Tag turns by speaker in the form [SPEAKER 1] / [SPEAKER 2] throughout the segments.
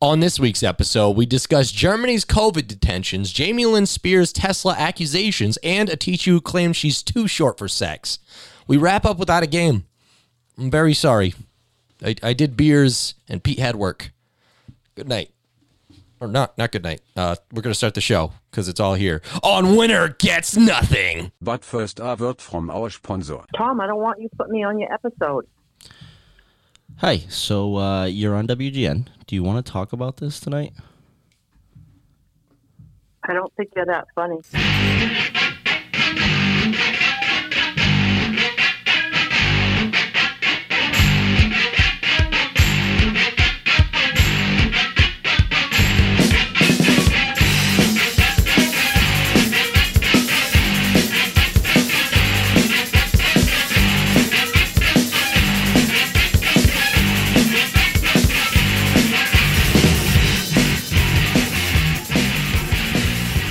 [SPEAKER 1] On this week's episode, we discuss Germany's COVID detentions, Jamie Lynn Spears' Tesla accusations, and a teacher who claims she's too short for sex. We wrap up without a game. I'm very sorry. I, I did beers and Pete had work. Good night. Or not, not good night. Uh, we're going to start the show because it's all here. On Winner Gets Nothing.
[SPEAKER 2] But first a word from our sponsor.
[SPEAKER 3] Tom, I don't want you to put me on your episode.
[SPEAKER 4] Hi, so uh, you're on WGN. Do you want to talk about this tonight?
[SPEAKER 3] I don't think you're that funny.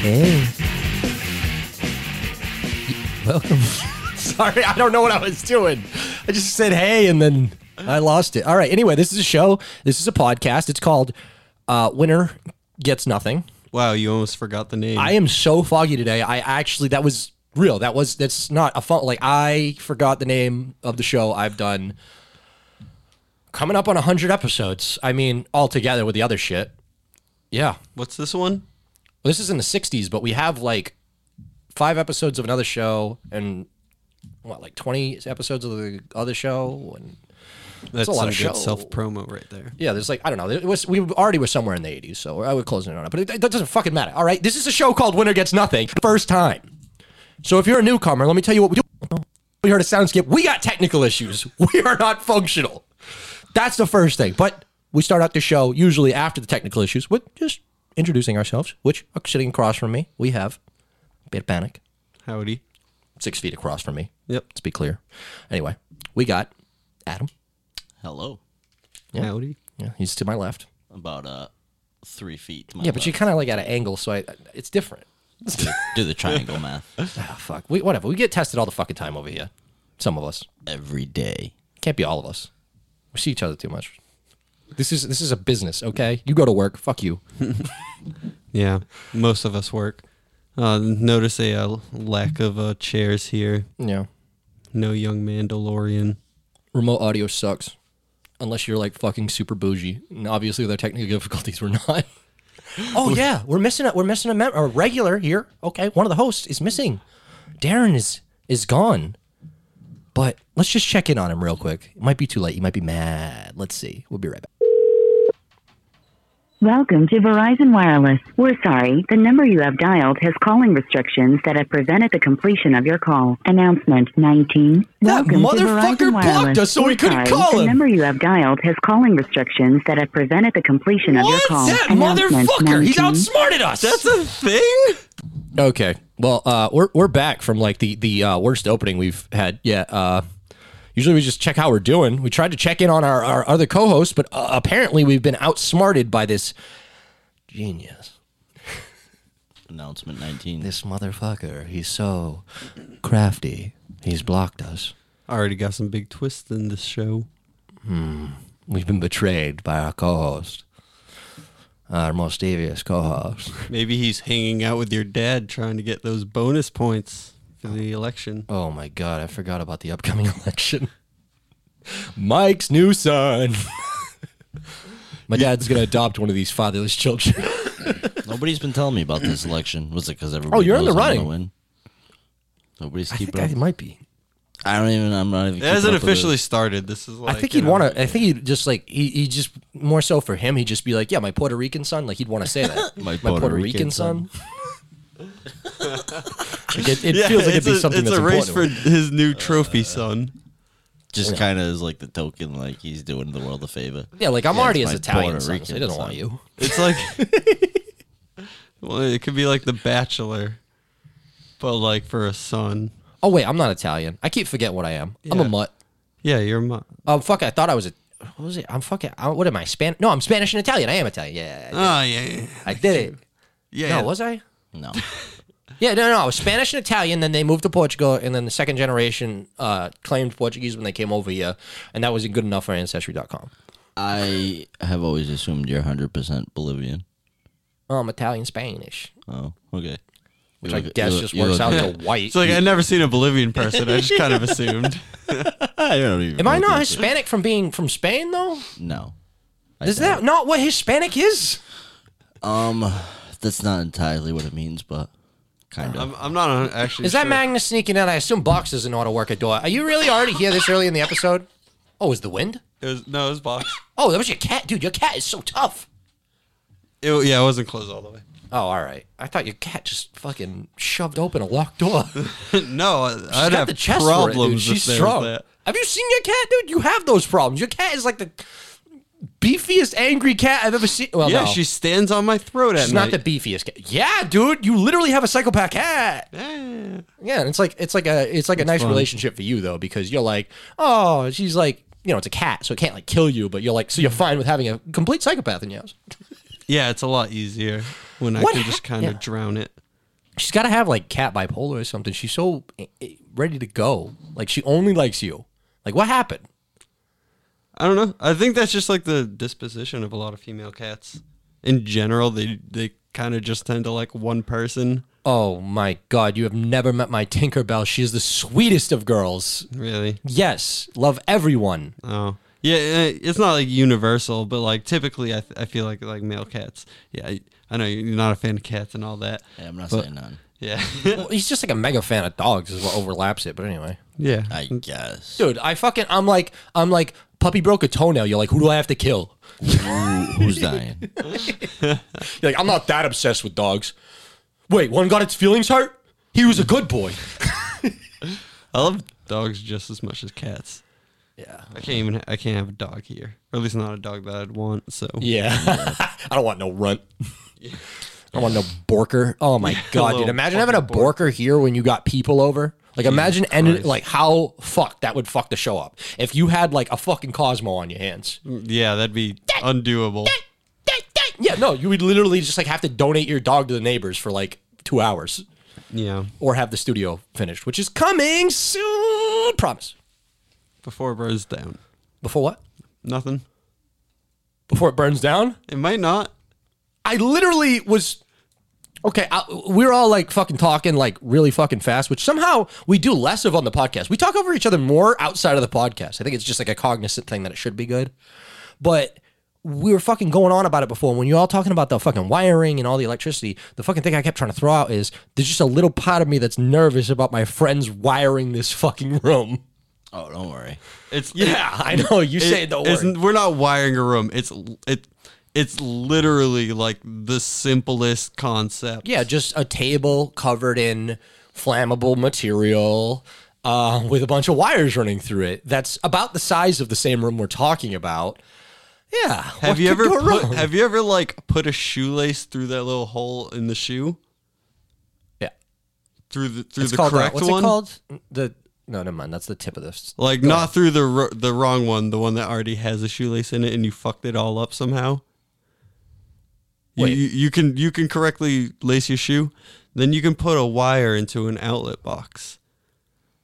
[SPEAKER 4] Hey.
[SPEAKER 1] Welcome. Sorry, I don't know what I was doing. I just said hey and then I lost it. All right. Anyway, this is a show. This is a podcast. It's called uh, Winner Gets Nothing.
[SPEAKER 5] Wow, you almost forgot the name.
[SPEAKER 1] I am so foggy today. I actually that was real. That was that's not a fun like I forgot the name of the show I've done. Coming up on 100 episodes. I mean, all together with the other shit. Yeah.
[SPEAKER 5] What's this one?
[SPEAKER 1] Well, this is in the 60s, but we have like five episodes of another show and what, like 20 episodes of the other show? And
[SPEAKER 5] That's
[SPEAKER 1] a lot
[SPEAKER 5] some
[SPEAKER 1] of show.
[SPEAKER 5] good self promo right there.
[SPEAKER 1] yeah, there's like, I don't know. It was, we already were somewhere in the 80s, so I would close it on it, but it, it doesn't fucking matter. All right. This is a show called Winner Gets Nothing, first time. So if you're a newcomer, let me tell you what we do. We heard a sound skip. We got technical issues. We are not functional. That's the first thing. But we start out the show usually after the technical issues with just introducing ourselves, which are sitting across from me, we have Bit Panic,
[SPEAKER 5] Howdy.
[SPEAKER 1] six feet across from me.
[SPEAKER 5] Yep.
[SPEAKER 1] Let's be clear. Anyway, we got Adam.
[SPEAKER 4] Hello.
[SPEAKER 5] Howdy.
[SPEAKER 1] Yeah, he's to my left.
[SPEAKER 4] About uh, three feet. to my
[SPEAKER 1] Yeah, but
[SPEAKER 4] left.
[SPEAKER 1] you kind of like at an angle, so I, it's different.
[SPEAKER 4] do the triangle math
[SPEAKER 1] Ah, fuck. We, whatever. We get tested all the fucking time over here. Some of us.
[SPEAKER 4] every day.
[SPEAKER 1] Can't be all of us. We see each other too much. This is this is a business, okay? You go to work. Fuck you.
[SPEAKER 5] Yeah, most of us work. Uh, notice a uh, lack of uh, chairs here.
[SPEAKER 1] Yeah.
[SPEAKER 5] No young Mandalorian.
[SPEAKER 1] Remote audio sucks, unless you're like fucking super bougie. And obviously, their technical difficulties were not. oh yeah, we're missing a we're missing a member, a regular here. Okay, one of the hosts is missing. Darren is is gone. But let's just check in on him real quick. It might be too late. He might be mad. Let's see. We'll be right back.
[SPEAKER 6] Welcome to Verizon Wireless. We're sorry, the number you have dialed has calling restrictions that have prevented the completion of your call. Announcement 19.
[SPEAKER 1] That
[SPEAKER 6] Welcome to
[SPEAKER 1] motherfucker
[SPEAKER 6] Verizon
[SPEAKER 1] blocked
[SPEAKER 6] Wireless.
[SPEAKER 1] us, so we
[SPEAKER 6] We're
[SPEAKER 1] couldn't
[SPEAKER 6] sorry,
[SPEAKER 1] call
[SPEAKER 6] The
[SPEAKER 1] him.
[SPEAKER 6] number you have dialed has calling restrictions that have prevented the completion of your
[SPEAKER 1] What's
[SPEAKER 6] call.
[SPEAKER 1] that
[SPEAKER 6] Announcement
[SPEAKER 1] motherfucker? He's
[SPEAKER 6] 19.
[SPEAKER 1] outsmarted us.
[SPEAKER 5] That's a thing?
[SPEAKER 1] Okay. Well, uh, we're we're back from like the the uh, worst opening we've had yet. Uh, usually we just check how we're doing. We tried to check in on our, our other co-host, but uh, apparently we've been outsmarted by this genius.
[SPEAKER 4] Announcement 19.
[SPEAKER 1] This motherfucker. He's so crafty. He's blocked us.
[SPEAKER 5] I already got some big twists in this show.
[SPEAKER 1] We've been betrayed by our co-host, our most devious co-host.
[SPEAKER 5] Maybe he's hanging out with your dad trying to get those bonus points for the election.
[SPEAKER 1] Oh my god, I forgot about the upcoming election. Mike's new son. my dad's gonna adopt one of these fatherless children.
[SPEAKER 4] Nobody's been telling me about this election. Was it because everybody?
[SPEAKER 1] you're in
[SPEAKER 4] knows
[SPEAKER 1] the
[SPEAKER 4] I'm gonna
[SPEAKER 1] running.
[SPEAKER 4] Win? Nobody's
[SPEAKER 1] I think
[SPEAKER 4] keeping
[SPEAKER 1] I-
[SPEAKER 4] up.
[SPEAKER 1] it might be.
[SPEAKER 4] I don't even. I'm not even.
[SPEAKER 5] It hasn't
[SPEAKER 4] keeping up with it.
[SPEAKER 5] officially started. This is like.
[SPEAKER 1] I think
[SPEAKER 5] you
[SPEAKER 1] he'd
[SPEAKER 5] know,
[SPEAKER 1] want to. I think he'd just like he, he just more so for him. He'd just be like, yeah, my Puerto Rican son. Like he'd want to say that,
[SPEAKER 4] My Puerto Rican
[SPEAKER 1] Like, it it
[SPEAKER 5] Yeah,
[SPEAKER 1] feels like it'd
[SPEAKER 5] it's
[SPEAKER 1] be
[SPEAKER 5] a-
[SPEAKER 1] something
[SPEAKER 5] It's
[SPEAKER 1] that's
[SPEAKER 5] a race for
[SPEAKER 1] important. Uh,
[SPEAKER 5] his new trophy son.
[SPEAKER 4] Just kind of is like the token, like he's doing the world a favor.
[SPEAKER 1] yeah, like I'm
[SPEAKER 4] Yeah,
[SPEAKER 1] already
[SPEAKER 4] it's
[SPEAKER 1] his
[SPEAKER 4] my
[SPEAKER 1] Italian
[SPEAKER 4] Puerto
[SPEAKER 1] son, so he
[SPEAKER 4] Rican
[SPEAKER 1] doesn't
[SPEAKER 4] son.
[SPEAKER 1] want you.
[SPEAKER 5] It's like, well, it could be like The Bachelor, but like for a son.
[SPEAKER 1] Oh wait, I'm not Italian. I keep forgetting what I am. I'm a
[SPEAKER 5] Yeah.
[SPEAKER 1] mutt.
[SPEAKER 5] Yeah, your mom.
[SPEAKER 1] Oh fuck! I thought I was a. What was it? I'm fucking. I, what am I? Spanish? No, I'm Spanish and Italian. I am Italian. Yeah, I-
[SPEAKER 5] Oh yeah, yeah,
[SPEAKER 1] I did it.
[SPEAKER 5] yeah.
[SPEAKER 1] No,
[SPEAKER 5] yeah.
[SPEAKER 1] was I?
[SPEAKER 4] No,
[SPEAKER 1] Yeah, no, no. I was Spanish and Italian. Then they moved to Portugal, and then the second generation uh, claimed Portuguese when they came over here, and that wasn't good enough for Ancestry.com.
[SPEAKER 4] I have always assumed you're 100% Bolivian.
[SPEAKER 1] Oh, I'm Italian Spanish,
[SPEAKER 4] Oh, okay.
[SPEAKER 1] which I guess just works out to white.
[SPEAKER 5] It's like I've never seen a Bolivian person. I just kind of assumed.
[SPEAKER 4] I don't Ah, even
[SPEAKER 1] Am I
[SPEAKER 4] know.
[SPEAKER 1] not Hispanic from being from Spain though?
[SPEAKER 4] No. I
[SPEAKER 1] Is that not what Hispanic is?
[SPEAKER 4] Um, that's not entirely what it means, but kind of.
[SPEAKER 5] I'm, I'm not on- actually.
[SPEAKER 1] Is that
[SPEAKER 5] sure.
[SPEAKER 1] Magnus sneaking in? I assume Box doesn't know how to work a door. Are you really already here this early in the episode? Oh, is the wind?
[SPEAKER 5] It was, no, it was box.
[SPEAKER 1] Oh, that was your cat, dude. Your cat is so tough.
[SPEAKER 5] It, yeah, it wasn't closed all the way.
[SPEAKER 1] Oh, all right. I thought your cat just fucking shoved open a locked door.
[SPEAKER 5] no,
[SPEAKER 1] She's
[SPEAKER 5] I'd
[SPEAKER 1] got
[SPEAKER 5] have
[SPEAKER 1] the chest
[SPEAKER 5] problems.
[SPEAKER 1] for it, dude.
[SPEAKER 5] if
[SPEAKER 1] She's
[SPEAKER 5] there was
[SPEAKER 1] strong.
[SPEAKER 5] that.
[SPEAKER 1] Have you seen your cat, dude? You have those problems. Your cat is like the beefiest angry cat I've ever seen. Well,
[SPEAKER 5] Yeah,
[SPEAKER 1] Oh, no.
[SPEAKER 5] she stands on my throat at
[SPEAKER 1] She's
[SPEAKER 5] night.
[SPEAKER 1] not the beefiest cat. Yeah, dude, you literally have a psychopath cat.
[SPEAKER 5] Eh,
[SPEAKER 1] Yeah, and it's like it's like a it's like a nice relationship for you though because you're like, oh, she's like, you know, it's a cat, so it can't like kill you, but you're like, so you're fine with having a complete psychopath in your house.
[SPEAKER 5] yeah, it's a lot easier when
[SPEAKER 1] What
[SPEAKER 5] I can
[SPEAKER 1] hap-
[SPEAKER 5] just kind of
[SPEAKER 1] yeah.
[SPEAKER 5] drown it.
[SPEAKER 1] She's got to have like cat bipolar or something. She's so eh, eh, ready to go. Like she only likes you. Like what happened?
[SPEAKER 5] I don't know. I think that's just like the disposition of a lot of female cats in general. They they kind of just tend to like one person.
[SPEAKER 1] Oh my God, you have never met my Tinkerbell. She is the sweetest of girls.
[SPEAKER 5] Really?
[SPEAKER 1] Yes, love everyone.
[SPEAKER 5] Oh. Yeah, eh, it's not like universal, but like typically, I, th- I feel like like male cats. Yeah, I, I know you're not a fan of cats and all that.
[SPEAKER 4] Yeah, I'm not saying none.
[SPEAKER 5] Yeah,
[SPEAKER 1] Well, he's just like a mega fan of dogs, is what overlaps it. But anyway.
[SPEAKER 5] yeah.
[SPEAKER 4] I guess.
[SPEAKER 1] Dude, I fucking, I'm like, I'm like, puppy broke a toenail. You're like, who do I have to kill?
[SPEAKER 4] Who- who's dying?
[SPEAKER 1] You're like, I'm not that obsessed with dogs. Wait, one got its feelings hurt? He was a good boy.
[SPEAKER 5] I love dogs just as much as cats.
[SPEAKER 1] Yeah.
[SPEAKER 5] I can't even. I can't have a dog here, or at least not a dog that I'd want. So
[SPEAKER 1] Yeah. I don't want no runt. I want no borker. Oh my god, dude!
[SPEAKER 5] little
[SPEAKER 1] Imagine having a borker here when you got people over. Like, imagine ended, like how fuck that would fuck the show up if you had like a fucking Cosmo on your hands.
[SPEAKER 5] yeah, that'd be undoable.
[SPEAKER 1] Yeah, no, you would literally just like have to donate your dog to the neighbors for like two hours,
[SPEAKER 5] Yeah,
[SPEAKER 1] or have the studio finished, which is coming soon. Promise.
[SPEAKER 5] before it burns down,
[SPEAKER 1] Before what?
[SPEAKER 5] nothing.
[SPEAKER 1] Before it burns down.
[SPEAKER 5] It might not.
[SPEAKER 1] I literally was okay. I, we were all like fucking talking like really fucking fast, which somehow we do less of on the podcast. We talk over each other more outside of the podcast. I think it's just like a cognizant thing that it should be good, but. We were fucking going on about it before. and When you're all talking about the fucking wiring and all the electricity, the fucking thing I kept trying to throw out is there's just a little part of me that's nervous about my friends wiring this fucking room.
[SPEAKER 4] Oh, don't worry.
[SPEAKER 5] It's
[SPEAKER 1] Yeah, I know. You
[SPEAKER 5] it-
[SPEAKER 1] say the
[SPEAKER 5] it's-
[SPEAKER 1] word.
[SPEAKER 5] We're not wiring a room. It's it. It's literally like the simplest concept.
[SPEAKER 1] Yeah, just a table covered in flammable material uh, with a bunch of wires running through it. That's about the size of the same room we're talking about. Yeah.
[SPEAKER 5] Have
[SPEAKER 1] what
[SPEAKER 5] you
[SPEAKER 1] could
[SPEAKER 5] ever
[SPEAKER 1] go
[SPEAKER 5] put,
[SPEAKER 1] wrong?
[SPEAKER 5] have you ever like put a shoelace through that little hole in the shoe
[SPEAKER 1] yeah.
[SPEAKER 5] through the through
[SPEAKER 1] It's
[SPEAKER 5] the
[SPEAKER 1] called uh,
[SPEAKER 5] correct
[SPEAKER 1] what's
[SPEAKER 5] one?
[SPEAKER 1] it called? The no, never mind. That's the tip of this.
[SPEAKER 5] Like not through the ro- the wrong one, the one that already has a shoelace in it, and you fucked it all up somehow. You,
[SPEAKER 1] Wait.
[SPEAKER 5] you you can you can correctly lace your shoe, then you can put a wire into an outlet box.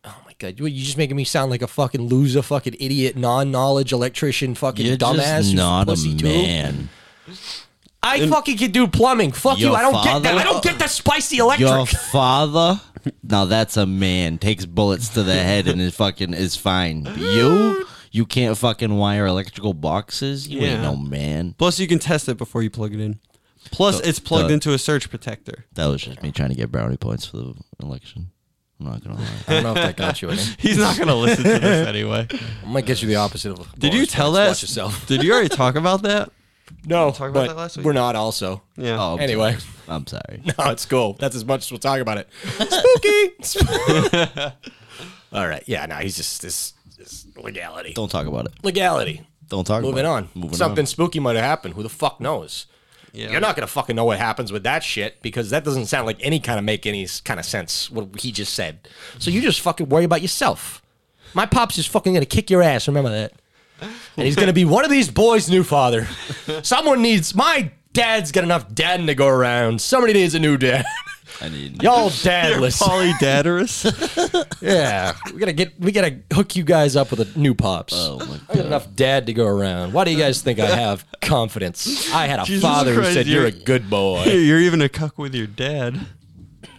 [SPEAKER 1] Oh my god, you- you're just making me sound like a fucking loser, fucking idiot, non-knowledge electrician, fucking
[SPEAKER 4] You're
[SPEAKER 1] dumbass,
[SPEAKER 4] just
[SPEAKER 1] who's
[SPEAKER 4] not
[SPEAKER 1] pussy
[SPEAKER 4] a
[SPEAKER 1] too.
[SPEAKER 4] man.
[SPEAKER 1] I fucking can do plumbing. Fuck you.
[SPEAKER 4] Your
[SPEAKER 1] I don't get that.
[SPEAKER 4] father-
[SPEAKER 1] I don't get the spicy electric.
[SPEAKER 4] Your father? Now that's a man. Takes bullets to the head and is fucking is fine. You? You can't fucking wire electrical boxes. You ain't
[SPEAKER 5] Yeah.
[SPEAKER 4] no man.
[SPEAKER 5] Plus, you can test it before you plug it in. Plus, it's plugged
[SPEAKER 4] the-
[SPEAKER 5] into a surge protector.
[SPEAKER 4] That was just me trying to get brownie points for the election. I'm not gonna
[SPEAKER 1] I
[SPEAKER 4] lie.
[SPEAKER 1] don't know if that got you. Any.
[SPEAKER 5] He's not gonna listen to this anyway.
[SPEAKER 1] I might get you the opposite of.
[SPEAKER 5] Did you
[SPEAKER 1] Boris,
[SPEAKER 5] tell
[SPEAKER 1] but
[SPEAKER 5] that?
[SPEAKER 1] Watch yourself.
[SPEAKER 5] Did you already talk about that?
[SPEAKER 1] No,
[SPEAKER 5] talk about
[SPEAKER 1] but
[SPEAKER 5] that last week?
[SPEAKER 1] we're not. Also,
[SPEAKER 5] Yeah.
[SPEAKER 4] Oh, I'm
[SPEAKER 1] Anyway.
[SPEAKER 4] sorry. I'm sorry.
[SPEAKER 1] no, it's cool. That's as much as we'll talk about it. Spooky. All right. Yeah. No, he's just this, this legality.
[SPEAKER 4] Don't talk about it.
[SPEAKER 1] Legality.
[SPEAKER 4] Don't talk
[SPEAKER 1] Moving
[SPEAKER 4] about
[SPEAKER 1] on.
[SPEAKER 4] it. Moving
[SPEAKER 1] Something
[SPEAKER 4] on.
[SPEAKER 1] spooky might have happened. Who the fuck knows?
[SPEAKER 5] Yeah.
[SPEAKER 1] You're not gonna fucking know what happens with that shit because that doesn't sound like any kind of make any s- kind of sense what he just said. So you just fucking worry about yourself. My pops is fucking gonna kick your ass. Remember that. And he's gonna be one of these boys' new father. Someone needs my dad's got enough dad to go around. Somebody needs a new dad.
[SPEAKER 4] I need.
[SPEAKER 1] Y'all dadless.
[SPEAKER 5] Polydadorous.
[SPEAKER 1] yeah, we gotta get we gotta hook you guys up with a new pops.
[SPEAKER 4] Oh my
[SPEAKER 1] I got enough dad to go around. Why do you guys think I have confidence? I had a
[SPEAKER 5] Jesus
[SPEAKER 1] father who
[SPEAKER 5] Christ,
[SPEAKER 1] said you're,
[SPEAKER 5] you're-
[SPEAKER 1] a good boy.
[SPEAKER 5] You're even a cuck with your dad.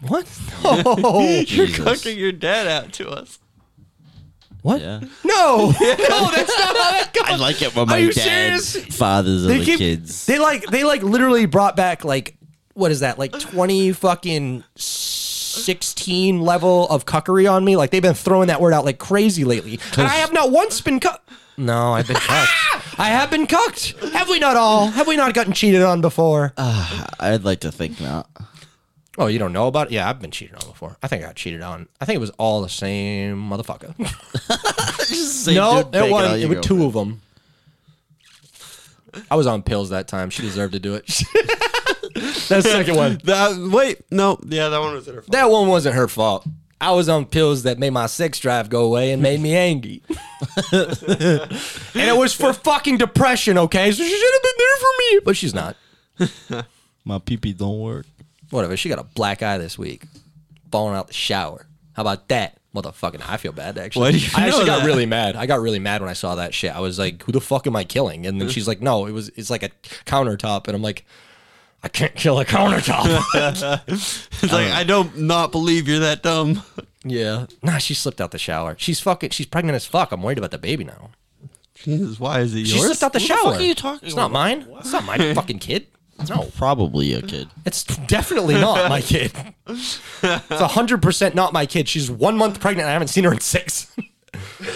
[SPEAKER 1] what? No.
[SPEAKER 5] You're
[SPEAKER 4] Jesus.
[SPEAKER 5] cucking your dad out to us.
[SPEAKER 1] what?
[SPEAKER 4] Yeah.
[SPEAKER 1] No. No, that's not how that goes.
[SPEAKER 4] I like it when my
[SPEAKER 1] you
[SPEAKER 4] dad's
[SPEAKER 1] serious?
[SPEAKER 4] fathers of the
[SPEAKER 1] keep-
[SPEAKER 4] kids.
[SPEAKER 1] They like they like literally brought back like what is that like twenty fucking sixteen level of cuckery on me. Like they've been throwing that word out like crazy lately, and I have not once been cucked. No, I've been cucked. I have been cucked. Have we not all? Have we not gotten cheated on before?
[SPEAKER 4] I'd like to think not.
[SPEAKER 1] oh, you don't know about it? Yeah, I've been cheated on before. I think I got cheated on. I think it was all the same motherfucker. no, it wasn't. It was two of them. I was on pills that time. She deserved to do it. that second one.
[SPEAKER 5] That, wait, no. Yeah, that one was at her fault.
[SPEAKER 1] That one wasn't her fault. I was on pills that made my sex drive go away and made me angry. and it was for fucking depression, okay? So she should have been there for me. But she's not.
[SPEAKER 4] My pee pee don't work.
[SPEAKER 1] Whatever. She got a black eye this week. Falling out the shower. How about that? Motherfucking, I feel bad actually.
[SPEAKER 5] Why do you
[SPEAKER 1] I actually
[SPEAKER 5] know
[SPEAKER 1] got
[SPEAKER 5] that?
[SPEAKER 1] really mad. I got really mad when I saw that shit. I was like, "Who the fuck am I killing?" And then she's like, "No, it was it's like a countertop." And I'm like, "I can't kill a countertop."
[SPEAKER 5] It's
[SPEAKER 1] Uh.
[SPEAKER 5] like, I don't not believe you're that dumb.
[SPEAKER 1] yeah, nah, she slipped out the shower. She's fucking, she's pregnant as fuck. I'm worried about the baby now.
[SPEAKER 5] Jesus, why is it
[SPEAKER 1] She
[SPEAKER 5] yours?
[SPEAKER 1] slipped out the
[SPEAKER 4] Who the
[SPEAKER 1] shower.
[SPEAKER 4] fuck are you talking
[SPEAKER 1] It's not
[SPEAKER 4] about?
[SPEAKER 1] mine. It's not my fucking kid. No,
[SPEAKER 4] Probably a kid.
[SPEAKER 1] it's definitely not my kid. It's hundred percent not my kid. She's one month pregnant. And I haven't seen her in six,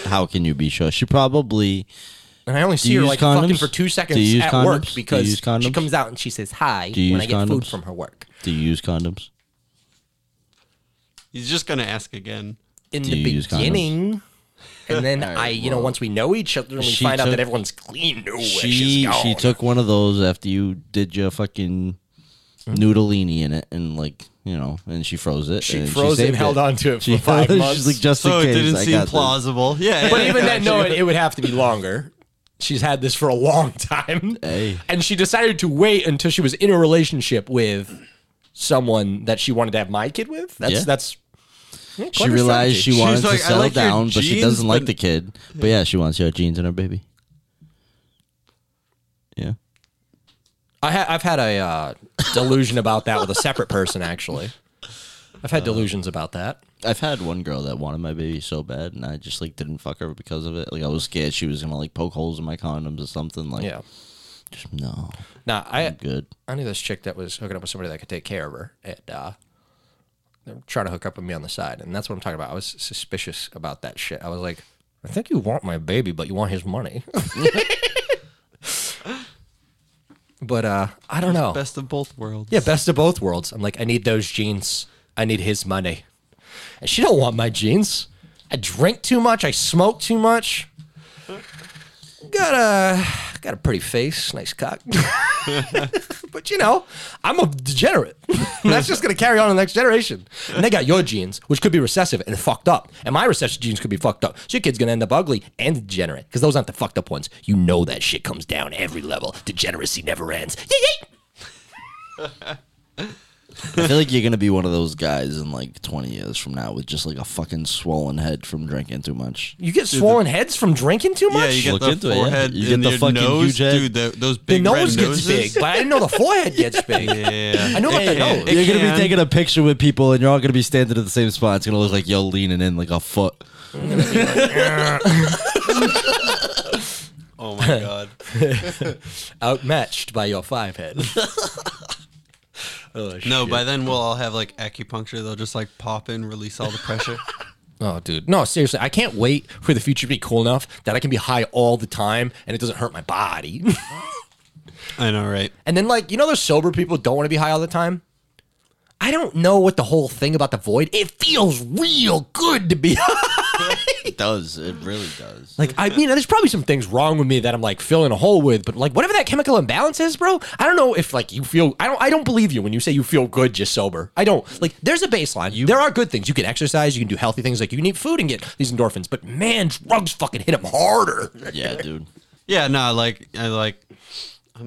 [SPEAKER 4] How can you be sure? She probably.
[SPEAKER 1] and I only see
[SPEAKER 4] you
[SPEAKER 1] her
[SPEAKER 4] use
[SPEAKER 1] like
[SPEAKER 4] condoms?
[SPEAKER 1] fucking for
[SPEAKER 4] Do
[SPEAKER 1] two
[SPEAKER 4] you
[SPEAKER 1] seconds
[SPEAKER 4] use
[SPEAKER 1] at
[SPEAKER 4] condoms?
[SPEAKER 1] work
[SPEAKER 4] Do you
[SPEAKER 1] because
[SPEAKER 4] use condoms?
[SPEAKER 1] she comes out and she says hi
[SPEAKER 4] you
[SPEAKER 1] when I
[SPEAKER 4] use
[SPEAKER 1] get food
[SPEAKER 4] condoms?
[SPEAKER 1] from her work
[SPEAKER 4] Do you use condoms?
[SPEAKER 5] He's just going to ask again.
[SPEAKER 1] in
[SPEAKER 4] Do
[SPEAKER 1] the
[SPEAKER 4] you use condoms?
[SPEAKER 1] beginning. And then I, you know, once we know each other and we
[SPEAKER 4] She
[SPEAKER 1] find out
[SPEAKER 4] took-
[SPEAKER 1] that everyone's clean, no,
[SPEAKER 4] she she took one of those after you did your fucking
[SPEAKER 1] Mm.
[SPEAKER 4] noodleini in it and like you know and uh, she froze it.
[SPEAKER 1] She
[SPEAKER 4] and
[SPEAKER 1] froze it and
[SPEAKER 4] saved
[SPEAKER 1] held on to it for
[SPEAKER 4] She-
[SPEAKER 1] five months.
[SPEAKER 4] She's like just
[SPEAKER 5] So
[SPEAKER 4] in
[SPEAKER 5] it
[SPEAKER 4] case.
[SPEAKER 5] didn't
[SPEAKER 4] I
[SPEAKER 5] seem
[SPEAKER 4] got this."
[SPEAKER 5] plausible. Yeah.
[SPEAKER 1] But
[SPEAKER 5] yeah,
[SPEAKER 1] even then,
[SPEAKER 5] gotcha.
[SPEAKER 1] no, it, it would have to be longer. She's had this for a long time.
[SPEAKER 4] Hey.
[SPEAKER 1] And she decided to wait until she was in a relationship with someone that she wanted to have my kid with. That's
[SPEAKER 4] Yeah.
[SPEAKER 1] that's
[SPEAKER 4] She realized she wanted
[SPEAKER 5] like,
[SPEAKER 4] to
[SPEAKER 5] "I
[SPEAKER 4] settle
[SPEAKER 5] like your
[SPEAKER 4] down, but she
[SPEAKER 5] jeans,
[SPEAKER 4] doesn't like
[SPEAKER 5] but-
[SPEAKER 4] the kid. But yeah, she wants your jeans and her baby. Yeah.
[SPEAKER 1] I ha- I've had a uh, delusion about that with a separate person actually. I've had delusions about that.
[SPEAKER 4] I've had one girl that wanted my baby so bad, and I just like didn't fuck her because of it. Like I was scared she was gonna like poke holes in my condoms or something. Like,
[SPEAKER 1] Yeah.
[SPEAKER 4] just, no,
[SPEAKER 1] Now I
[SPEAKER 4] good.
[SPEAKER 1] I knew this chick that was hooking up with somebody that could take care of her, and uh, they were trying to hook up with me on the side, and that's what I'm talking about. I was suspicious about that shit. I was like, I think you want my baby, but you want his money. but uh, I don't know.
[SPEAKER 5] Best of both worlds.
[SPEAKER 1] yeah, best of both worlds. I'm like, I need those jeans. I need his money, and she don't want my jeans. I drink too much. I smoke too much. Got a got a pretty face, nice cock. But you know, I'm a degenerate. And that's just gonna carry on in the next generation. And they got your genes, which could be recessive and fucked up. And my recessive genes could be fucked up. So your kid's gonna end up ugly and degenerate. Because those aren't the fucked up ones. You know that shit comes down every level. Degeneracy never ends. Yee,
[SPEAKER 4] I feel like you're gonna be one of those guys in like 20 years from now with just like a fucking swollen head from drinking too much.
[SPEAKER 1] yee. You get swollen heads from drinking too
[SPEAKER 5] Yeah,
[SPEAKER 1] much?
[SPEAKER 5] you get
[SPEAKER 4] Look
[SPEAKER 5] the
[SPEAKER 4] into it, yeah.
[SPEAKER 5] forehead.
[SPEAKER 4] You get
[SPEAKER 5] and
[SPEAKER 4] the
[SPEAKER 5] your
[SPEAKER 4] fucking
[SPEAKER 5] nose,
[SPEAKER 4] huge head.
[SPEAKER 5] dude. The, those
[SPEAKER 1] the
[SPEAKER 5] big
[SPEAKER 1] nose
[SPEAKER 5] red
[SPEAKER 1] gets
[SPEAKER 5] noses.
[SPEAKER 1] big, but I didn't know the forehead gets big.
[SPEAKER 5] Yeah.
[SPEAKER 1] I know about the
[SPEAKER 5] Hey, hey,
[SPEAKER 1] nose.
[SPEAKER 5] hey.
[SPEAKER 4] Oh, you're gonna
[SPEAKER 5] can.
[SPEAKER 4] be taking a picture with people, and you're all gonna be standing at the same spot. It's gonna look like you're leaning in like a foot.
[SPEAKER 5] Oh my god.
[SPEAKER 1] Outmatched by your five head. oh, shit.
[SPEAKER 5] No, by then we'll all have like acupuncture. They'll just like pop in, release all the pressure.
[SPEAKER 1] Oh, dude. No, seriously. I can't wait for the future to be cool enough that I can be high all the time and it doesn't hurt my body.
[SPEAKER 5] I know, right?
[SPEAKER 1] and then, like, you know, those sober people don't want to be high all the time? I don't know what the whole thing about the void. It feels real good to be
[SPEAKER 4] It does. It really does.
[SPEAKER 1] Like, I mean, there's probably some things wrong with me that I'm like filling a hole with, but like whatever that chemical imbalance is, bro, I don't know if like you feel I don't I don't believe you when you say you feel good just sober. I don't. Like there's a baseline. there are good things. You can exercise, you can do healthy things, like you can eat food and get these endorphins, but man, drugs fucking hit them harder.
[SPEAKER 4] yeah, dude.
[SPEAKER 5] Yeah, no, like I like. I'm,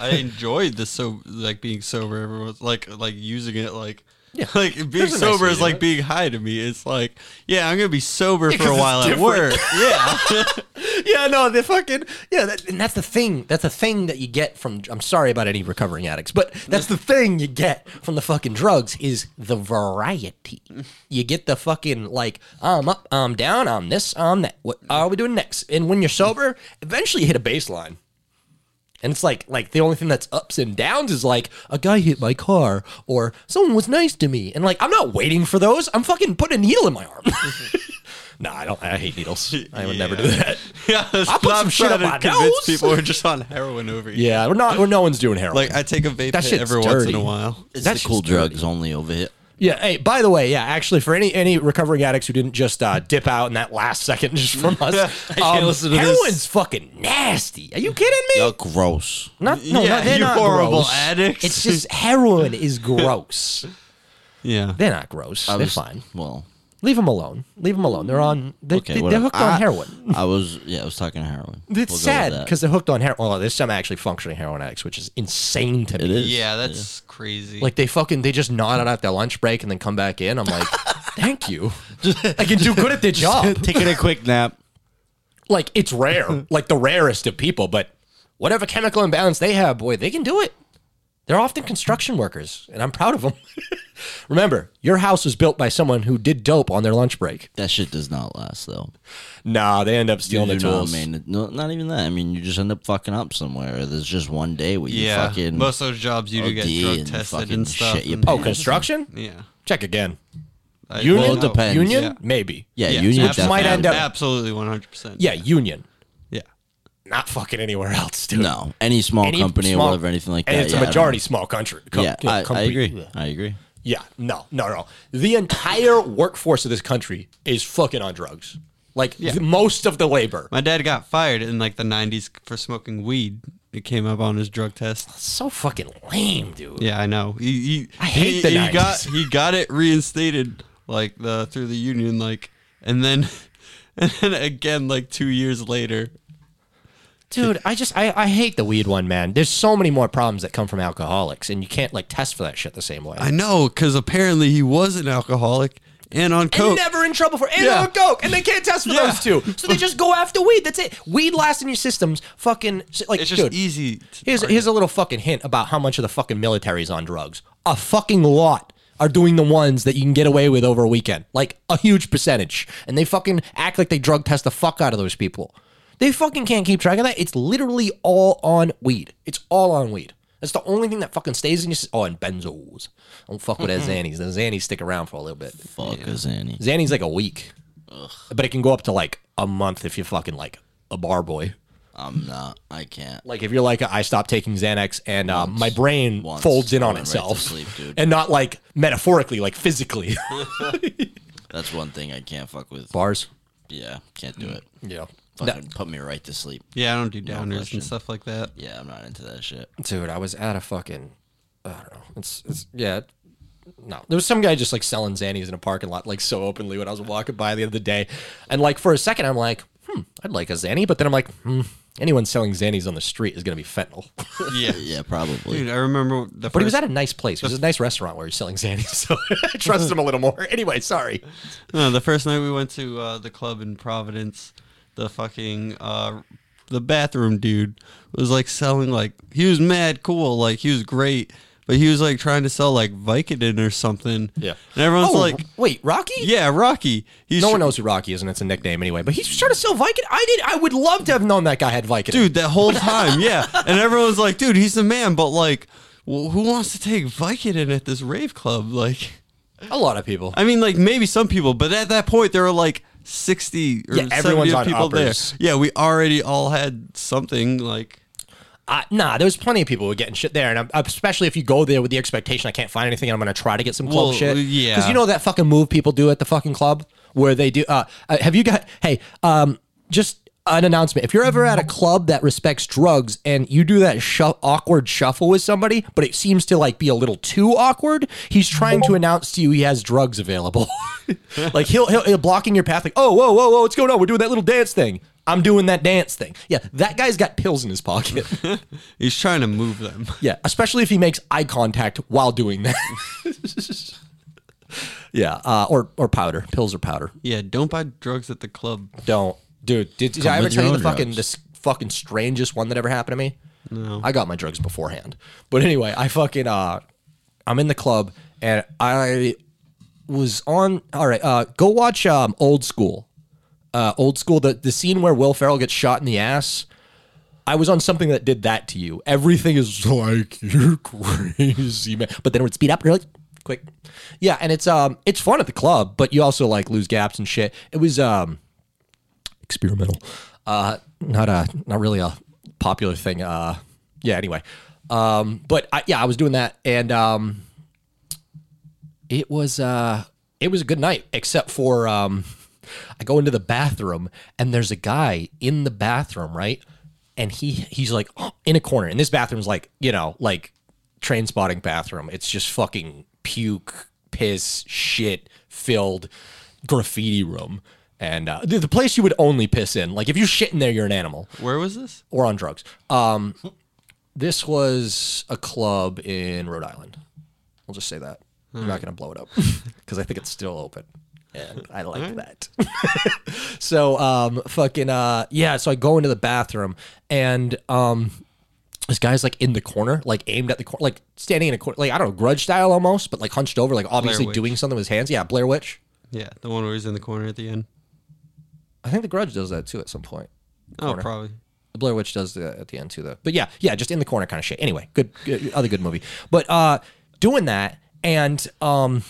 [SPEAKER 5] I enjoyed the so like being sober. Everyone's like like using it like Like being
[SPEAKER 1] There's a nice
[SPEAKER 5] sober
[SPEAKER 1] way
[SPEAKER 5] is
[SPEAKER 1] to
[SPEAKER 5] like
[SPEAKER 1] do it.
[SPEAKER 5] being high to me. It's like, yeah, I'm gonna be sober for
[SPEAKER 1] 'cause
[SPEAKER 5] a
[SPEAKER 1] it's
[SPEAKER 5] while at
[SPEAKER 1] different.
[SPEAKER 5] work. yeah,
[SPEAKER 1] yeah, no, the fucking yeah, that, and that's the thing. That's the thing that you get from. I'm sorry about any recovering addicts, but that's the thing you get from the fucking drugs is the variety. You get the fucking like I'm up, I'm down, I'm this, I'm that. What are we doing next? And when you're sober, eventually you hit a baseline. And it's like like the only thing that's ups and downs is like a guy hit my car or someone was nice to me. And like I'm not waiting for those. I'm fucking putting a needle in my arm. nah, I don't I hate needles. I would never do that.
[SPEAKER 5] yeah. let's
[SPEAKER 1] I'll put
[SPEAKER 5] not
[SPEAKER 1] some shit
[SPEAKER 5] try
[SPEAKER 1] up
[SPEAKER 5] to
[SPEAKER 1] my
[SPEAKER 5] convince
[SPEAKER 1] nose.
[SPEAKER 5] people we're just on heroin over here.
[SPEAKER 1] Yeah, we're not we're no one's doing heroin.
[SPEAKER 5] Like I take a vape
[SPEAKER 1] That
[SPEAKER 5] hit
[SPEAKER 1] shit's
[SPEAKER 5] every once in
[SPEAKER 1] dirty.
[SPEAKER 5] a while.
[SPEAKER 4] It's
[SPEAKER 1] That's
[SPEAKER 4] the cool
[SPEAKER 1] just dirty.
[SPEAKER 4] drugs only over here.
[SPEAKER 1] yeah, hey, by the way, yeah, actually for any any recovering addicts who didn't just uh, dip out in that last second just from us, um,
[SPEAKER 4] can't listen to this.
[SPEAKER 1] heroin's fucking nasty. Are you kidding me?
[SPEAKER 4] You're gross.
[SPEAKER 1] Not, no,
[SPEAKER 5] Yeah,
[SPEAKER 1] not, they're
[SPEAKER 5] you
[SPEAKER 1] not
[SPEAKER 5] horrible
[SPEAKER 1] gross.
[SPEAKER 5] addicts.
[SPEAKER 1] It's just heroin is gross.
[SPEAKER 5] Yeah,
[SPEAKER 1] They're not gross.
[SPEAKER 4] I
[SPEAKER 1] they're
[SPEAKER 4] was-
[SPEAKER 1] fine.
[SPEAKER 4] Well,
[SPEAKER 1] Leave them alone. Leave them alone. They're on. They,
[SPEAKER 4] okay,
[SPEAKER 1] they, are
[SPEAKER 4] whatever.
[SPEAKER 1] hooked
[SPEAKER 4] I-
[SPEAKER 1] on heroin.
[SPEAKER 4] I was yeah, I was talking heroin. We'll
[SPEAKER 1] It's
[SPEAKER 4] go with
[SPEAKER 1] sad
[SPEAKER 4] that.
[SPEAKER 1] because they're hooked on heroin. Oh, there's some actually functioning heroin addicts, which is insane to me.
[SPEAKER 4] it is.
[SPEAKER 5] yeah, that's crazy.
[SPEAKER 1] Like they fucking they just nod out at their lunch break and then come back in. I'm like, thank you. I can do good at their job.
[SPEAKER 4] Taking a quick nap.
[SPEAKER 1] Like it's rare, like the rarest of people, but whatever chemical imbalance they have, boy, they can do it. They're often construction workers, and I'm proud of them. Remember, your house was built by someone who did dope on their lunch break.
[SPEAKER 4] That shit does not last though.
[SPEAKER 1] Nah, they end up
[SPEAKER 4] You
[SPEAKER 1] stealing the
[SPEAKER 4] do not
[SPEAKER 1] tools.
[SPEAKER 4] main- no, not even that. I mean, you just end up fucking up somewhere. or There's just one day where you
[SPEAKER 5] yeah,
[SPEAKER 4] fucking
[SPEAKER 5] most of those jobs you do get
[SPEAKER 4] OD
[SPEAKER 5] drug
[SPEAKER 4] and
[SPEAKER 5] tested
[SPEAKER 4] fucking
[SPEAKER 5] and stuff.
[SPEAKER 4] shit your
[SPEAKER 5] and-
[SPEAKER 1] oh, construction?
[SPEAKER 5] yeah.
[SPEAKER 1] Check again.
[SPEAKER 5] I-
[SPEAKER 1] Union?
[SPEAKER 4] Well, it depends.
[SPEAKER 1] Union?
[SPEAKER 5] Yeah.
[SPEAKER 1] Maybe.
[SPEAKER 4] yeah,
[SPEAKER 5] Yeah,
[SPEAKER 4] union
[SPEAKER 5] which
[SPEAKER 1] might
[SPEAKER 4] definitely.
[SPEAKER 1] end up-
[SPEAKER 5] Absolutely, one hundred percent.
[SPEAKER 1] Yeah, union.
[SPEAKER 5] yeah.
[SPEAKER 1] Not fucking anywhere else, dude.
[SPEAKER 4] no any small
[SPEAKER 1] Any
[SPEAKER 4] company
[SPEAKER 1] small-
[SPEAKER 4] or whatever, anything like that.
[SPEAKER 1] and it's
[SPEAKER 4] yeah, I
[SPEAKER 1] a
[SPEAKER 4] don't-
[SPEAKER 1] majority small country. co-
[SPEAKER 4] yeah,
[SPEAKER 1] co-
[SPEAKER 4] I, I
[SPEAKER 1] company.
[SPEAKER 4] agree. I agree.
[SPEAKER 1] Yeah, no, no, no. The entire workforce of this country is fucking on drugs. Like the- most of the labor.
[SPEAKER 5] My dad got fired in like the '90s for smoking weed. It came up on his drug test.
[SPEAKER 1] So fucking lame, dude.
[SPEAKER 5] Yeah, I know. He, he,
[SPEAKER 1] I hate
[SPEAKER 5] he,
[SPEAKER 1] the
[SPEAKER 5] he got
[SPEAKER 1] 90s.
[SPEAKER 5] he got it reinstated like the through the union like and then and then again like 2 years later.
[SPEAKER 1] Dude, I just I, I hate the weed one, man. There's so many more problems that come from alcoholics, and you can't like test for that shit the same way.
[SPEAKER 5] I know cuz apparently he was an alcoholic and on
[SPEAKER 1] and
[SPEAKER 5] coke.
[SPEAKER 1] never in trouble for and
[SPEAKER 5] Yeah.
[SPEAKER 1] on coke, and they can't test for
[SPEAKER 5] Yeah.
[SPEAKER 1] those two, so they just go after weed. That's it. Weed lasts in your systems. Fucking like
[SPEAKER 5] it's just
[SPEAKER 1] dude,
[SPEAKER 5] easy. to
[SPEAKER 1] Here's
[SPEAKER 5] target.
[SPEAKER 1] here's a little fucking hint about how much of the fucking military is on drugs. A fucking lot are doing the ones that you can get away with over a weekend, like a huge percentage, and they fucking act like they drug test the fuck out of those people. They fucking can't keep track of that. It's literally all on weed. It's all on weed. That's the only thing that fucking stays in your. s- Oh, and benzos. Don't fuck with that Xannies. The Xannies stick around for a little bit.
[SPEAKER 4] Fuck is any.
[SPEAKER 1] Xannies like a week, but it can go up to like a month if you're fucking like a bar boy.
[SPEAKER 4] I'm not. I can't.
[SPEAKER 1] Like if you're like I stopped taking Xanax and uh, my brain
[SPEAKER 4] Once.
[SPEAKER 1] folds in
[SPEAKER 4] I
[SPEAKER 1] on
[SPEAKER 4] went right to
[SPEAKER 1] itself,
[SPEAKER 4] sleep, dude.
[SPEAKER 1] and not like metaphorically, like physically.
[SPEAKER 4] That's one thing I can't fuck with.
[SPEAKER 1] Bars.
[SPEAKER 4] Yeah, can't do it.
[SPEAKER 1] Yeah.
[SPEAKER 4] Fucking put me right to sleep.
[SPEAKER 5] Yeah, I don't do downers
[SPEAKER 4] question.
[SPEAKER 5] and stuff like that.
[SPEAKER 4] Yeah, I'm not into that shit.
[SPEAKER 1] dude, I was at a fucking, I don't know. It's it's yeah. No, there was some guy just like selling Xannies in a parking lot, like so openly when I was walking by the other day, and like for a second I'm like, hmm, I'd like a Xanny, but then I'm like, hmm, anyone selling Xannies on the street is gonna be fentanyl.
[SPEAKER 5] Yeah.
[SPEAKER 4] Yeah, probably.
[SPEAKER 5] Dude, I remember the
[SPEAKER 1] But he
[SPEAKER 5] first
[SPEAKER 1] was at a nice place. It was a nice restaurant where he was selling Xannies, so I trust him a little more. Anyway, sorry.
[SPEAKER 5] No, the first night we went to uh, the club in Providence, the fucking uh, the bathroom dude was like selling like he was mad cool, like he was great, but he was like trying to sell like Vicodin or something. and everyone's
[SPEAKER 1] Oh,
[SPEAKER 5] like,
[SPEAKER 1] wait, Rocky?
[SPEAKER 5] "Yeah, Rocky." He's
[SPEAKER 1] No one knows who Rocky is, and it's a nickname anyway. But he's trying to sell Vicodin. I did. I would love to have known that guy had Vicodin.
[SPEAKER 5] dude, that whole time, yeah. And everyone's like, "Dude, he's the man," but like, wh- who wants to take Vicodin at this rave club? Like,
[SPEAKER 1] a lot of people.
[SPEAKER 5] I mean, like maybe some people, but at that point there were like sixty or
[SPEAKER 1] Yeah, everyone's
[SPEAKER 5] 70
[SPEAKER 1] on
[SPEAKER 5] people
[SPEAKER 1] uppers.
[SPEAKER 5] there. Yeah, we already all had something like.
[SPEAKER 1] I, nah, there was plenty of people who were getting shit there, and I'm, especially if you go there with the expectation I can't find anything, and I'm gonna try to get some club
[SPEAKER 5] Well,
[SPEAKER 1] shit.
[SPEAKER 5] yeah.
[SPEAKER 1] because you know that fucking move people do at the fucking club where they do. Uh, uh, have you got? Hey, um, just an announcement. If you're ever at a club that respects drugs and you do that shu- awkward shuffle with somebody, but it seems to like be a little too awkward, he's trying to announce to you he has drugs available. like he'll, he'll he'll blocking your path. Like, oh, whoa, whoa, whoa, what's going on? We're doing that little dance thing. I'm doing that dance thing. Yeah, that guy's got pills in his pocket.
[SPEAKER 5] He's trying to move them.
[SPEAKER 1] Yeah, especially if he makes eye contact while doing that. Yeah, uh, or or powder, pills or powder.
[SPEAKER 5] Yeah, don't buy drugs at the club.
[SPEAKER 1] Don't, dude. Did, did
[SPEAKER 4] Come
[SPEAKER 1] I ever
[SPEAKER 4] with
[SPEAKER 1] tell you
[SPEAKER 4] your
[SPEAKER 1] the
[SPEAKER 4] own
[SPEAKER 1] fucking
[SPEAKER 4] drugs.
[SPEAKER 1] this fucking strangest one that ever happened to me?
[SPEAKER 5] No.
[SPEAKER 1] I got my drugs beforehand, but anyway, I fucking uh, I'm in the club and I was on. All right, uh, go watch um, Old School. Uh, old School, the the scene where Will Ferrell gets shot in the ass. I was on something that did that to you. Everything is like you're crazy, man. But then it would speed up really quick. Yeah, and it's um it's fun at the club, but you also like lose gaps and shit. It was um experimental. Uh not a not really a popular thing. Uh yeah, anyway. Um but I, yeah, I was doing that and um it was uh it was a good night except for um I go into the bathroom and there's a guy in the bathroom, right? And he he's like in a corner. And this bathroom's like, you know, like train spotting bathroom. It's just fucking puke, piss, shit filled graffiti room. And uh, the, the place you would only piss in. Like if you shit in there, you're an animal
[SPEAKER 5] Where was this?
[SPEAKER 1] or on drugs. Um, this was a club in Rhode Island. I'll just say that. I'm not going to blow it up because I think it's still open. And I like that. so, um, fucking, uh, yeah. So I go into the bathroom and, um, this guy's like in the corner, like aimed at the corner, like standing in a corner, like I don't know, grudge style almost, but like hunched over, like obviously
[SPEAKER 5] Witch.
[SPEAKER 1] doing something with his hands. Yeah, Blair Witch.
[SPEAKER 5] Yeah, the one where he's in the corner at the end.
[SPEAKER 1] I think the grudge does that too at some point.
[SPEAKER 5] Oh, probably.
[SPEAKER 1] The Blair Witch does the, at the end too, though. But yeah, yeah, just in the corner kind of shit. Anyway, good, good other good movie. But uh doing that and um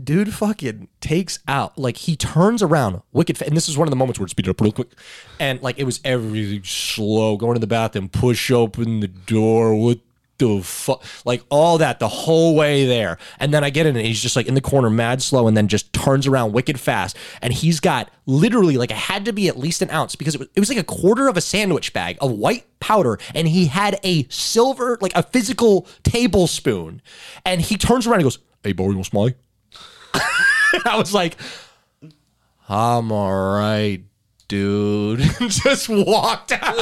[SPEAKER 1] dude fucking takes out like he turns around wicked fa- and this is one of the moments where it speeded up real quick and like it was everything slow going to the bathroom push open the door what the fuck like all that the whole way there and then i get in and he's just like in the corner mad slow and then just turns around wicked fast and he's got literally like it had to be at least an ounce because it was, it was like a quarter of a sandwich bag of white powder and he had a silver like a physical tablespoon and he turns around and goes hey boy you want smiley I was like, I'm all right, dude. just walked out.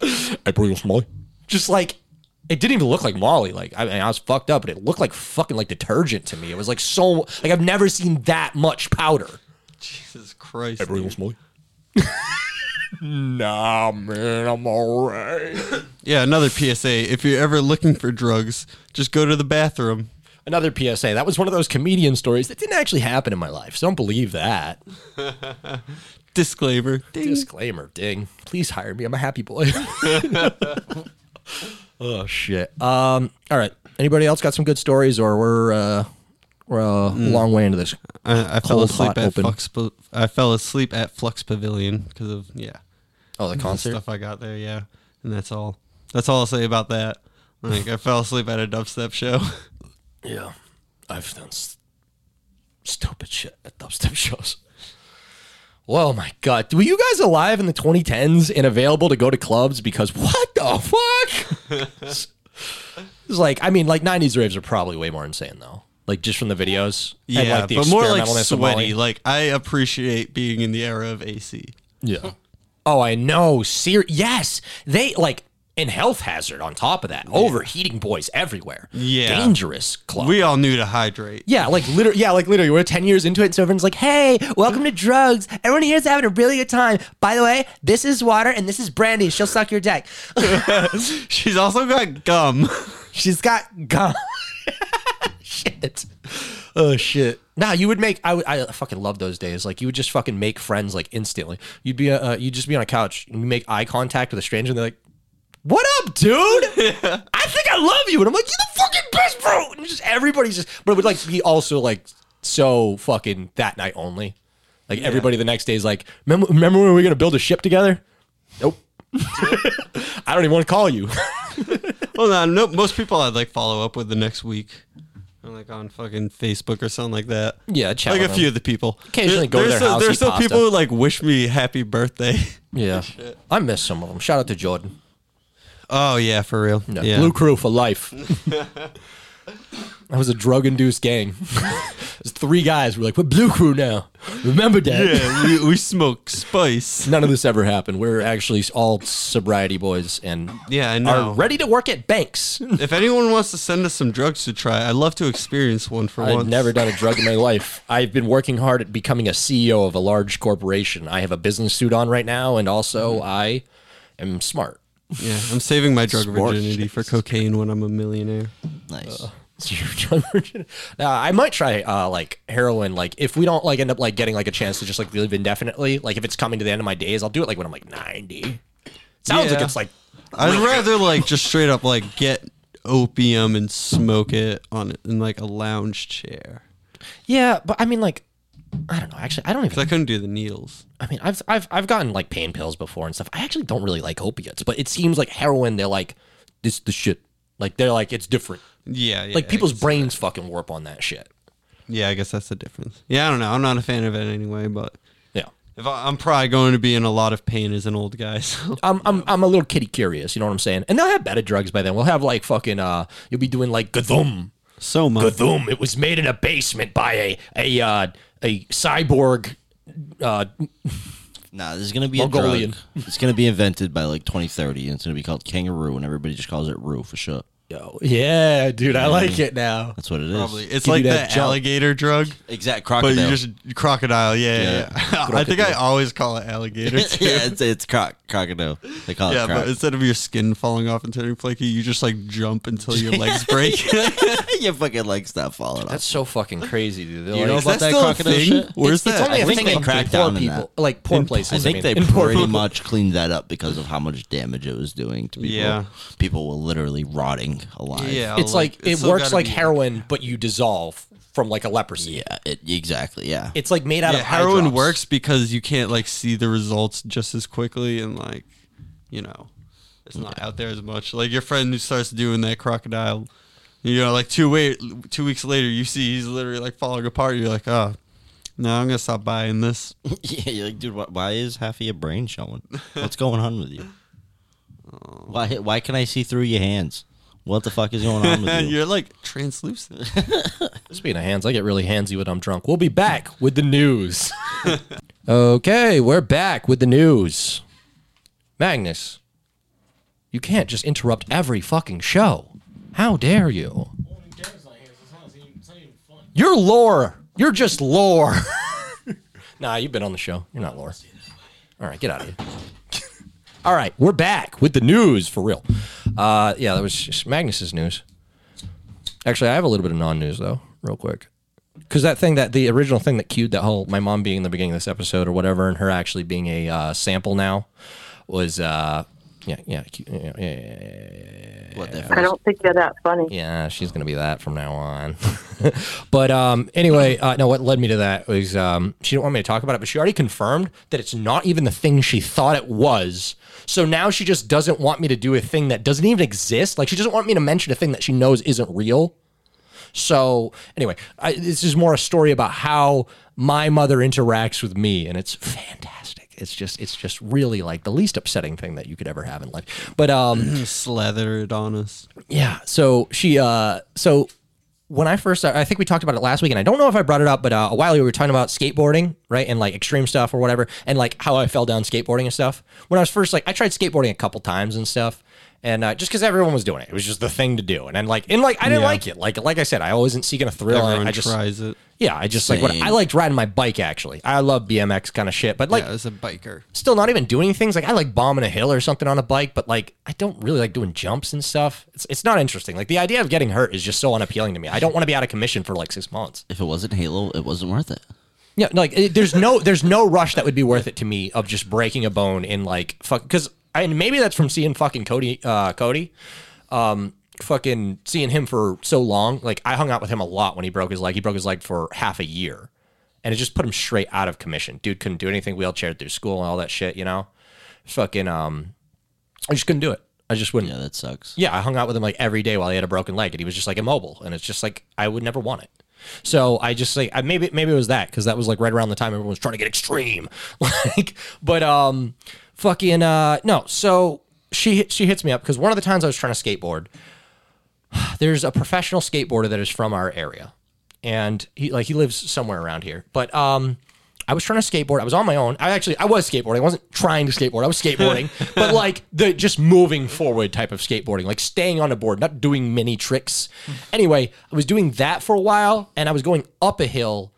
[SPEAKER 1] I bring you some Molly. Just like, it didn't even look like Molly. Like, I mean, I was fucked up, but it looked like fucking like detergent to me. It was like so, like, I've never seen that much powder.
[SPEAKER 5] Jesus Christ.
[SPEAKER 1] you want some Molly? nah, man, I'm all right.
[SPEAKER 5] Yeah, another PSA. If you're ever looking for drugs, just go to the bathroom.
[SPEAKER 1] Another PSA. That was one of those comedian stories that didn't actually happen in my life. So don't believe that.
[SPEAKER 5] Disclaimer.
[SPEAKER 1] Disclaimer, ding. Please hire me. I'm a happy boy. oh shit. Um. All right. Anybody else got some good stories, or we're uh, we're a long way into this.
[SPEAKER 5] I, I fell
[SPEAKER 1] Cold,
[SPEAKER 5] asleep
[SPEAKER 1] hot,
[SPEAKER 5] at
[SPEAKER 1] open.
[SPEAKER 5] Flux. Pa- I fell asleep at Flux Pavilion because of yeah
[SPEAKER 1] Oh, the
[SPEAKER 5] the
[SPEAKER 1] concert.
[SPEAKER 5] stuff I got there. Yeah, and that's all. That's all I'll say about that. Like I fell asleep at a dubstep show.
[SPEAKER 1] Yeah, I've done st- stupid shit at dubstep shows. Whoa, my god! Were you guys alive in the 2010s and available to go to clubs? Because what the fuck? it's like, I mean, like 90s raves are probably way more insane though. Like just from the videos, and,
[SPEAKER 5] yeah,
[SPEAKER 1] like, the
[SPEAKER 5] but more like
[SPEAKER 1] experimentalness of
[SPEAKER 5] sweaty.
[SPEAKER 1] Molly.
[SPEAKER 5] Like I appreciate being in the era of AC.
[SPEAKER 1] Yeah. Oh, I know. Ser- yes, they like in health hazard. On top of that, overheating boys everywhere.
[SPEAKER 5] Yeah.
[SPEAKER 1] dangerous club.
[SPEAKER 5] We all knew to hydrate.
[SPEAKER 1] Yeah, like literally. Yeah, like literally. We're ten years into it, so everyone's like, "Hey, welcome to drugs. Everyone here's having a really good time. By the way, this is water and this is brandy. She'll suck your dick.
[SPEAKER 5] She's also got gum.
[SPEAKER 1] She's got gum. shit. Oh shit. Nah, you would make. I, would- I fucking love those days. Like you would just fucking make friends like instantly. You'd be uh, you'd just be on a couch and you make eye contact with a stranger and they're like, "What up, dude? I think I love you." And I'm like, "You're the fucking best, bro." And just everybody's just. But it would like be also like so fucking that night only. Like everybody the next day is like, remember, remember when we were gonna build a ship together? Nope. I don't even want to call you.
[SPEAKER 5] Well, no, no, most people I'd like follow up with the next week. I'm like on fucking Facebook or something like that.
[SPEAKER 1] Yeah, chat
[SPEAKER 5] like
[SPEAKER 1] with
[SPEAKER 5] a few
[SPEAKER 1] them.
[SPEAKER 5] of the people.
[SPEAKER 1] Occasionally go to their
[SPEAKER 5] there's still,
[SPEAKER 1] house, eat
[SPEAKER 5] There's still
[SPEAKER 1] pasta.
[SPEAKER 5] people who like wish me happy birthday.
[SPEAKER 1] Yeah, I miss some of them. Shout out to Jordan.
[SPEAKER 5] Oh yeah, for real.
[SPEAKER 1] No,
[SPEAKER 5] yeah.
[SPEAKER 1] Blue Crew for life. I was a drug induced gang. There's three guys were like, we're Blue Crew now. Remember that?
[SPEAKER 5] Yeah, we, we smoke spice.
[SPEAKER 1] None of this ever happened. We're actually all sobriety boys and
[SPEAKER 5] Yeah, I know.
[SPEAKER 1] are ready to work at banks.
[SPEAKER 5] If anyone wants to send us some drugs to try, I'd love to experience one for
[SPEAKER 1] I've
[SPEAKER 5] once.
[SPEAKER 1] never done a drug in my life. I've been working hard at becoming a CEO of a large corporation. I have a business suit on right now, and also
[SPEAKER 5] Mm-hmm.
[SPEAKER 1] I am smart.
[SPEAKER 5] Yeah, I'm saving my drug
[SPEAKER 4] Smart.
[SPEAKER 5] virginity for cocaine when I'm a millionaire.
[SPEAKER 4] Nice.
[SPEAKER 1] uh, now, I might try uh, like heroin. Like if we don't like end up like getting like a chance to just like live indefinitely. Like if it's coming to the end of my days, I'll do it like when I'm like ninety. Sounds like
[SPEAKER 5] Yeah.
[SPEAKER 1] it's like
[SPEAKER 5] I'd rather like just straight up like get opium and smoke it on in like a lounge chair.
[SPEAKER 1] yeah, but I mean like I don't know. Actually, I don't even.
[SPEAKER 5] 'Cause I couldn't do the needles.
[SPEAKER 1] I mean, I've I've I've gotten like pain pills before and stuff. I actually don't really like opiates, but it seems like heroin. They're like this the shit. Like they're like it's different.
[SPEAKER 5] Yeah, yeah.
[SPEAKER 1] like
[SPEAKER 5] I
[SPEAKER 1] people's
[SPEAKER 5] guess-
[SPEAKER 1] brains fucking warp on that shit.
[SPEAKER 5] Yeah, I guess that's the difference. Yeah, I don't know. I'm not a fan of it anyway, but
[SPEAKER 1] Yeah.
[SPEAKER 5] if I, I'm probably going to be in a lot of pain as an old guy. So
[SPEAKER 1] I'm, I'm, I'm a little kitty curious, you know what I'm saying? And they'll have better drugs by then. We'll have like fucking, uh, you'll be doing like Gathum.
[SPEAKER 5] so much.
[SPEAKER 1] Gathum. It was made in a basement by a, a, uh, a cyborg. Uh,
[SPEAKER 4] Nah, this is gonna be a
[SPEAKER 1] Mongolian.
[SPEAKER 4] drug. It's gonna be invented by like 2030, and it's gonna be called kangaroo, and everybody just calls it roo for sure.
[SPEAKER 1] yo, yeah, dude, I like it now.
[SPEAKER 4] That's what it is.
[SPEAKER 5] Probably.
[SPEAKER 1] Give
[SPEAKER 5] It's
[SPEAKER 1] you
[SPEAKER 5] like
[SPEAKER 1] that
[SPEAKER 5] that
[SPEAKER 1] jump.
[SPEAKER 5] alligator drug.
[SPEAKER 4] Exact
[SPEAKER 5] But
[SPEAKER 4] crocodile.
[SPEAKER 5] you just crocodile, yeah. yeah.
[SPEAKER 4] Yeah.
[SPEAKER 5] I think I always call it alligator. Too.
[SPEAKER 4] yeah, it's, it's croc crocodile. They call
[SPEAKER 5] Yeah,
[SPEAKER 4] it croc.
[SPEAKER 5] but instead of your skin falling off and turning flaky, you just like jump until your legs break.
[SPEAKER 4] your fucking legs stop falling off.
[SPEAKER 1] That's so fucking crazy, dude. They're
[SPEAKER 4] You
[SPEAKER 1] like-
[SPEAKER 4] know
[SPEAKER 5] Is
[SPEAKER 4] about
[SPEAKER 5] that
[SPEAKER 4] that
[SPEAKER 5] still a
[SPEAKER 4] crocodile
[SPEAKER 5] thing?
[SPEAKER 4] shit?
[SPEAKER 5] Where's that?
[SPEAKER 1] It's only
[SPEAKER 4] I
[SPEAKER 1] a
[SPEAKER 4] think
[SPEAKER 1] thing
[SPEAKER 4] they
[SPEAKER 1] in
[SPEAKER 4] cracked
[SPEAKER 1] poor
[SPEAKER 4] down on
[SPEAKER 1] people,
[SPEAKER 4] that.
[SPEAKER 1] like poor places.
[SPEAKER 4] I think
[SPEAKER 1] mean.
[SPEAKER 4] they
[SPEAKER 1] In poor
[SPEAKER 4] pretty
[SPEAKER 1] people.
[SPEAKER 4] much cleaned that up because of how much damage it was doing to people.
[SPEAKER 5] Yeah.
[SPEAKER 4] People were literally rotting alive.
[SPEAKER 5] yeah,
[SPEAKER 1] It's like, it
[SPEAKER 5] still
[SPEAKER 1] works
[SPEAKER 5] gotta
[SPEAKER 1] like
[SPEAKER 5] be-
[SPEAKER 1] heroin, but you dissolve from like a leprosy.
[SPEAKER 4] Yeah, it, exactly. Yeah.
[SPEAKER 1] It's like made out
[SPEAKER 5] Yeah,
[SPEAKER 1] of eye
[SPEAKER 5] heroin
[SPEAKER 1] drops.
[SPEAKER 5] works because you can't like see the results just as quickly and like, you know, it's not out there as much. Like your friend who starts doing that crocodile, you know, like two wait two weeks later, you see he's literally like falling apart. You're like, oh, no, I'm gonna stop buying this.
[SPEAKER 4] yeah, you're like, dude, why, why is half of your brain showing? What's going on with you? Why, why can I see through your hands? What the fuck is going on with you?
[SPEAKER 5] You're like translucent.
[SPEAKER 1] Speaking of hands, I get really handsy when I'm drunk. We'll be back with the news. okay, we're back with the news. Magnus, you can't just interrupt every fucking show. How dare you? You're lore. You're just lore. nah, you've been on the show. You're not lore. All right, get out of here. All right, we're back with the news for real. Uh, yeah, that was just Magnus's news. Actually, I have a little bit of non-news though, real quick. Because that thing that the original thing that cued that whole my mom being in the beginning of this episode or whatever, and her actually being a uh, sample now was uh, yeah yeah cu- yeah yeah yeah, yeah,
[SPEAKER 4] What the
[SPEAKER 3] I don't think you're that funny.
[SPEAKER 1] yeah she's gonna be that from now on. but um, anyway, uh, no, what led me to that was um, she didn't want me to talk about it, but she already confirmed that it's not even the thing she thought it was. So now she just doesn't want me to do a thing that doesn't even exist. Like she doesn't want me to mention a thing that she knows isn't real. So anyway, I, this is more a story about how my mother interacts with me, and it's fantastic. It's just, it's just really like the least upsetting thing that you could ever have in life. But um,
[SPEAKER 5] Slather it on us.
[SPEAKER 1] yeah. So she, uh, so when I first, I think we talked about it last week, and I don't know if I brought it up, but uh, a while ago we were talking about skateboarding, right? And like extreme stuff or whatever, and like how I fell down skateboarding and stuff. When I was first, like, I tried skateboarding a couple times and stuff. And uh, just because everyone was doing it, it was just the thing to do. And then like, and like, I didn't like it. Like, like I said, I wasn't seeking a thrill. and
[SPEAKER 5] Everyone
[SPEAKER 1] I just,
[SPEAKER 5] tries it.
[SPEAKER 1] yeah, I just like what
[SPEAKER 4] Same.
[SPEAKER 1] I liked riding my bike. Actually, I love BMX kind of shit. But like,
[SPEAKER 5] yeah, as a biker.
[SPEAKER 1] still not even doing things. Like I like bombing a hill or something on a bike, but like I don't really like doing jumps and stuff. It's, it's not interesting. Like the idea of getting hurt is just so unappealing to me. I don't want to be out of commission for like six months.
[SPEAKER 4] If it wasn't Halo, it wasn't worth it.
[SPEAKER 1] Yeah, like it, there's no there's no rush that would be worth it to me of just breaking a bone in like fuck because and maybe that's from seeing fucking Cody uh, Cody. Um, fucking seeing him for so long like i hung out with him a lot when he broke his leg he broke his leg for half a year and it just put him straight out of commission dude couldn't do anything wheelchair through school and all that shit you know fucking um i just couldn't do it i just wouldn't
[SPEAKER 4] Yeah, that sucks.
[SPEAKER 1] yeah, I hung out with him like every day while he had a broken leg, and he was just like immobile, and it's just like I would never want it. So I just like I, maybe maybe it was that because that was like right around the time everyone was trying to get extreme, like. But um, fucking uh, no. So she she hits me up because one of the times I was trying to skateboard, there's a professional skateboarder that is from our area, and he like he lives somewhere around here. But um, I was trying to skateboard. I was on my own. I actually I was skateboarding. I wasn't trying to skateboard. I was skateboarding, but like the just moving forward type of skateboarding, like staying on a board, not doing many tricks. Anyway, I was doing that for a while, and I was going up a hill,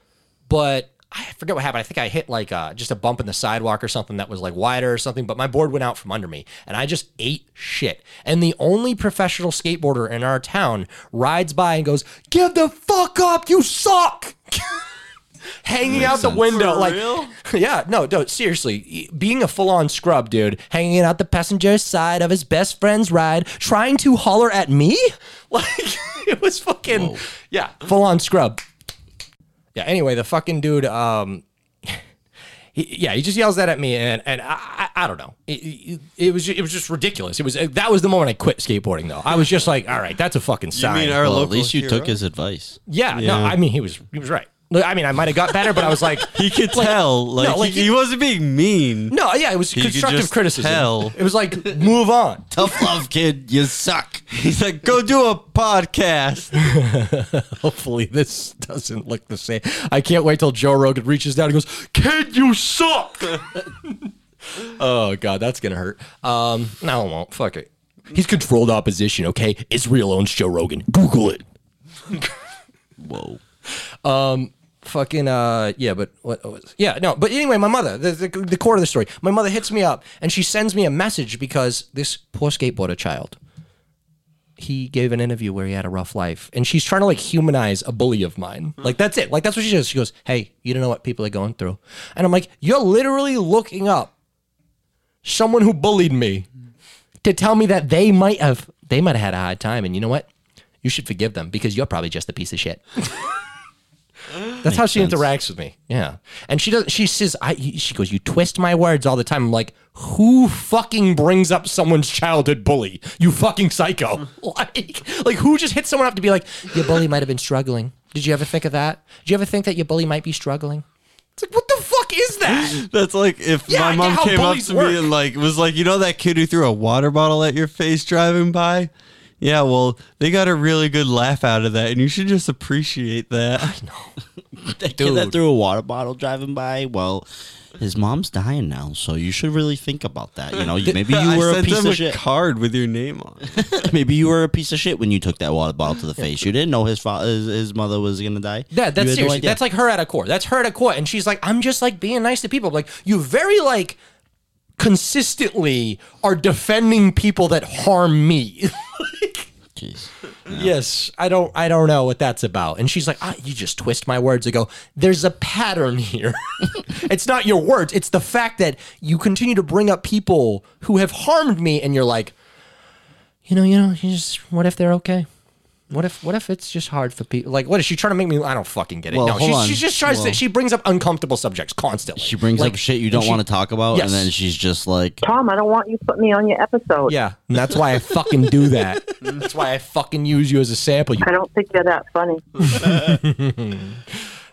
[SPEAKER 1] but. I forget what happened. I think I hit like uh, just a bump in the sidewalk or something that was like wider or something, but my board went out from under me and I just ate shit. And the only professional skateboarder in our town rides by and goes, Give the fuck up, you suck! hanging out the window.
[SPEAKER 5] For
[SPEAKER 1] like,
[SPEAKER 5] real?
[SPEAKER 1] yeah, no, no, seriously. e- Being a full on scrub, dude, hanging out the passenger side of his best friend's ride, trying to holler at me? Like, it was fucking, yeah, full on scrub. Yeah, anyway, the fucking dude, um, he, yeah, he just yells that at me, and and I, I, I don't know. It, it, it was ju- it was just ridiculous. It was uh, that was the moment I quit skateboarding, though. I was just like, all right, that's a fucking sign.
[SPEAKER 5] mean our
[SPEAKER 4] Well, at
[SPEAKER 5] local
[SPEAKER 4] least you took
[SPEAKER 5] hero?
[SPEAKER 4] his advice.
[SPEAKER 1] Yeah, no, I mean he was he was right. Look, I mean I might have got better, but I was like
[SPEAKER 5] He could tell, like,
[SPEAKER 1] like,
[SPEAKER 5] he,
[SPEAKER 1] he-
[SPEAKER 5] he wasn't being mean.
[SPEAKER 1] no, yeah, it was
[SPEAKER 5] could
[SPEAKER 1] constructive
[SPEAKER 5] just
[SPEAKER 1] criticism.
[SPEAKER 5] tell.
[SPEAKER 1] It was like move on.
[SPEAKER 4] Tough love, kid. You suck.
[SPEAKER 5] He's like, go do a podcast.
[SPEAKER 1] Hopefully this doesn't look the same. I can't wait till Joe Rogan reaches down and goes, "Kid, you suck." oh god, that's gonna hurt. Um, no, it won't. Fuck it. He's controlled opposition. Okay, Israel owns Joe Rogan. Google it.
[SPEAKER 4] Whoa.
[SPEAKER 1] Um, fucking uh yeah but what was yeah no but anyway my mother the, the, the core of the story my mother hits me up and she sends me a message because this poor skateboarder child he gave an interview where he had a rough life and she's trying to like humanize a bully of mine like that's it like that's what she does she goes hey you don't know what people are going through and i'm like you're literally looking up someone who bullied me to tell me that they might have they might have had a hard time and you know what you should forgive them because you're probably just a piece of shit that's how she interacts with me. Yeah, and she does. She says, "I." She goes, "You twist my words all the time." I'm like, "Who fucking brings up someone's childhood bully? You fucking psycho!" like, like who just hits someone up to be like, "Your bully might have been struggling." Did you ever think of that? Did you ever think that your bully might be struggling? It's like, what the fuck is that?
[SPEAKER 5] That's like if
[SPEAKER 1] Yeah, I
[SPEAKER 5] my
[SPEAKER 1] get
[SPEAKER 5] mom
[SPEAKER 1] how
[SPEAKER 5] came up
[SPEAKER 1] bullies
[SPEAKER 5] to
[SPEAKER 1] work.
[SPEAKER 5] me and like was like, you know that kid who threw a water bottle at your face driving by? Yeah, well, they got a really good laugh out of that, and you should just appreciate that.
[SPEAKER 4] That kid that threw a water bottle driving by. Well, his mom's dying now, so you should really think about that. You know, you- maybe
[SPEAKER 5] I
[SPEAKER 4] you were a
[SPEAKER 5] sent
[SPEAKER 4] piece
[SPEAKER 5] them
[SPEAKER 4] of shit.
[SPEAKER 5] card with your name on. it.
[SPEAKER 4] Maybe you were a piece of shit when you took that water bottle to the face. You didn't know his father, his, his mother was gonna die.
[SPEAKER 1] Yeah,
[SPEAKER 4] You had
[SPEAKER 1] that's
[SPEAKER 4] no
[SPEAKER 1] seriously.
[SPEAKER 4] idea.
[SPEAKER 1] that's like her at a core. That's her at a core, and she's like, "I'm just like being nice to people." I'm like you very like consistently are defending people that harm me.
[SPEAKER 4] Jeez.
[SPEAKER 1] Yes, I don't. I don't know what that's about. And she's like, ah, "You just twist my words." I go, "There's a pattern here. it's not your words. It's the fact that you continue to bring up people who have harmed me, and you're like, you know, you know, you just what if they're okay? What if, what if it's just hard for people? Like, what is she trying to make me? I don't fucking get it.
[SPEAKER 4] Well,
[SPEAKER 1] no,
[SPEAKER 4] hold
[SPEAKER 1] she,
[SPEAKER 4] on.
[SPEAKER 1] she just tries
[SPEAKER 4] Well-
[SPEAKER 1] to. She brings up uncomfortable subjects constantly.
[SPEAKER 4] She brings
[SPEAKER 1] Like,
[SPEAKER 4] up shit you don't
[SPEAKER 1] she-
[SPEAKER 4] want to talk about,
[SPEAKER 1] Yes.
[SPEAKER 4] and then she's just like,
[SPEAKER 3] Tom, I don't want you to put me on your episode.
[SPEAKER 1] Yeah, and that's why I fucking do that. that's why I fucking use you as a sample. You
[SPEAKER 3] I don't think you're that funny.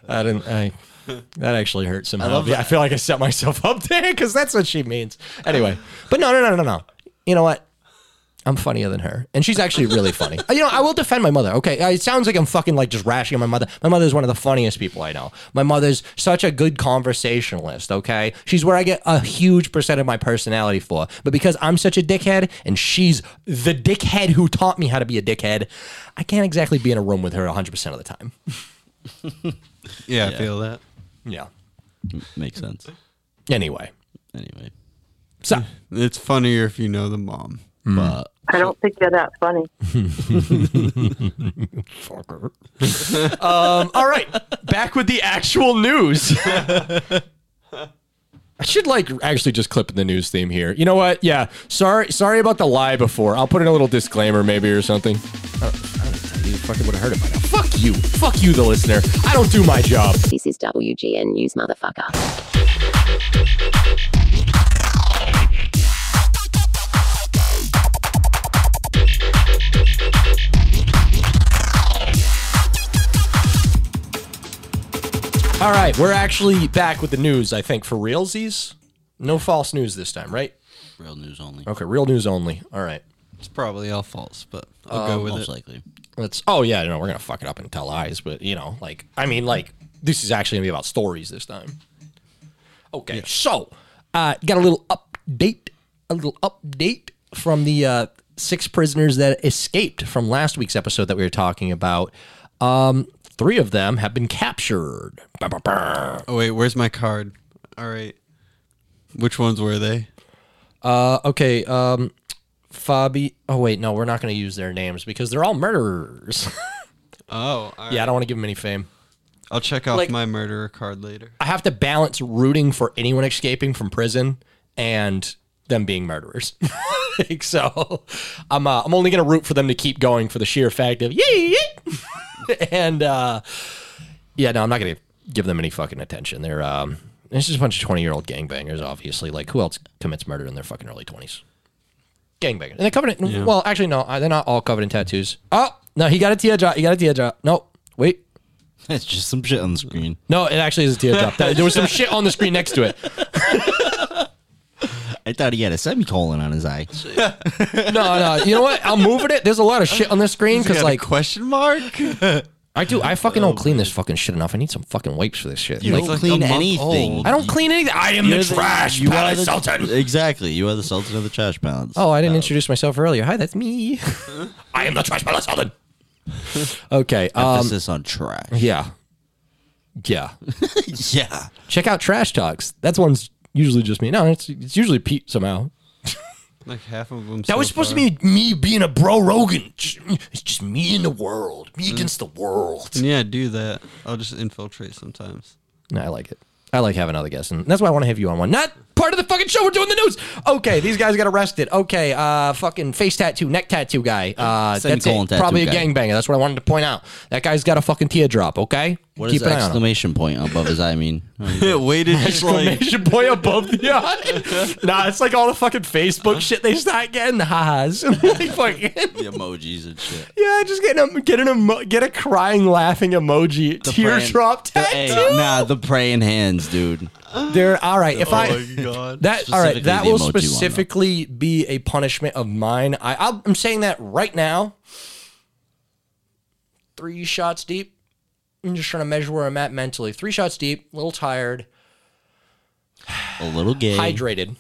[SPEAKER 1] I didn't. I, that actually hurt somehow. I, I feel like I set myself up there because that's what she means. Anyway, but no, no, no, no, no. You know what? I'm funnier than her, and she's actually really funny. You know, I will defend my mother. Okay, Uh, it sounds like I'm fucking like just rashing on my mother. My mother's one of the funniest people I know. My mother's such a good conversationalist. Okay, she's where I get a huge percent of my personality for. But because I'm such a dickhead, and she's the dickhead who taught me how to be a dickhead, I can't exactly be in a room with her 100 percent of the time.
[SPEAKER 5] Yeah, I feel that.
[SPEAKER 1] Yeah.
[SPEAKER 4] makes sense.
[SPEAKER 1] Anyway.
[SPEAKER 4] Anyway,
[SPEAKER 1] So
[SPEAKER 5] It's funnier if you know the mom.
[SPEAKER 1] Hmm.
[SPEAKER 4] but
[SPEAKER 3] I don't think you're that funny.
[SPEAKER 1] Um, all right, back with the actual news. I should like actually just clip the news theme here. You know what? Yeah, sorry, sorry about the lie before. I'll put in a little disclaimer maybe or something. Oh, I don't- I don't know, You fucking would have heard it by now. Fuck you, fuck you, the listener. I don't do my job.
[SPEAKER 7] This is WGN News, motherfucker.
[SPEAKER 1] All right, we're actually back with the news. I think for realsies, no false news this time, right?
[SPEAKER 4] real news only.
[SPEAKER 1] Okay, real news only. All right.
[SPEAKER 5] It's probably all false, but I'll go with
[SPEAKER 4] Um, Most
[SPEAKER 5] it.
[SPEAKER 4] likely.
[SPEAKER 1] Let's. Oh yeah, no, we're gonna fuck it up and tell lies, but you know, like, I mean, like, this is actually gonna be about stories this time. Okay, so uh, got a little update, a little update from the uh, six prisoners that escaped from last week's episode that we were talking about. Um, three of them have been captured. Bah, bah, bah.
[SPEAKER 5] Oh wait, where's my card? All right. Which ones were they?
[SPEAKER 1] Uh, okay, um, Fabi. Oh wait, no, we're not gonna use their names because they're all murderers.
[SPEAKER 5] Oh, all right.
[SPEAKER 1] yeah, I don't want to give them any fame.
[SPEAKER 5] I'll check off
[SPEAKER 1] Like-
[SPEAKER 5] my murderer card later.
[SPEAKER 1] I have to balance rooting for anyone escaping from prison and them being murderers. Like, so I'm uh, I'm only gonna root for them to keep going for the sheer fact of yee, yee. and uh, yeah, no, I'm not gonna give them any fucking attention. They're um, it's just a bunch of 20 year old gangbangers, obviously. Like who else commits murder in their fucking early 20s? Gangbangers. And they're covered in, well, actually no, uh, they're not all covered in tattoos. Oh no, he got a teardrop. He got a teardrop. No, wait.
[SPEAKER 4] It's just some shit on the screen.
[SPEAKER 1] No, it actually is a teardrop. That- there was some shit on the screen next to it.
[SPEAKER 4] I thought he had a semicolon on his eye.
[SPEAKER 1] No, no. You know what? I'm moving it. There's a lot of shit on this screen because, like,
[SPEAKER 5] question mark?
[SPEAKER 1] I do. I fucking don't clean this fucking shit enough. I need some fucking wipes for this shit.
[SPEAKER 4] You
[SPEAKER 1] Like,
[SPEAKER 4] don't
[SPEAKER 5] like a
[SPEAKER 4] clean
[SPEAKER 5] month
[SPEAKER 4] anything.
[SPEAKER 5] old.
[SPEAKER 1] I don't clean anything. I am the
[SPEAKER 4] You're
[SPEAKER 1] trash.
[SPEAKER 4] you
[SPEAKER 1] palette
[SPEAKER 4] are the
[SPEAKER 1] sultan.
[SPEAKER 4] Exactly. You are the sultan of the trash balance.
[SPEAKER 1] Oh, I didn't introduce myself earlier. Hi, that's me. I am the trash palette sultan. okay. Um.
[SPEAKER 4] emphasis on trash.
[SPEAKER 1] Yeah. Yeah.
[SPEAKER 4] yeah.
[SPEAKER 1] Check out Trash Talks. That's one's usually just me. No, it's it's usually Pete somehow.
[SPEAKER 5] Like half of them.
[SPEAKER 1] That was supposed to be me being a bro Rogan. It's just me in the world. Me against the world.
[SPEAKER 5] Yeah, do that. I'll just infiltrate sometimes.
[SPEAKER 1] No, I like it. I like having other guests, and that's why I want to have you on one. Not part of the fucking show. We're doing the news. Okay, these guys got arrested. Okay, uh, fucking face tattoo, neck tattoo guy. Uh, that's
[SPEAKER 4] Semicolon
[SPEAKER 1] it.
[SPEAKER 4] tattoo
[SPEAKER 1] Probably a
[SPEAKER 4] guy.
[SPEAKER 1] gangbanger. That's what I wanted to point out. That guy's got a fucking teardrop. Okay,
[SPEAKER 4] What does
[SPEAKER 1] an eye on him.
[SPEAKER 4] exclamation point above his eye mean?
[SPEAKER 5] Yeah, waited just like
[SPEAKER 1] Exclamation point above the eye. nah, it's like all the fucking Facebook shit they start getting. The ha-has. Like, fucking-
[SPEAKER 4] the emojis and shit.
[SPEAKER 1] yeah, just get a get an emo- get a crying laughing emoji teardrop
[SPEAKER 4] Hey,
[SPEAKER 1] tattoo.
[SPEAKER 4] nah, Oh the praying hands, dude.
[SPEAKER 1] They're all right. If I
[SPEAKER 5] God.
[SPEAKER 1] That all right.
[SPEAKER 4] Specifically
[SPEAKER 1] That
[SPEAKER 4] the
[SPEAKER 1] will
[SPEAKER 4] emoji one, though.
[SPEAKER 1] specifically be a punishment of mine. I I'll, I'm saying that right now. Three shots deep. I'm just trying to measure where I'm at mentally. Three shots deep. A little tired.
[SPEAKER 4] A little gay.
[SPEAKER 1] Hydrated.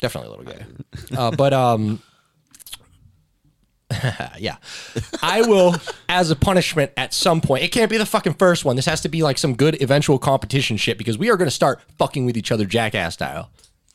[SPEAKER 1] Definitely a little gay. Uh, but um. yeah, I will as a punishment at some point. It can't be the fucking first one. This has to be like some good eventual competition shit because we are going to start fucking with each other jackass style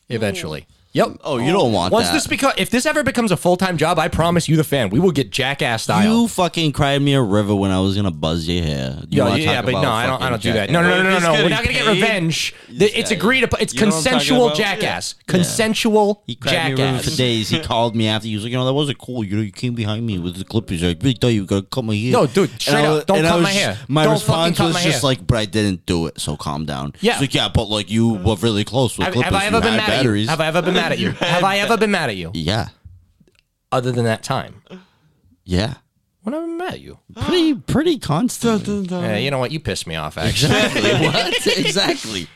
[SPEAKER 1] eventually. Yep.
[SPEAKER 4] Oh, you don't want
[SPEAKER 1] Once
[SPEAKER 4] that.
[SPEAKER 1] this becomes, if this ever becomes a full time job, I promise you, the fan, we will get jackass style.
[SPEAKER 4] you fucking cried me a river when I was gonna buzz your hair. You
[SPEAKER 1] Yo,
[SPEAKER 4] wanna
[SPEAKER 1] yeah,
[SPEAKER 4] talk
[SPEAKER 1] but
[SPEAKER 4] about
[SPEAKER 1] no, I don't. I
[SPEAKER 4] fucking
[SPEAKER 1] don't do that.
[SPEAKER 4] jackass.
[SPEAKER 1] No, no, no, no,
[SPEAKER 5] He's
[SPEAKER 1] no. no. We're
[SPEAKER 5] getting
[SPEAKER 1] not gonna get
[SPEAKER 5] paid.
[SPEAKER 1] revenge. Th- It's agreed upon. It's
[SPEAKER 4] You know what I'm talking
[SPEAKER 1] consensual
[SPEAKER 4] about? Yeah.
[SPEAKER 1] jackass. Consensual
[SPEAKER 4] He cried me a river for
[SPEAKER 1] jackass.
[SPEAKER 4] days. He called me after. He was like, "You know, that wasn't cool. You know, you came behind me with the clippers. I really thought you were gonna cut my hair."
[SPEAKER 1] No, dude, straight
[SPEAKER 4] And I
[SPEAKER 1] up,
[SPEAKER 4] was-
[SPEAKER 1] don't
[SPEAKER 4] and I
[SPEAKER 1] cut
[SPEAKER 4] was
[SPEAKER 1] my hair.
[SPEAKER 4] just- My
[SPEAKER 1] Don't fucking
[SPEAKER 4] response
[SPEAKER 1] cut
[SPEAKER 4] was
[SPEAKER 1] my
[SPEAKER 4] just
[SPEAKER 1] hair.
[SPEAKER 4] like, "But I didn't do it, so calm down."
[SPEAKER 1] Yeah.
[SPEAKER 4] He's like, "Yeah, but like you were really close with
[SPEAKER 1] Have, have
[SPEAKER 4] clippers.
[SPEAKER 1] I ever
[SPEAKER 4] and
[SPEAKER 1] been
[SPEAKER 4] had
[SPEAKER 1] mad at you?
[SPEAKER 4] batteries."
[SPEAKER 1] Have I ever been mad at you? Have I ever been mad at you?
[SPEAKER 4] Yeah,
[SPEAKER 1] Other than that time,
[SPEAKER 4] yeah.
[SPEAKER 1] when have I been mad at you?
[SPEAKER 4] Pretty, pretty constant.
[SPEAKER 1] Yeah, you know what? You pissed me off, actually.
[SPEAKER 4] Exactly. what? Exactly.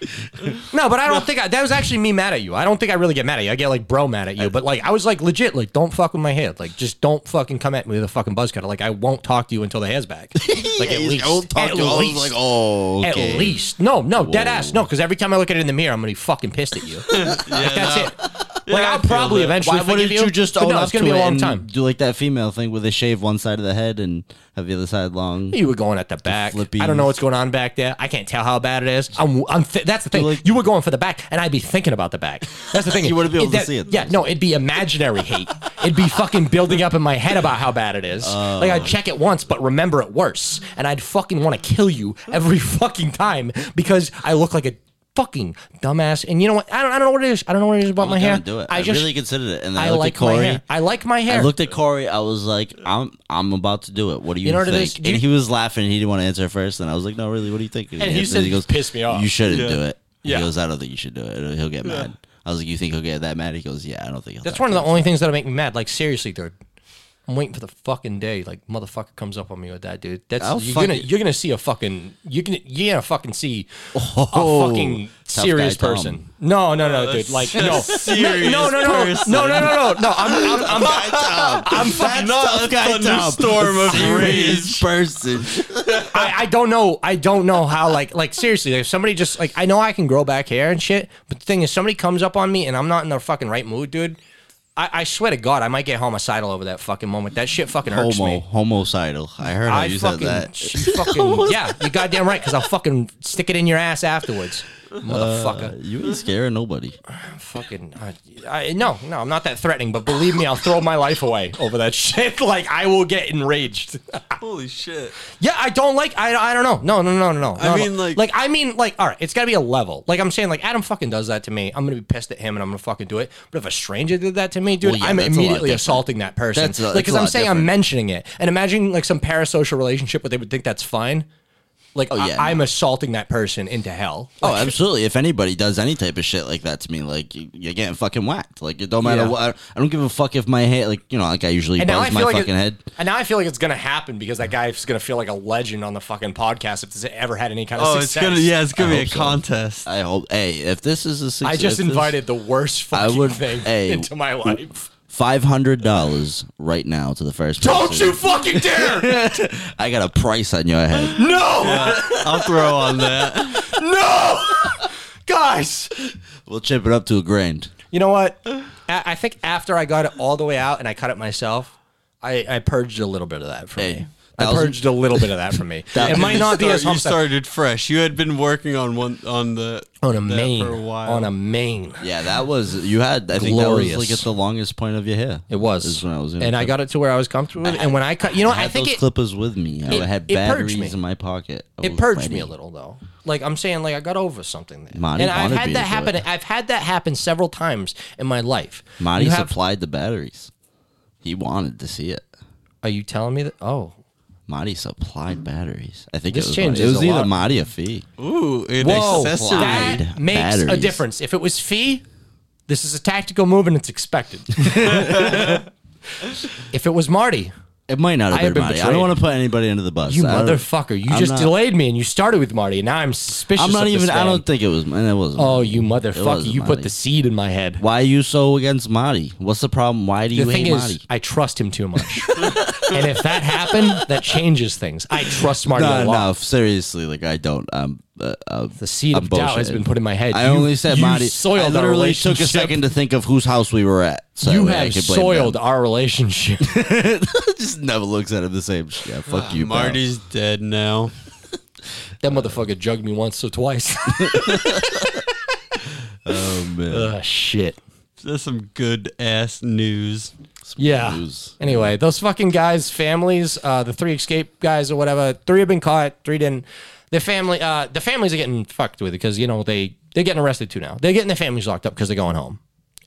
[SPEAKER 1] No, but I don't think I, that was actually me mad at you. I don't think I really get mad at you. I get like bro mad at you. But like I was like legit like don't fuck with my hair. Like just don't fucking come at me with a fucking buzz cutter. Like I won't talk to you until the hair's back. Like at
[SPEAKER 4] He's
[SPEAKER 1] least,
[SPEAKER 4] old talk
[SPEAKER 1] at
[SPEAKER 4] to all-
[SPEAKER 1] least,
[SPEAKER 4] like, oh, okay.
[SPEAKER 1] at least. No, no, dead
[SPEAKER 4] Whoa.
[SPEAKER 1] ass. No, because every time I look at it in the mirror, I'm gonna be fucking pissed at you. like, that's it. Like
[SPEAKER 5] I
[SPEAKER 1] I'll
[SPEAKER 5] feel
[SPEAKER 1] probably
[SPEAKER 5] that.
[SPEAKER 1] eventually
[SPEAKER 4] Why wouldn't
[SPEAKER 1] forgive
[SPEAKER 4] you just
[SPEAKER 1] but
[SPEAKER 4] own
[SPEAKER 1] no,
[SPEAKER 4] up
[SPEAKER 1] it's gonna
[SPEAKER 4] to
[SPEAKER 1] be a
[SPEAKER 4] it
[SPEAKER 1] long
[SPEAKER 4] and
[SPEAKER 1] time.
[SPEAKER 4] Do like that female thing where they shave one side of the head and have the other side long.
[SPEAKER 1] You were going at the back.
[SPEAKER 4] flippies.
[SPEAKER 1] I don't know what's going on back there. I can't tell how bad it is. I'm, I'm th- that's the thing.
[SPEAKER 4] like-
[SPEAKER 1] you were going for the back, and I'd be thinking about the back. That's the thing.
[SPEAKER 4] You wouldn't be able to
[SPEAKER 1] that-
[SPEAKER 4] see it,
[SPEAKER 1] Yeah, no, it'd be imaginary hate. it'd be fucking building up in my head about how bad it is. like I'd check it once, but remember it worse, and I'd fucking want to kill you every fucking time because I look like a fucking dumbass. And you know what? I don't, I don't know what it is. I don't know what it is about my
[SPEAKER 4] I
[SPEAKER 1] hair.
[SPEAKER 4] didn't do it.
[SPEAKER 1] I
[SPEAKER 4] I,
[SPEAKER 1] just
[SPEAKER 4] really considered it, and then I,
[SPEAKER 1] I
[SPEAKER 4] looked
[SPEAKER 1] like
[SPEAKER 4] at Corey.
[SPEAKER 1] my hair. I like my hair.
[SPEAKER 4] I looked at Corey. I was like, "I'm, I'm about to do it. What do you,
[SPEAKER 1] You know what it
[SPEAKER 4] think?"
[SPEAKER 1] is? Do
[SPEAKER 4] and
[SPEAKER 1] you-
[SPEAKER 4] he was laughing. He didn't want to answer at first, and I was like, "No, really, what do you think?"
[SPEAKER 1] And he said,
[SPEAKER 4] then
[SPEAKER 1] "Just piss me off."
[SPEAKER 4] You shouldn't
[SPEAKER 5] Yeah.
[SPEAKER 4] do it."
[SPEAKER 1] Yeah.
[SPEAKER 4] He goes, "I don't think you should do it. He'll get mad." I was like, "You think he'll get that mad?" He goes, "Yeah, I don't think." He'll
[SPEAKER 1] That's
[SPEAKER 4] that
[SPEAKER 1] one of the
[SPEAKER 4] mad."
[SPEAKER 1] only things that'll make me mad. Like seriously, dude. I'm waiting for the fucking day like motherfucker comes up on me with that dude. That's
[SPEAKER 4] I'll
[SPEAKER 1] you're
[SPEAKER 4] fuck
[SPEAKER 1] gonna
[SPEAKER 4] you.
[SPEAKER 1] you're gonna see a fucking you're gonna you're gonna fucking see a
[SPEAKER 4] Oh,
[SPEAKER 1] fucking
[SPEAKER 4] tough
[SPEAKER 1] serious
[SPEAKER 4] guy Tom.
[SPEAKER 1] person. No, no, no, dude. Like no,
[SPEAKER 5] serious
[SPEAKER 1] no, no, no, no,
[SPEAKER 5] person.
[SPEAKER 1] no, no, no, no, no. I'm I'm, I'm
[SPEAKER 4] I'm fucking
[SPEAKER 5] not a thunderstorm of rage.
[SPEAKER 4] person.
[SPEAKER 1] I, I don't know. I don't know how. Like, like seriously, like, if somebody just like I know I can grow back hair and shit, but the thing is, somebody comes up on me and I'm not in the fucking right mood, dude. I, I swear to God, I might get homicidal over that fucking moment. That shit fucking irks
[SPEAKER 4] Homo,
[SPEAKER 1] me.
[SPEAKER 4] homicidal. I heard how
[SPEAKER 1] I
[SPEAKER 4] you said
[SPEAKER 1] fucking,
[SPEAKER 4] that.
[SPEAKER 1] she fucking yeah, you goddamn right, because I'll fucking stick it in your ass afterwards, motherfucker.
[SPEAKER 4] You ain't scaring nobody.
[SPEAKER 1] fucking, I, I, no, no, I'm not that threatening, but believe me, I'll throw my life away over that shit. Like I will get enraged.
[SPEAKER 5] Holy shit.
[SPEAKER 1] Yeah, I don't like. I, I don't know. No, no, no, no, no.
[SPEAKER 5] I
[SPEAKER 1] No,
[SPEAKER 5] mean,
[SPEAKER 1] no.
[SPEAKER 5] like-
[SPEAKER 1] like I mean, like, all right, it's got to be a level. Like I'm saying, like Adam fucking does that to me. I'm gonna be pissed at him, and I'm gonna fucking do it. But if a stranger did that to me, dude,
[SPEAKER 4] Well, yeah,
[SPEAKER 1] I'm
[SPEAKER 4] that's a lot
[SPEAKER 1] immediately
[SPEAKER 4] different.
[SPEAKER 1] assaulting that person.
[SPEAKER 4] That's a-
[SPEAKER 1] like
[SPEAKER 4] that's a
[SPEAKER 1] because I'm
[SPEAKER 4] lot
[SPEAKER 1] saying I'm
[SPEAKER 4] different.
[SPEAKER 1] mentioning it, and imagine like some parasocial relationship where they would think that's fine. Like
[SPEAKER 4] Oh,
[SPEAKER 1] I-
[SPEAKER 4] yeah,
[SPEAKER 1] I'm assaulting that person into hell.
[SPEAKER 4] Oh, absolutely. If anybody does any type of shit like that to me, like you- you're getting fucking whacked. Like it don't matter
[SPEAKER 1] Yeah.
[SPEAKER 4] what. I- I don't give a fuck if my head, like you know, like I usually
[SPEAKER 1] And now I
[SPEAKER 4] buzz
[SPEAKER 1] feel
[SPEAKER 4] my
[SPEAKER 1] like
[SPEAKER 4] fucking
[SPEAKER 1] it-
[SPEAKER 4] head.
[SPEAKER 1] And now I feel like it's gonna happen because that guy's gonna feel like a legend on the fucking podcast if this ever had any kind of
[SPEAKER 5] Oh, it's
[SPEAKER 1] success.
[SPEAKER 5] gonna yeah, it's gonna
[SPEAKER 4] I
[SPEAKER 5] be a
[SPEAKER 4] hope so.
[SPEAKER 5] contest.
[SPEAKER 4] I hope. Hey, if this is a success,
[SPEAKER 1] I just invited the worst
[SPEAKER 4] I
[SPEAKER 1] fucking
[SPEAKER 4] would-
[SPEAKER 1] thing
[SPEAKER 4] hey,
[SPEAKER 1] into my life.
[SPEAKER 4] five hundred dollars right now to the first. person.
[SPEAKER 1] fucking dare!
[SPEAKER 4] I got a price on your head.
[SPEAKER 1] No!
[SPEAKER 5] I'll throw on that.
[SPEAKER 1] No! Guys!
[SPEAKER 4] We'll chip it up to a grand.
[SPEAKER 1] You know what? A- I think after I got it all the way out and I cut it myself, I, I purged a little bit of that from
[SPEAKER 4] Hey,
[SPEAKER 1] me. I
[SPEAKER 4] thousand-
[SPEAKER 1] purged a little bit of that from me. it might not be
[SPEAKER 5] Start-
[SPEAKER 1] as
[SPEAKER 5] you
[SPEAKER 1] homestead.
[SPEAKER 5] started fresh. You had been working on one on the
[SPEAKER 1] On a
[SPEAKER 5] that
[SPEAKER 1] main.
[SPEAKER 5] for a while.
[SPEAKER 1] On a main.
[SPEAKER 4] Yeah, that was you had. I think that was
[SPEAKER 1] Glorious.
[SPEAKER 4] like at the longest point of your hair.
[SPEAKER 1] It was.
[SPEAKER 4] This is when I was in
[SPEAKER 1] and
[SPEAKER 4] a
[SPEAKER 1] I
[SPEAKER 4] clip.
[SPEAKER 1] got it to where I was comfortable with it. And when I cut, you know,
[SPEAKER 4] I
[SPEAKER 1] I,
[SPEAKER 4] had
[SPEAKER 1] think
[SPEAKER 4] those
[SPEAKER 1] it,
[SPEAKER 4] clippers with me. I
[SPEAKER 1] it-
[SPEAKER 4] had
[SPEAKER 1] it purged
[SPEAKER 4] batteries
[SPEAKER 1] me.
[SPEAKER 4] in my pocket. I
[SPEAKER 1] it
[SPEAKER 4] was
[SPEAKER 1] purged me
[SPEAKER 4] ready.
[SPEAKER 1] a little though. Like I'm saying, like I got over something there.
[SPEAKER 4] Monty
[SPEAKER 1] and I've
[SPEAKER 4] Barnaby
[SPEAKER 1] had
[SPEAKER 4] is
[SPEAKER 1] that happen.
[SPEAKER 4] right.
[SPEAKER 1] I've had that happen several times in my life.
[SPEAKER 4] Monty
[SPEAKER 1] You have-
[SPEAKER 4] supplied the batteries. He wanted to see it.
[SPEAKER 1] Are you telling me that? Oh,
[SPEAKER 4] Monty supplied batteries. I think
[SPEAKER 1] This
[SPEAKER 4] it was
[SPEAKER 1] changes
[SPEAKER 4] Monty. It was
[SPEAKER 1] a
[SPEAKER 4] either
[SPEAKER 1] lot.
[SPEAKER 4] Monty or Fee.
[SPEAKER 5] Ooh, an
[SPEAKER 1] whoa!
[SPEAKER 5] accessory.
[SPEAKER 1] That
[SPEAKER 4] Supplied
[SPEAKER 1] makes a
[SPEAKER 4] batteries.
[SPEAKER 1] difference. If it was fee, this is a tactical move and it's expected. if it was Marty,
[SPEAKER 4] It might not have
[SPEAKER 1] I
[SPEAKER 4] been,
[SPEAKER 1] have been
[SPEAKER 4] Monty. I
[SPEAKER 1] betrayed.
[SPEAKER 4] don't want to put anybody under the bus.
[SPEAKER 1] you
[SPEAKER 4] I don't-
[SPEAKER 1] motherfucker, you
[SPEAKER 4] I'm
[SPEAKER 1] just
[SPEAKER 4] not-
[SPEAKER 1] delayed me and you started with Marty, and now I'm suspicious.
[SPEAKER 4] I'm not
[SPEAKER 1] of this
[SPEAKER 4] even. I
[SPEAKER 1] man.
[SPEAKER 4] don't think it was. And it wasn't.
[SPEAKER 1] Oh,
[SPEAKER 4] Monty.
[SPEAKER 1] you
[SPEAKER 4] It
[SPEAKER 1] motherfucker!
[SPEAKER 4] wasn't
[SPEAKER 1] You put
[SPEAKER 4] Monty.
[SPEAKER 1] the seed in my head.
[SPEAKER 4] Why are you so against Monty? What's the problem? Why do you
[SPEAKER 1] the thing
[SPEAKER 4] hate
[SPEAKER 1] is,
[SPEAKER 4] Monty?
[SPEAKER 1] I trust him too much. and if that happened, that changes things. I trust Marty
[SPEAKER 4] No,
[SPEAKER 1] a lot.
[SPEAKER 4] no, seriously. Like I don't. Um, uh, uh,
[SPEAKER 1] The seed
[SPEAKER 4] I'm
[SPEAKER 1] of doubt has
[SPEAKER 4] bullshitting.
[SPEAKER 1] been put in my head.
[SPEAKER 4] I
[SPEAKER 1] You-
[SPEAKER 4] only said
[SPEAKER 1] you
[SPEAKER 4] Monty.
[SPEAKER 1] soiled
[SPEAKER 4] I
[SPEAKER 1] our
[SPEAKER 4] literally took a
[SPEAKER 1] relationship.
[SPEAKER 4] second to think of whose house we were at. So
[SPEAKER 1] you
[SPEAKER 4] that way I
[SPEAKER 1] have
[SPEAKER 4] could blame them.
[SPEAKER 1] soiled our relationship.
[SPEAKER 4] just never looks at him the same. sh- Yeah, fuck you, pal.
[SPEAKER 5] Marty's dead now.
[SPEAKER 1] that motherfucker jugged me once or twice.
[SPEAKER 4] Oh man.
[SPEAKER 1] Ugh, shit.
[SPEAKER 5] That's some good ass news.
[SPEAKER 1] Yeah.
[SPEAKER 4] News.
[SPEAKER 1] Anyway, those fucking guys' families, uh, the three escape guys or whatever, three have been caught, three didn't. Their family, uh, the families are getting fucked with because you know they they're getting arrested too now. They're getting their families locked up because they're going home,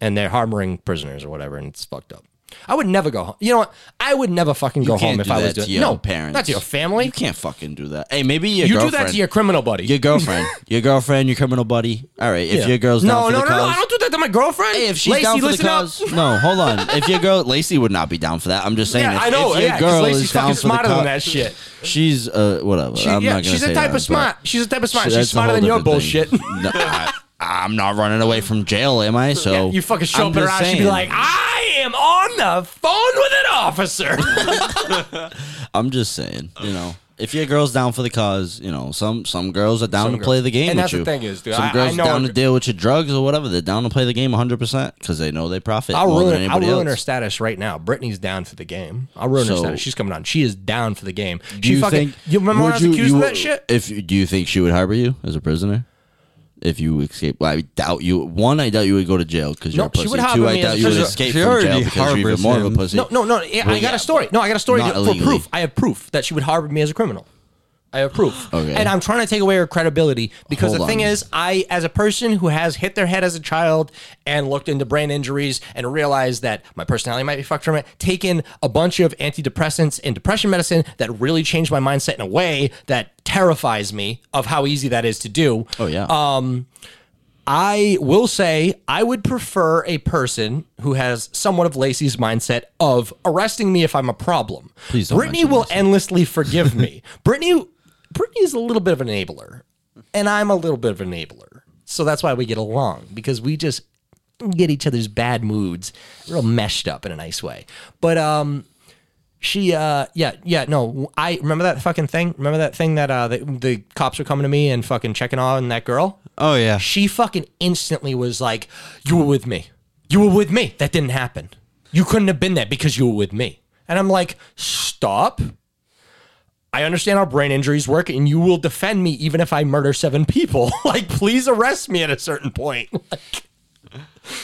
[SPEAKER 1] and they're harboring prisoners or whatever, and it's fucked up. I would never go home. You know what? I would never fucking go
[SPEAKER 4] can't
[SPEAKER 1] home if
[SPEAKER 4] do
[SPEAKER 1] I was
[SPEAKER 4] that
[SPEAKER 1] doing
[SPEAKER 4] to your
[SPEAKER 1] no
[SPEAKER 4] parents.
[SPEAKER 1] not to your family.
[SPEAKER 4] You can't fucking do that. Hey, maybe your
[SPEAKER 1] You do
[SPEAKER 4] girlfriend.
[SPEAKER 1] that to your criminal buddy.
[SPEAKER 4] your girlfriend, your girlfriend, your criminal buddy. All right, if
[SPEAKER 1] Yeah.
[SPEAKER 4] your girl's down
[SPEAKER 1] no,
[SPEAKER 4] for
[SPEAKER 1] no,
[SPEAKER 4] the
[SPEAKER 1] no, no,
[SPEAKER 4] cause,
[SPEAKER 1] I don't do that to my girlfriend.
[SPEAKER 4] Hey, if she's
[SPEAKER 1] Lacey,
[SPEAKER 4] down for the
[SPEAKER 1] listen up.
[SPEAKER 4] cause, no, hold on. If your girl, Lacey would not be down for that. I'm just saying.
[SPEAKER 1] Yeah,
[SPEAKER 4] if,
[SPEAKER 1] I know.
[SPEAKER 4] If your
[SPEAKER 1] Yeah, 'cause
[SPEAKER 4] girl
[SPEAKER 1] Lacey's
[SPEAKER 4] is down
[SPEAKER 1] fucking
[SPEAKER 4] for
[SPEAKER 1] smarter
[SPEAKER 4] the
[SPEAKER 1] than
[SPEAKER 4] cou-
[SPEAKER 1] that shit.
[SPEAKER 4] She's uh, whatever.
[SPEAKER 1] She-
[SPEAKER 4] I'm
[SPEAKER 1] yeah,
[SPEAKER 4] not gonna
[SPEAKER 1] she's
[SPEAKER 4] say
[SPEAKER 1] a type
[SPEAKER 4] that,
[SPEAKER 1] of smart.
[SPEAKER 4] but
[SPEAKER 1] She's a type of smart. She's
[SPEAKER 4] that's a
[SPEAKER 1] smarter
[SPEAKER 4] whole
[SPEAKER 1] than your
[SPEAKER 4] different
[SPEAKER 1] bullshit.
[SPEAKER 4] thing. No, I, I'm not running away from jail, am I? So
[SPEAKER 1] You fucking show
[SPEAKER 4] I'm
[SPEAKER 1] up in her
[SPEAKER 4] just
[SPEAKER 1] house, she'd be
[SPEAKER 4] saying.
[SPEAKER 1] like, I am on the phone with an officer.
[SPEAKER 4] I'm just saying, you know. If your girl's down for the cause, you know some some girls are down
[SPEAKER 1] Some
[SPEAKER 4] to
[SPEAKER 1] girl-
[SPEAKER 4] play the game.
[SPEAKER 1] and
[SPEAKER 4] with
[SPEAKER 1] that's the
[SPEAKER 4] you.
[SPEAKER 1] thing is, dude,
[SPEAKER 4] some
[SPEAKER 1] I- I
[SPEAKER 4] girls are
[SPEAKER 1] know
[SPEAKER 4] down
[SPEAKER 1] a-
[SPEAKER 4] to deal with your drugs or whatever. They're down to play the game 100 percent because they know they profit
[SPEAKER 1] I'll
[SPEAKER 4] more than
[SPEAKER 1] ruin, I'll
[SPEAKER 4] anybody
[SPEAKER 1] ruin
[SPEAKER 4] else.
[SPEAKER 1] her status right now. Brittany's down for the game. I'll ruin her
[SPEAKER 4] So-
[SPEAKER 1] status. She's coming on. She is down for the game.
[SPEAKER 4] Do
[SPEAKER 1] She
[SPEAKER 4] you
[SPEAKER 1] fucking,
[SPEAKER 4] think
[SPEAKER 1] you remember when
[SPEAKER 4] would
[SPEAKER 1] I was accused
[SPEAKER 4] you-
[SPEAKER 1] of that shit?
[SPEAKER 4] If you- do you think she would harbor you as a prisoner? If you escape, well, I doubt you. One, I doubt you would go to jail because you're
[SPEAKER 1] No,
[SPEAKER 4] a pussy.
[SPEAKER 1] she would
[SPEAKER 4] Two,
[SPEAKER 1] harbor
[SPEAKER 4] I
[SPEAKER 1] me as
[SPEAKER 4] doubt
[SPEAKER 1] a
[SPEAKER 4] you would
[SPEAKER 1] prisoner.
[SPEAKER 4] escape
[SPEAKER 5] She
[SPEAKER 4] from jail
[SPEAKER 5] already
[SPEAKER 4] because you're even
[SPEAKER 5] harbors
[SPEAKER 4] more of a
[SPEAKER 5] him.
[SPEAKER 4] pussy.
[SPEAKER 1] No, no, no. I, I
[SPEAKER 4] Well,
[SPEAKER 1] got
[SPEAKER 4] yeah,
[SPEAKER 1] a story. No, I got a story
[SPEAKER 4] not
[SPEAKER 1] to- for
[SPEAKER 4] illegally.
[SPEAKER 1] proof. I have proof that she would harbor me as a criminal. I have proof.
[SPEAKER 4] Okay.
[SPEAKER 1] And I'm trying to take away her credibility because
[SPEAKER 4] Hold
[SPEAKER 1] the thing
[SPEAKER 4] on.
[SPEAKER 1] is, I, as a person who has hit their head as a child and looked into brain injuries and realized that my personality might be fucked from it, taken a bunch of antidepressants and depression medicine that really changed my mindset in a way that terrifies me of how easy that is to do.
[SPEAKER 4] Oh yeah.
[SPEAKER 1] Um, I will say I would prefer a person who has somewhat of Lacey's mindset of arresting me if I'm a problem.
[SPEAKER 4] Please don't
[SPEAKER 1] Brittany
[SPEAKER 4] mention
[SPEAKER 1] will
[SPEAKER 4] Lacey.
[SPEAKER 1] endlessly forgive me. Brittany, Brittany is a little bit of an enabler, and I'm a little bit of an enabler. So that's why we get along because we just get each other's bad moods real meshed up in a nice way. But um, she uh yeah yeah no i remember that fucking thing remember that thing that uh the, the cops were coming to me and fucking checking on that girl
[SPEAKER 5] Oh yeah.
[SPEAKER 1] she fucking instantly was like you were with me you were with me that didn't happen you couldn't have been there because you were with me and i'm like stop i understand how brain injuries work and you will defend me even if i murder seven people like please arrest me at a certain point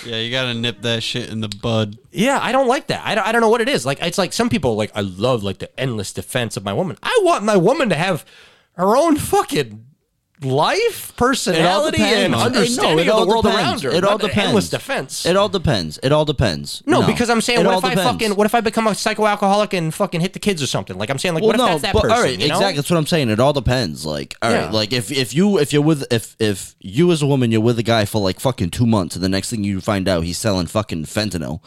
[SPEAKER 5] Yeah, you gotta nip that shit in the bud.
[SPEAKER 1] Yeah, I don't like that. I don't, I don't know what it is. Like it's like some people like I love like the endless defense of my woman. I want my woman to have her own fucking life, personality, and
[SPEAKER 4] It- no,
[SPEAKER 1] understanding
[SPEAKER 4] it
[SPEAKER 1] of
[SPEAKER 4] all
[SPEAKER 1] the world
[SPEAKER 4] depends.
[SPEAKER 1] around her.
[SPEAKER 4] It all
[SPEAKER 1] Not an
[SPEAKER 4] depends.
[SPEAKER 1] Endless defense.
[SPEAKER 4] It all depends. It all depends.
[SPEAKER 1] no, because I'm saying,
[SPEAKER 4] It
[SPEAKER 1] what
[SPEAKER 4] all
[SPEAKER 1] if I
[SPEAKER 4] depends.
[SPEAKER 1] fucking, what if I become a psychoalcoholic and fucking hit the kids or something? Like I'm saying, like
[SPEAKER 4] Well,
[SPEAKER 1] what
[SPEAKER 4] no,
[SPEAKER 1] if that's that
[SPEAKER 4] but
[SPEAKER 1] person?
[SPEAKER 4] all right,
[SPEAKER 1] you know?
[SPEAKER 4] exactly. That's what I'm saying. It all depends. Like, all right,
[SPEAKER 1] Yeah.
[SPEAKER 4] like if if you if you're with if if you as a woman you're with a guy for like fucking two months, and the next thing you find out he's selling fucking fentanyl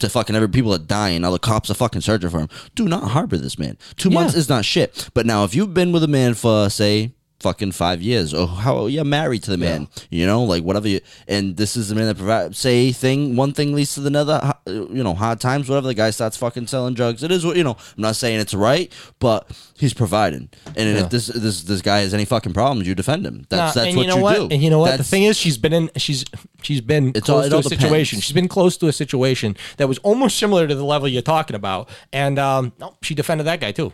[SPEAKER 4] to fucking every people are dying. All the cops are fucking searching for him. Do not harbor this man. Two months is not shit. But now if you've been with a man for say fucking five years or Oh, how you're married to the man you know like whatever you and this is the man that provide say thing one thing leads to the another ho- you know hard times whatever the guy starts fucking selling drugs it is what you know i'm not saying it's right but he's providing and if this this this guy has any fucking problems you defend him that's
[SPEAKER 1] Nah,
[SPEAKER 4] that's
[SPEAKER 1] and
[SPEAKER 4] what
[SPEAKER 1] you know what?
[SPEAKER 4] do
[SPEAKER 1] And you know what? the
[SPEAKER 4] That's-
[SPEAKER 1] thing is, she's been in. She's she's been
[SPEAKER 4] It's all-
[SPEAKER 1] close
[SPEAKER 4] it
[SPEAKER 1] to
[SPEAKER 4] all
[SPEAKER 1] a situation.
[SPEAKER 4] depends.
[SPEAKER 1] She's been close to a situation that was almost similar to the level you're talking about. And um, no, she defended that guy too.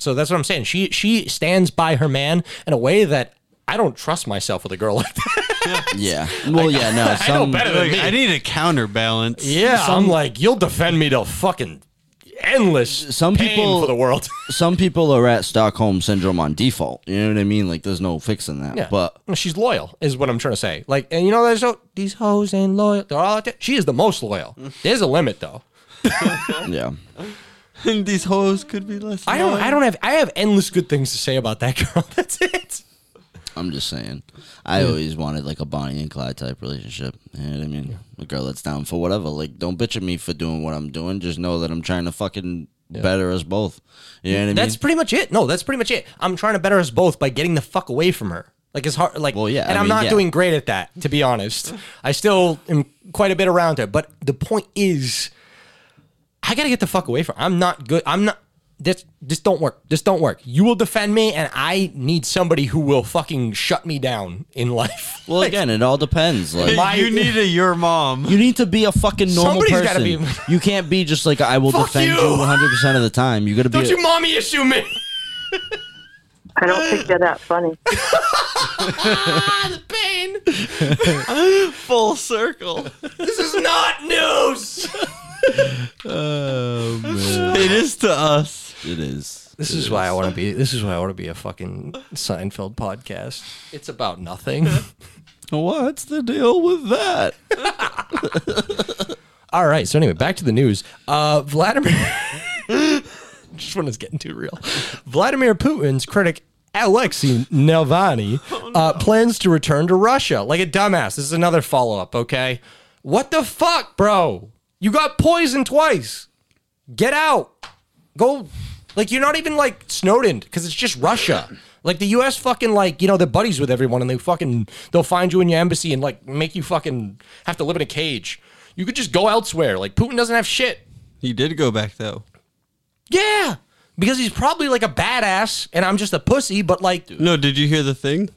[SPEAKER 1] So that's what I'm saying. She she stands by her man in a way that I don't trust myself with a girl like that.
[SPEAKER 4] yeah well yeah no
[SPEAKER 1] I know
[SPEAKER 4] some
[SPEAKER 1] better than
[SPEAKER 5] Like,
[SPEAKER 1] me.
[SPEAKER 5] I need a counterbalance.
[SPEAKER 1] yeah, I'm like you'll defend me to fucking endless
[SPEAKER 4] Some
[SPEAKER 1] pain
[SPEAKER 4] people-
[SPEAKER 1] for the world.
[SPEAKER 4] some people are at stockholm syndrome on default you know what i mean like there's no fixing that
[SPEAKER 1] Yeah.
[SPEAKER 4] but
[SPEAKER 1] Well, she's loyal, is what I'm trying to say. Like, and you know, there's no, these hoes ain't loyal. They're all out there. She is the most loyal. There's a limit, though.
[SPEAKER 4] yeah
[SPEAKER 5] And these hoes could be less.
[SPEAKER 1] I don't.
[SPEAKER 5] annoying.
[SPEAKER 1] I don't have. I have endless good things to say about that girl. That's it.
[SPEAKER 4] I'm just saying. I always wanted like a Bonnie and Clyde type relationship. You know what I mean? A girl that's down for whatever. Like, don't bitch at me for doing what I'm doing. Just know that I'm trying to fucking better us both. You know what I mean?
[SPEAKER 1] That's pretty much it. No, that's pretty much it. I'm trying to better us both by getting the fuck away from her. Like it's hard. Like,
[SPEAKER 4] Well, yeah,
[SPEAKER 1] And
[SPEAKER 4] I
[SPEAKER 1] I am
[SPEAKER 4] mean,
[SPEAKER 1] not
[SPEAKER 4] yeah.
[SPEAKER 1] doing great at that, to be honest. I still am quite a bit around her. But the point is, I gotta get the fuck away from. her. I'm not good. I'm not. This this don't work. This don't work. You will defend me, and I need somebody who will fucking shut me down in life.
[SPEAKER 4] well, again, it all depends. Like,
[SPEAKER 1] My-
[SPEAKER 5] you need a your mom.
[SPEAKER 4] you need to be a fucking normal
[SPEAKER 1] Somebody's gotta
[SPEAKER 4] person.
[SPEAKER 1] be-
[SPEAKER 4] you can't be just like I will
[SPEAKER 1] Fuck
[SPEAKER 4] defend you
[SPEAKER 1] you.
[SPEAKER 4] 100 percent of the time. You gotta be.
[SPEAKER 1] Don't
[SPEAKER 4] a-
[SPEAKER 1] you mommy issue me?
[SPEAKER 3] I don't think you're that funny.
[SPEAKER 1] Ah, the pain.
[SPEAKER 5] Full circle.
[SPEAKER 1] This is not news.
[SPEAKER 5] it is to us.
[SPEAKER 4] it is.
[SPEAKER 1] This is why I want to be. This is why I want to be a fucking Seinfeld podcast. It's about nothing.
[SPEAKER 4] What's the deal with that?
[SPEAKER 1] All right. So anyway, back to the news. Uh, Vladimir. just when it's getting too real. Vladimir Putin's critic Alexei Navalny uh, plans to return to Russia like a dumbass. This is another follow up. Okay. What the fuck, bro? You got poisoned twice. Get out. go like you're not even like Snowden because it's just Russia. Like the U.S. fucking like you know they're buddies with everyone and they fucking they'll find you in your embassy and like make you fucking have to live in a cage. You could just go elsewhere. Like Putin doesn't have shit.
[SPEAKER 5] He did go back though.
[SPEAKER 1] Yeah, because he's probably like a badass and I'm just a pussy. But like,
[SPEAKER 5] No, did you hear the thing?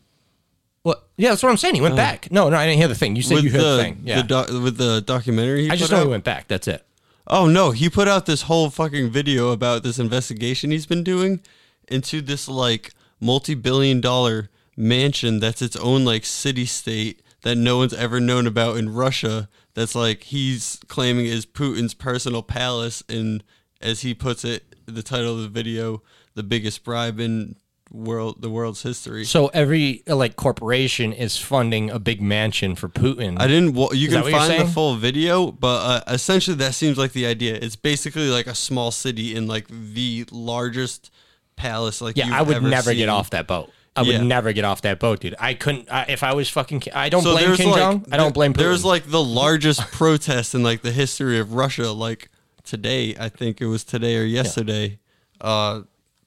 [SPEAKER 1] what? Yeah, that's what I'm saying. He went back. No, no, I didn't hear the thing. You said you heard the, thing. Yeah,
[SPEAKER 5] doc- with uh, the documentary. He
[SPEAKER 1] I just
[SPEAKER 5] put
[SPEAKER 1] know
[SPEAKER 5] out?
[SPEAKER 1] he went back. That's it.
[SPEAKER 5] Oh no, he put out this whole fucking video about this investigation he's been doing into this like multi-billion dollar mansion that's its own like city state that no one's ever known about in Russia that's like he's claiming is Putin's personal palace and as he puts it the title of the video the biggest bribe in world the world's history.
[SPEAKER 1] So every uh, like corporation is funding a big mansion for Putin.
[SPEAKER 5] I didn't. Wa- you
[SPEAKER 1] Is that
[SPEAKER 5] can
[SPEAKER 1] what you're
[SPEAKER 5] find the
[SPEAKER 1] saying?
[SPEAKER 5] full video, but uh, essentially that seems like the idea. It's basically like a small city in like the largest palace. Like
[SPEAKER 1] yeah,
[SPEAKER 5] you've
[SPEAKER 1] I would
[SPEAKER 5] ever
[SPEAKER 1] never
[SPEAKER 5] seen.
[SPEAKER 1] get off that boat. I would
[SPEAKER 5] Yeah.
[SPEAKER 1] never get off that boat, dude. I couldn't. I, if I was fucking, Ki- I don't
[SPEAKER 5] So
[SPEAKER 1] blame
[SPEAKER 5] there's
[SPEAKER 1] Kim
[SPEAKER 5] like,
[SPEAKER 1] Jong. I don't blame Putin.
[SPEAKER 5] There's like the largest protest in like the history of Russia, like today. I think it was today or yesterday, uh,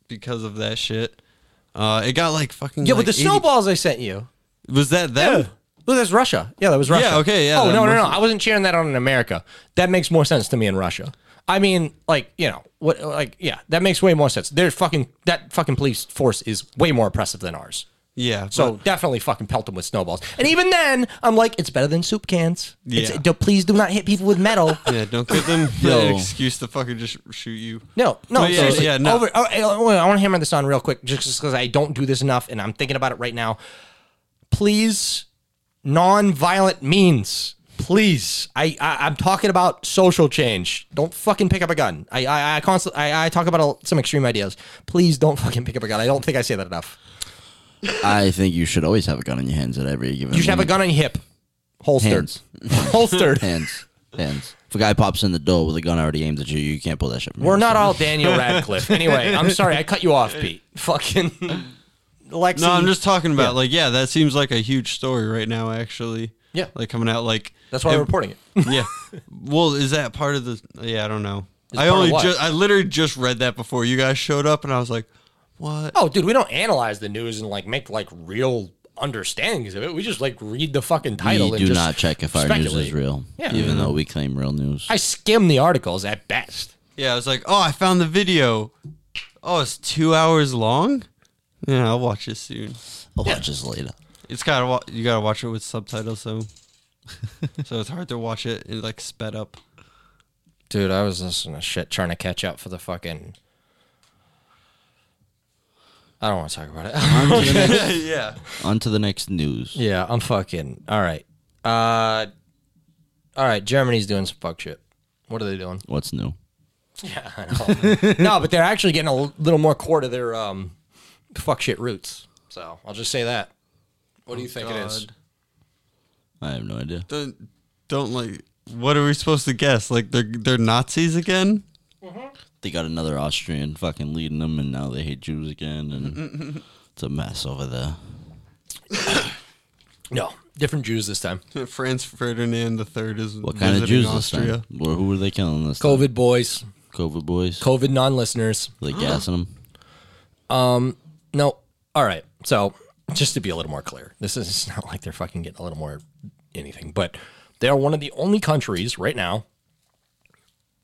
[SPEAKER 5] because of that shit. Uh, it got like fucking.
[SPEAKER 1] yeah,
[SPEAKER 5] like
[SPEAKER 1] but the
[SPEAKER 5] 80
[SPEAKER 1] snowballs I sent you.
[SPEAKER 5] was that them?
[SPEAKER 1] Yeah. Well, that's Russia. Yeah, that was Russia.
[SPEAKER 5] okay, yeah,
[SPEAKER 1] Oh
[SPEAKER 5] that
[SPEAKER 1] no, no, no!
[SPEAKER 5] must-
[SPEAKER 1] I wasn't cheering that on in America. That makes more sense to me in Russia. I mean, like you know what? Like yeah, that makes way more sense. They're fucking that fucking police force is way more oppressive than ours.
[SPEAKER 5] Yeah.
[SPEAKER 1] So
[SPEAKER 5] but-
[SPEAKER 1] definitely fucking pelt them with snowballs. And even then, I'm like, it's better than soup cans. It's,
[SPEAKER 5] Yeah.
[SPEAKER 1] do- please do not hit people with metal.
[SPEAKER 5] yeah, don't give them an
[SPEAKER 4] Yo.
[SPEAKER 5] excuse to fucking just shoot you.
[SPEAKER 1] No, no,
[SPEAKER 5] But yeah,
[SPEAKER 1] seriously.
[SPEAKER 5] yeah, no.
[SPEAKER 1] Over, oh, eh, oh, I want to hammer this on real quick, just because I don't do this enough, and I'm thinking about it right now. Please, non-violent means. Please, I, I I'm talking about social change. Don't fucking pick up a gun. I I I, constantly, I, I talk about a- some extreme ideas. Please don't fucking pick up a gun. I don't think I say that enough.
[SPEAKER 4] I think you should always have a gun in your hands at every given.
[SPEAKER 1] You should have a
[SPEAKER 4] moment.
[SPEAKER 1] gun on your hip, holstered,
[SPEAKER 4] Hands.
[SPEAKER 1] holstered.
[SPEAKER 4] Hands, hands. If a guy pops in the door with a gun already aimed at you, you can't pull that shit. From
[SPEAKER 1] We're
[SPEAKER 4] your
[SPEAKER 1] not
[SPEAKER 4] ass.
[SPEAKER 1] all Daniel Radcliffe. Anyway, I'm sorry I cut you off, Pete. Fucking. Lexi.
[SPEAKER 5] No, I'm just talking about like yeah, that seems like a huge story right now. Actually,
[SPEAKER 1] Yeah.
[SPEAKER 5] like coming out like
[SPEAKER 1] That's why
[SPEAKER 5] it-
[SPEAKER 1] we're reporting it.
[SPEAKER 5] yeah. Well, is that part of the? Yeah, I don't know. I
[SPEAKER 1] part of
[SPEAKER 5] only
[SPEAKER 1] what?
[SPEAKER 5] just I literally just read that before you guys showed up, and I was like, what?
[SPEAKER 1] Oh, dude, we don't analyze the news and like make like real understandings of it. We just like read the fucking title.
[SPEAKER 4] We
[SPEAKER 1] and
[SPEAKER 4] do
[SPEAKER 1] just
[SPEAKER 4] not check if our news
[SPEAKER 1] speculate.
[SPEAKER 4] is real,
[SPEAKER 1] Yeah.
[SPEAKER 4] even though we claim real news.
[SPEAKER 1] I skim the articles at best.
[SPEAKER 5] Yeah, I was like, oh, I found the video. Oh, it's two hours long. Yeah, I'll watch it soon.
[SPEAKER 4] I'll watch this Oh, later.
[SPEAKER 5] It's gotta wa- you gotta watch it with subtitles, so so it's hard to watch it in like sped up.
[SPEAKER 1] Dude, I was listening to shit trying to catch up for the fucking. I don't want to talk about it.
[SPEAKER 4] On to the next,
[SPEAKER 5] yeah.
[SPEAKER 4] on to the next news.
[SPEAKER 1] yeah, I'm fucking. All right. Uh, all right. Germany's doing some fuck shit. What are they doing?
[SPEAKER 4] What's new?
[SPEAKER 1] no, but they're actually getting a little more core to their um, fuck shit roots. So I'll just say that. What do you think it is?
[SPEAKER 5] God.
[SPEAKER 4] I have no idea.
[SPEAKER 5] Don't don't like. What are we supposed to guess? Like they're they're Nazis again?
[SPEAKER 4] They got another Austrian fucking leading them, and now they hate Jews again, and it's a mess over there.
[SPEAKER 1] No, different Jews this time.
[SPEAKER 5] Franz Ferdinand the Third is
[SPEAKER 4] What kind of
[SPEAKER 5] visiting
[SPEAKER 4] Jews this
[SPEAKER 5] Austria.
[SPEAKER 4] time? Or who are they killing this time?
[SPEAKER 1] COVID boys,
[SPEAKER 4] COVID boys.
[SPEAKER 1] COVID non-listeners.
[SPEAKER 4] they gassing them.
[SPEAKER 1] No, all right. So just to be a little more clear, this is it's not like they're fucking getting a little more anything, but they are one of the only countries right now.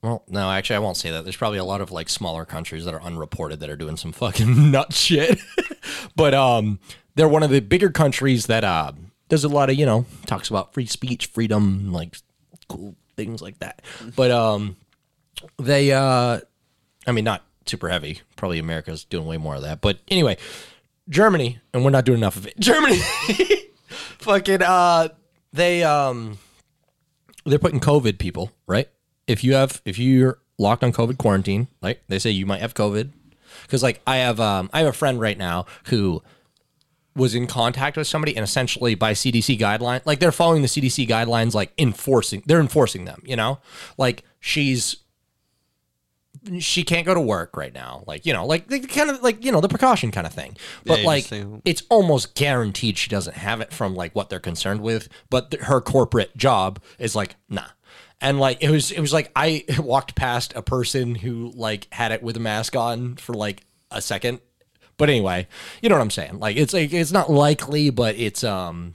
[SPEAKER 1] Well, no, actually, I won't say that. There's probably a lot of like smaller countries that are unreported that are doing some fucking nut shit, but um, they're one of the bigger countries that uh, does a lot of you know talks about free speech, freedom, like cool things like that. But um, they uh I mean, not super heavy. Probably America's doing way more of that. But anyway, Germany, and we're not doing enough of it. Germany, fucking, uh, they um, they're putting COVID people right. If you have, if you're locked on COVID quarantine, like they say, you might have COVID. Because like I have, um, I have a friend right now who was in contact with somebody and essentially by CDC guideline like they're following the CDC guidelines like enforcing they're enforcing them you know like she's she can't go to work right now. Like, you know, like the kind of like, you know, the precaution kind of thing. But
[SPEAKER 5] you
[SPEAKER 1] like
[SPEAKER 5] just stay home.
[SPEAKER 1] it's almost guaranteed she doesn't have it from like what they're concerned with, but th- her corporate job is like, nah. And like it was it was like I walked past a person who like had it with a mask on for like a second. But anyway, you know what I'm saying? Like it's like it's not likely, but it's um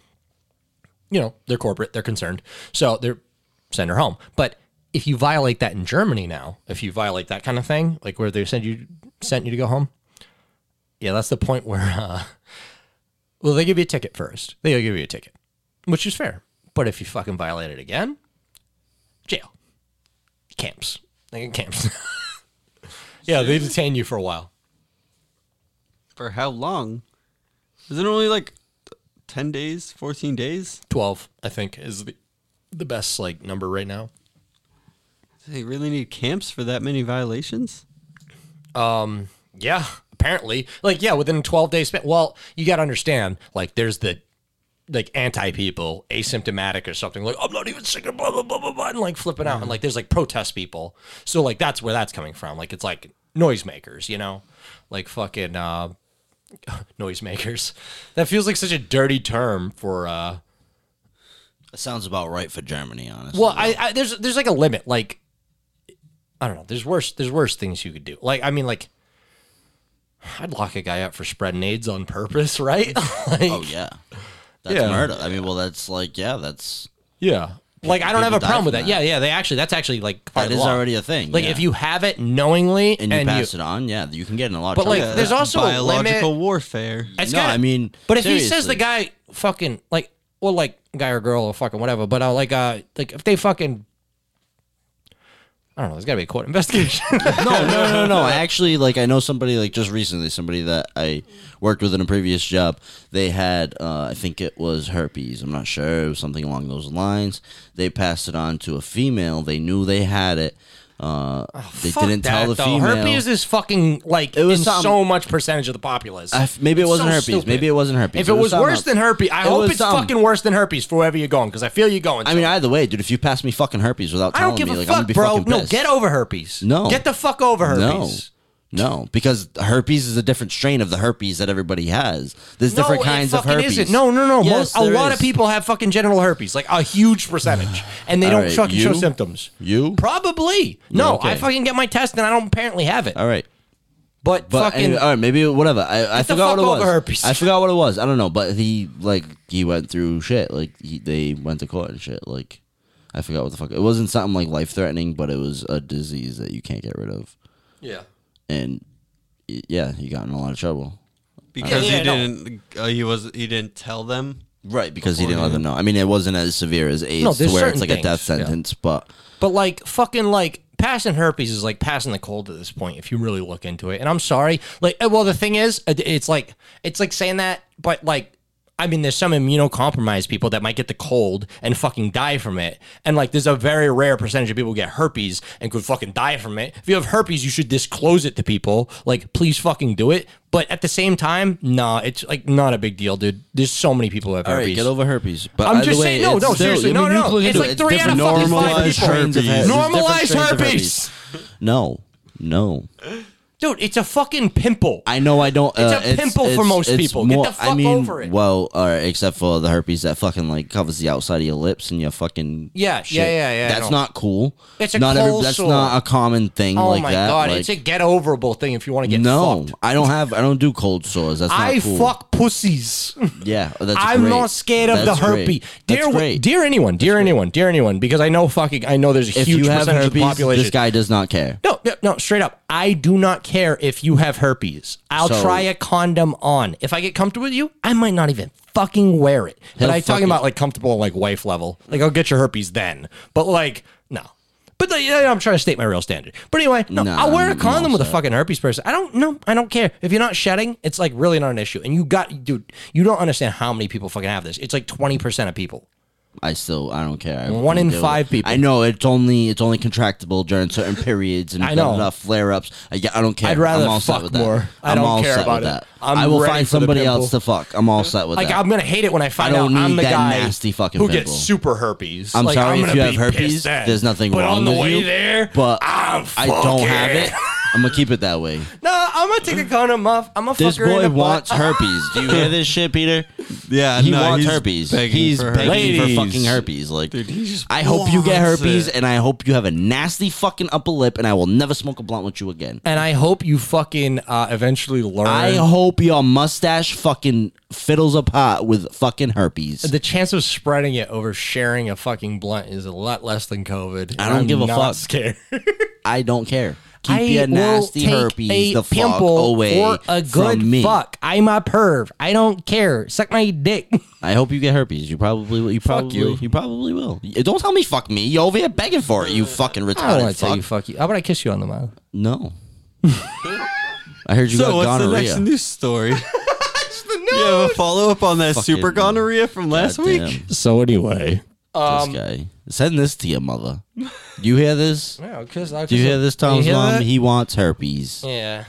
[SPEAKER 1] you know, they're corporate, they're concerned. So they're send her home. But if you violate that in Germany now, if you violate that kind of thing, like where they send you sent you to go home, yeah, that's the point where uh well they give you a ticket first. They'll give you a ticket. Which is fair. But if you fucking violate it again, jail. Camps. They get camps. yeah, they detain you for a while.
[SPEAKER 5] For how long? Is it only like ten days, fourteen days?
[SPEAKER 1] Twelve, I think, is the the best like number right now.
[SPEAKER 5] Do they really need camps for that many violations?
[SPEAKER 1] Yeah, apparently. Like, yeah, within a 12 day span. Well, you got to understand, like, there's the like anti people, asymptomatic or something. Like, I'm not even sick of blah, blah, blah, blah, blah, and like flipping out. And like, there's like protest people. So, like, that's where that's coming from. Like, it's like noisemakers, you know? Like, fucking, uh, noisemakers. That feels like such a dirty term for. uh
[SPEAKER 4] That sounds about right for Germany, honestly.
[SPEAKER 1] Well, I, I there's there's like a limit. Like, I don't know. There's worse. There's worse things you could do. Like, I mean, like, I'd lock a guy up for spreading AIDS on purpose, right? like,
[SPEAKER 4] Oh yeah, that's
[SPEAKER 1] Yeah.
[SPEAKER 4] murder. I mean, well, that's like yeah, that's
[SPEAKER 1] yeah. Like, I don't have a
[SPEAKER 4] People die
[SPEAKER 1] problem with
[SPEAKER 4] from
[SPEAKER 1] that.
[SPEAKER 4] that.
[SPEAKER 1] Yeah, yeah. They actually, that's actually like part
[SPEAKER 4] that
[SPEAKER 1] of the
[SPEAKER 4] is
[SPEAKER 1] law.
[SPEAKER 4] already a thing.
[SPEAKER 1] Like,
[SPEAKER 4] yeah.
[SPEAKER 1] if you have it knowingly
[SPEAKER 4] and you pass it on, yeah, you can get in a lot. Of
[SPEAKER 1] But,
[SPEAKER 4] trouble.
[SPEAKER 1] like, there's also a
[SPEAKER 5] biological
[SPEAKER 1] limit-
[SPEAKER 5] warfare.
[SPEAKER 1] It's
[SPEAKER 4] No,
[SPEAKER 1] gotta-
[SPEAKER 4] I mean,
[SPEAKER 1] but if he says
[SPEAKER 4] seriously.
[SPEAKER 1] the guy fucking like, well, like guy or girl or fucking whatever, but uh, like, uh, like if they fucking, I don't know, there's gotta be a court investigation.
[SPEAKER 4] no, no, no, no. I actually like I know somebody like just recently, somebody that I worked with in a previous job. They had, uh, I think it was herpes. I'm not sure. It was something along those lines. They passed it on to a female. They knew they had it. Uh, they
[SPEAKER 1] Oh, Fuck
[SPEAKER 4] didn't tell the
[SPEAKER 1] that, though.
[SPEAKER 4] female.
[SPEAKER 1] Herpes is fucking like it
[SPEAKER 4] It was
[SPEAKER 1] in
[SPEAKER 4] something-
[SPEAKER 1] so much percentage of the populace.
[SPEAKER 4] I f- maybe it
[SPEAKER 1] It's
[SPEAKER 4] wasn't
[SPEAKER 1] so
[SPEAKER 4] herpes.
[SPEAKER 1] stupid.
[SPEAKER 4] Maybe it wasn't herpes.
[SPEAKER 1] If it was
[SPEAKER 4] something
[SPEAKER 1] worse
[SPEAKER 4] else.
[SPEAKER 1] than herpes, I
[SPEAKER 4] It
[SPEAKER 1] hope
[SPEAKER 4] was
[SPEAKER 1] it's
[SPEAKER 4] something.
[SPEAKER 1] fucking worse than herpes for wherever you're going because I feel you're going.
[SPEAKER 4] I
[SPEAKER 1] to.
[SPEAKER 4] mean, either way, dude. If you pass me fucking herpes without
[SPEAKER 1] I
[SPEAKER 4] telling
[SPEAKER 1] don't give
[SPEAKER 4] me,
[SPEAKER 1] a
[SPEAKER 4] like I'm gonna
[SPEAKER 1] fuck,
[SPEAKER 4] be
[SPEAKER 1] bro.
[SPEAKER 4] fucking
[SPEAKER 1] No,
[SPEAKER 4] pissed.
[SPEAKER 1] get over herpes.
[SPEAKER 4] No.
[SPEAKER 1] get the fuck over
[SPEAKER 4] No.
[SPEAKER 1] herpes.
[SPEAKER 4] No, because herpes is a different strain of the herpes that everybody has. There's different
[SPEAKER 1] it
[SPEAKER 4] kinds of
[SPEAKER 1] fucking
[SPEAKER 4] herpes.
[SPEAKER 1] Isn't. No, no, no. Most,
[SPEAKER 4] Yes,
[SPEAKER 1] a
[SPEAKER 4] there
[SPEAKER 1] lot
[SPEAKER 4] is.
[SPEAKER 1] of people have fucking genital herpes, like a huge percentage, and they
[SPEAKER 4] All
[SPEAKER 1] don't
[SPEAKER 4] right,
[SPEAKER 1] fucking show
[SPEAKER 4] you?
[SPEAKER 1] symptoms.
[SPEAKER 4] You?
[SPEAKER 1] Probably. No,
[SPEAKER 4] okay.
[SPEAKER 1] I fucking get my test and I don't apparently have it.
[SPEAKER 4] All right.
[SPEAKER 1] But,
[SPEAKER 4] But uh,
[SPEAKER 1] fucking
[SPEAKER 4] anyway, all right, maybe whatever. I, I
[SPEAKER 1] the fuck
[SPEAKER 4] forgot what it was.
[SPEAKER 1] over herpes.
[SPEAKER 4] I forgot what it was. I don't know. But he like he went through shit. Like he, they went to court and shit. Like I forgot what the fuck. It wasn't something like life threatening, but it was a disease that you can't get rid of.
[SPEAKER 1] yeah.
[SPEAKER 4] And y- yeah, he got in a lot of trouble.
[SPEAKER 5] because
[SPEAKER 1] Yeah,
[SPEAKER 5] he
[SPEAKER 1] no.
[SPEAKER 5] didn't. Uh, he was. He didn't tell them.
[SPEAKER 4] Right, because he didn't let them know. I mean, it wasn't as severe as AIDS,
[SPEAKER 1] No,
[SPEAKER 4] to
[SPEAKER 1] there's
[SPEAKER 4] where
[SPEAKER 1] certain
[SPEAKER 4] it's like a death
[SPEAKER 1] things, yeah.
[SPEAKER 4] sentence. But
[SPEAKER 1] But like fucking like passing herpes is like passing the cold at this point if you really look into it. And I'm sorry, like uh, well the thing is, it- it's like it's like saying that, but like. I mean, there's some immunocompromised people that might get the cold and fucking die from it. And like, there's a very rare percentage of people who get herpes and could fucking die from it. If you have herpes, you should disclose it to people. Like, please fucking do it. But at the same time, nah, it's like not a big deal, dude. There's so many people who have
[SPEAKER 4] all
[SPEAKER 1] herpes.
[SPEAKER 4] right, get over herpes. But
[SPEAKER 1] I'm
[SPEAKER 4] either
[SPEAKER 1] just
[SPEAKER 4] way,
[SPEAKER 1] saying, no,
[SPEAKER 4] it's
[SPEAKER 1] no,
[SPEAKER 4] still-
[SPEAKER 1] seriously,
[SPEAKER 4] I
[SPEAKER 1] no,
[SPEAKER 4] mean, you
[SPEAKER 1] no,
[SPEAKER 4] look
[SPEAKER 1] it's
[SPEAKER 4] into
[SPEAKER 1] like
[SPEAKER 4] it, it's
[SPEAKER 1] three out of
[SPEAKER 4] different
[SPEAKER 1] fucking
[SPEAKER 4] strains
[SPEAKER 1] five people.
[SPEAKER 4] herpes. It's different
[SPEAKER 1] Normalize
[SPEAKER 4] strains of
[SPEAKER 1] herpes.
[SPEAKER 4] No, no.
[SPEAKER 1] Dude, it's a fucking pimple.
[SPEAKER 4] I know I don't.
[SPEAKER 1] It's
[SPEAKER 4] Uh,
[SPEAKER 1] a pimple for most
[SPEAKER 4] it's
[SPEAKER 1] people. Get
[SPEAKER 4] more-
[SPEAKER 1] the fuck
[SPEAKER 4] I mean,
[SPEAKER 1] over it.
[SPEAKER 4] Well, all right, except for the herpes that fucking like covers the outside of your lips and your fucking
[SPEAKER 1] Yeah, yeah,
[SPEAKER 4] shit.
[SPEAKER 1] yeah, yeah, I
[SPEAKER 4] That's
[SPEAKER 1] know.
[SPEAKER 4] not cool.
[SPEAKER 1] It's a
[SPEAKER 4] not every-
[SPEAKER 1] cold
[SPEAKER 4] That's
[SPEAKER 1] sore.
[SPEAKER 4] not a common thing
[SPEAKER 1] Oh
[SPEAKER 4] like
[SPEAKER 1] my
[SPEAKER 4] that.
[SPEAKER 1] god,
[SPEAKER 4] like-
[SPEAKER 1] it's a get overable thing if you want to get
[SPEAKER 4] no.
[SPEAKER 1] fucked.
[SPEAKER 4] I don't have. I don't do cold sores. That's not
[SPEAKER 1] I
[SPEAKER 4] cool.
[SPEAKER 1] fuck pussies.
[SPEAKER 4] Yeah, that's
[SPEAKER 1] I'm
[SPEAKER 4] great.
[SPEAKER 1] not scared of
[SPEAKER 4] That's
[SPEAKER 1] the herpes.
[SPEAKER 4] great.
[SPEAKER 1] Dear,
[SPEAKER 4] That's great.
[SPEAKER 1] dear anyone, dear anyone, dear anyone, because I know fucking, I know there's a
[SPEAKER 4] if
[SPEAKER 1] huge
[SPEAKER 4] you have
[SPEAKER 1] percentage
[SPEAKER 4] herpes,
[SPEAKER 1] of the population.
[SPEAKER 4] this guy does not care.
[SPEAKER 1] no, no, no, straight up. I do not care if you have herpes. I'll
[SPEAKER 4] So-
[SPEAKER 1] try a condom on. If I get comfortable with you, I might not even fucking wear it. But
[SPEAKER 4] He'll
[SPEAKER 1] I'm talking
[SPEAKER 4] fucking-
[SPEAKER 1] about like comfortable, like wife level. Like I'll get your herpes then. But like, no. But like, yeah, I'm trying to state my real standard. But anyway, no,
[SPEAKER 4] Nah,
[SPEAKER 1] I'll wear a
[SPEAKER 4] I'm
[SPEAKER 1] condom with a
[SPEAKER 4] also-
[SPEAKER 1] fucking herpes person. I don't know. I don't care. If you're not shedding, it's like really not an issue. And you got, dude, you don't understand how many people fucking have this. It's like 20% of people.
[SPEAKER 4] I still I don't care. I
[SPEAKER 1] One in
[SPEAKER 4] deal
[SPEAKER 1] five
[SPEAKER 4] with it.
[SPEAKER 1] people.
[SPEAKER 4] I know it's only it's only contractible during certain periods and
[SPEAKER 1] I know.
[SPEAKER 4] enough flare ups. I, yeah, I don't care.
[SPEAKER 1] I'd rather
[SPEAKER 4] I'm all
[SPEAKER 1] fuck
[SPEAKER 4] set with that.
[SPEAKER 1] more. I
[SPEAKER 4] I'm
[SPEAKER 1] don't
[SPEAKER 4] all
[SPEAKER 1] care
[SPEAKER 4] set
[SPEAKER 1] about
[SPEAKER 4] with
[SPEAKER 1] it.
[SPEAKER 4] that.
[SPEAKER 1] I'm
[SPEAKER 4] I will
[SPEAKER 1] ready
[SPEAKER 4] find
[SPEAKER 1] for the
[SPEAKER 4] somebody
[SPEAKER 1] pimple.
[SPEAKER 4] else to fuck. I'm all set with
[SPEAKER 1] Like
[SPEAKER 4] that.
[SPEAKER 1] I'm gonna hate it when I find
[SPEAKER 4] I
[SPEAKER 1] out
[SPEAKER 4] don't
[SPEAKER 1] I'm
[SPEAKER 4] need
[SPEAKER 1] the
[SPEAKER 4] that
[SPEAKER 1] guy
[SPEAKER 4] nasty fucking
[SPEAKER 1] who gets
[SPEAKER 4] pimple.
[SPEAKER 1] super herpes.
[SPEAKER 4] I'm
[SPEAKER 1] like, I'm
[SPEAKER 4] sorry if
[SPEAKER 1] gonna
[SPEAKER 4] you have
[SPEAKER 1] be
[SPEAKER 4] herpes.
[SPEAKER 1] pissed then.
[SPEAKER 4] There's nothing
[SPEAKER 1] but
[SPEAKER 4] wrong
[SPEAKER 1] on the
[SPEAKER 4] with
[SPEAKER 1] way
[SPEAKER 4] you.
[SPEAKER 1] there,
[SPEAKER 4] but
[SPEAKER 1] I'm
[SPEAKER 4] I don't
[SPEAKER 1] fucking-
[SPEAKER 4] have it. I'm gonna keep it that way.
[SPEAKER 1] No, I'm gonna take a condom off. I'm a
[SPEAKER 4] This
[SPEAKER 1] fucker in the
[SPEAKER 4] boy
[SPEAKER 1] butt.
[SPEAKER 4] wants herpes. Do you hear this shit, Peter?
[SPEAKER 5] Yeah,
[SPEAKER 4] he
[SPEAKER 5] no,
[SPEAKER 4] wants
[SPEAKER 5] he's
[SPEAKER 4] herpes.
[SPEAKER 5] begging
[SPEAKER 4] he's
[SPEAKER 5] for herpes.
[SPEAKER 4] begging
[SPEAKER 5] Ladies.
[SPEAKER 4] for fucking herpes. Like,
[SPEAKER 5] Dude, he just
[SPEAKER 4] I hope you get
[SPEAKER 5] wants
[SPEAKER 4] herpes,
[SPEAKER 5] it.
[SPEAKER 4] and I hope you have a nasty fucking upper lip, and I will never smoke a blunt with you again.
[SPEAKER 1] And I hope you fucking uh, eventually learn.
[SPEAKER 4] I hope your mustache fucking fiddles apart with fucking herpes.
[SPEAKER 1] the chance of spreading it over sharing a fucking blunt is a lot less than COVID.
[SPEAKER 4] I don't
[SPEAKER 1] I'm
[SPEAKER 4] give a
[SPEAKER 1] not
[SPEAKER 4] fuck.
[SPEAKER 1] Scared.
[SPEAKER 4] I don't care. Keep
[SPEAKER 1] I
[SPEAKER 4] your
[SPEAKER 1] will
[SPEAKER 4] nasty
[SPEAKER 1] take
[SPEAKER 4] herpes
[SPEAKER 1] a
[SPEAKER 4] the fuck
[SPEAKER 1] pimple
[SPEAKER 4] away
[SPEAKER 1] or a good
[SPEAKER 4] from me.
[SPEAKER 1] fuck. I'm a perv. I don't care. Suck my dick.
[SPEAKER 4] I hope you get herpes. You probably will. You probably
[SPEAKER 1] you.
[SPEAKER 4] you. probably will. You- Don't tell me fuck me. You're over here begging for it. You fucking
[SPEAKER 1] Uh, I don't
[SPEAKER 4] retarded
[SPEAKER 1] want to tell
[SPEAKER 4] fuck.
[SPEAKER 1] you fuck you. How about I kiss you on the mouth?
[SPEAKER 4] no. I heard you
[SPEAKER 5] So
[SPEAKER 4] got
[SPEAKER 5] what's the
[SPEAKER 4] gonorrhea.
[SPEAKER 5] next news story? You have a follow up on that super
[SPEAKER 4] Fucking-
[SPEAKER 5] gonorrhea from last week?
[SPEAKER 4] Damn,
[SPEAKER 1] So anyway,
[SPEAKER 4] this guy. Send this to your mother. You hear this?
[SPEAKER 1] yeah, kiss. I
[SPEAKER 4] Do you hear this, Tom's mom? He wants herpes.
[SPEAKER 1] yeah.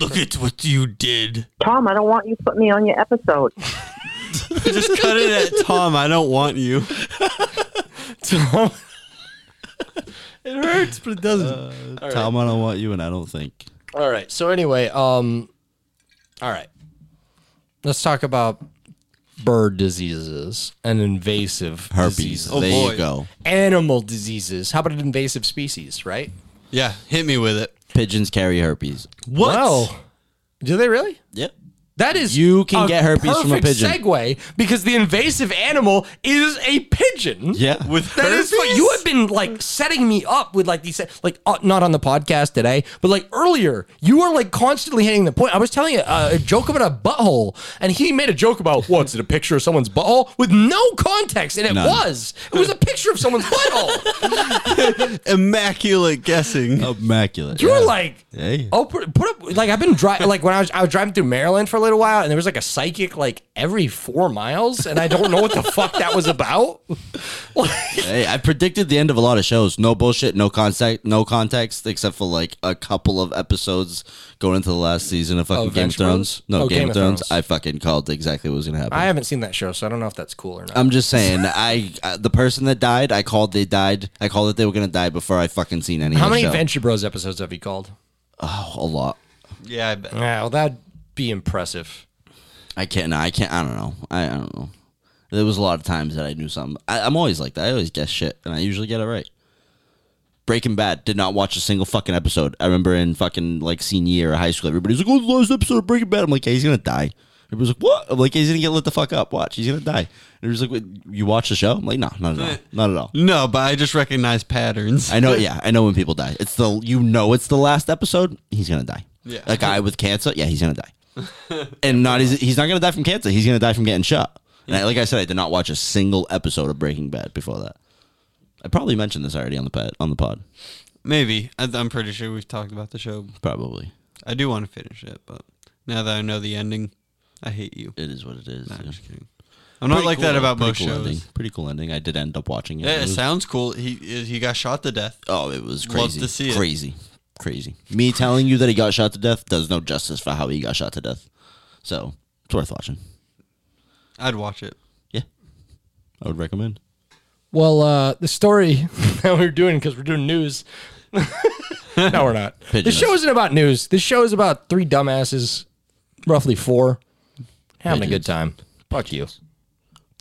[SPEAKER 5] Look at what you did.
[SPEAKER 3] Tom, I don't want you putting me on your episode.
[SPEAKER 5] Just cut it at Tom. I don't want you.
[SPEAKER 1] It hurts, but it doesn't.
[SPEAKER 5] Uh,
[SPEAKER 4] Tom, I don't want you, and I don't think.
[SPEAKER 1] all right. So anyway, um, all right. let's talk about bird diseases and invasive
[SPEAKER 4] Herpes.
[SPEAKER 1] diseases.
[SPEAKER 5] Oh,
[SPEAKER 4] there
[SPEAKER 5] boy.
[SPEAKER 4] you go.
[SPEAKER 1] Animal diseases. How about an invasive species, right?
[SPEAKER 5] Yeah, hit me with it.
[SPEAKER 4] Pigeons carry herpes.
[SPEAKER 5] What?
[SPEAKER 1] Wow. do they really?
[SPEAKER 4] Yep.
[SPEAKER 1] That is
[SPEAKER 4] You can
[SPEAKER 1] a
[SPEAKER 4] get herpes from a
[SPEAKER 1] perfect
[SPEAKER 4] pigeon.
[SPEAKER 1] Segue because the invasive animal is a pigeon.
[SPEAKER 4] Yeah.
[SPEAKER 5] With
[SPEAKER 1] That is what
[SPEAKER 5] herpes?
[SPEAKER 1] you have been like setting me up with like these like uh, not on the podcast today, but like earlier you were like constantly hitting the point. I was telling you uh, a joke about a butthole, and he made a joke about what's it a picture of someone's butthole with no context, and it
[SPEAKER 4] None.
[SPEAKER 1] was it was a picture of someone's butthole.
[SPEAKER 5] immaculate guessing.
[SPEAKER 4] Immaculate.
[SPEAKER 1] You were
[SPEAKER 4] yeah.
[SPEAKER 1] like,
[SPEAKER 4] Hey.
[SPEAKER 1] oh, put, put up like I've been driving like when I was I was driving through Maryland for a little while, and there was like a psychic like every four miles, and I don't know what the fuck that was about. Like,
[SPEAKER 4] Hey, I predicted the end of a lot of shows. No bullshit, no context, no context, except for like a couple of episodes going into the last season of fucking
[SPEAKER 1] Oh,
[SPEAKER 4] Game
[SPEAKER 1] Venture
[SPEAKER 4] of Thrones.
[SPEAKER 1] Brothers?
[SPEAKER 4] No,
[SPEAKER 1] Oh,
[SPEAKER 4] Game,
[SPEAKER 1] Game
[SPEAKER 4] of
[SPEAKER 1] of
[SPEAKER 4] Thrones.
[SPEAKER 1] Thrones.
[SPEAKER 4] I fucking called exactly what was gonna happen.
[SPEAKER 1] I haven't seen that show, so I don't know if that's cool or not.
[SPEAKER 4] I'm just saying, I uh, the person that died, I called they died. I called that they were gonna die before I fucking seen any.
[SPEAKER 1] How
[SPEAKER 4] of the
[SPEAKER 1] many
[SPEAKER 4] show.
[SPEAKER 1] Venture Bros episodes have you called?
[SPEAKER 4] Oh, a lot.
[SPEAKER 5] yeah, I bet.
[SPEAKER 1] Wow, that'd be impressive.
[SPEAKER 4] I can't. No, I can't. I don't know. I, I don't know. There was a lot of times that I knew something. I, I'm always like that. I always guess shit, and I usually get it right. Breaking Bad did not watch a single fucking episode. I remember in fucking like senior year of high school, everybody's like, "Oh, the last episode of Breaking Bad." I'm like, "Hey, he's gonna die." Everybody's like, "What?" I'm like, "He's gonna get lit the fuck up. Watch, he's gonna die." And everybody's like, "Wait, "You watch the show?" I'm like, "No, not at all. Not at all."
[SPEAKER 5] No, but I just recognize patterns.
[SPEAKER 4] I know. Yeah, I know when people die. It's the you know it's the last episode. He's gonna die.
[SPEAKER 5] Yeah.
[SPEAKER 4] A guy with cancer. Yeah, he's gonna die. and not he's, he's not gonna die from cancer. He's gonna die from getting shot. And I, like I said, I did not watch a single episode of Breaking Bad before that. I probably mentioned this already on the pod. On the pod,
[SPEAKER 5] Maybe. I, I'm pretty sure we've talked about the show.
[SPEAKER 4] probably.
[SPEAKER 5] I do want to finish it, but now that I know the ending, I hate you.
[SPEAKER 4] It is what it is.
[SPEAKER 5] I'm
[SPEAKER 4] yeah.
[SPEAKER 5] just kidding. I'm not
[SPEAKER 4] Pretty
[SPEAKER 5] like
[SPEAKER 4] cool-
[SPEAKER 5] that about
[SPEAKER 4] pretty
[SPEAKER 5] most
[SPEAKER 4] cool
[SPEAKER 5] shows.
[SPEAKER 4] Ending. Pretty cool ending. I did end up watching it.
[SPEAKER 5] Yeah,
[SPEAKER 4] It
[SPEAKER 5] it
[SPEAKER 4] was-
[SPEAKER 5] sounds cool. He he got shot to death.
[SPEAKER 4] oh, it was
[SPEAKER 5] Love
[SPEAKER 4] crazy.
[SPEAKER 5] to see it.
[SPEAKER 4] Crazy, crazy. Me telling you that he got shot to death does no justice for how he got shot to death. So it's worth watching.
[SPEAKER 5] I'd watch it.
[SPEAKER 4] Yeah. I would recommend.
[SPEAKER 1] Well, uh, the story that we're doing because we're doing news. no, we're not.
[SPEAKER 4] Pigeons.
[SPEAKER 1] This show isn't about news. This show is about three dumbasses, roughly four, having a
[SPEAKER 4] Pigeons.
[SPEAKER 1] good time. Fuck you.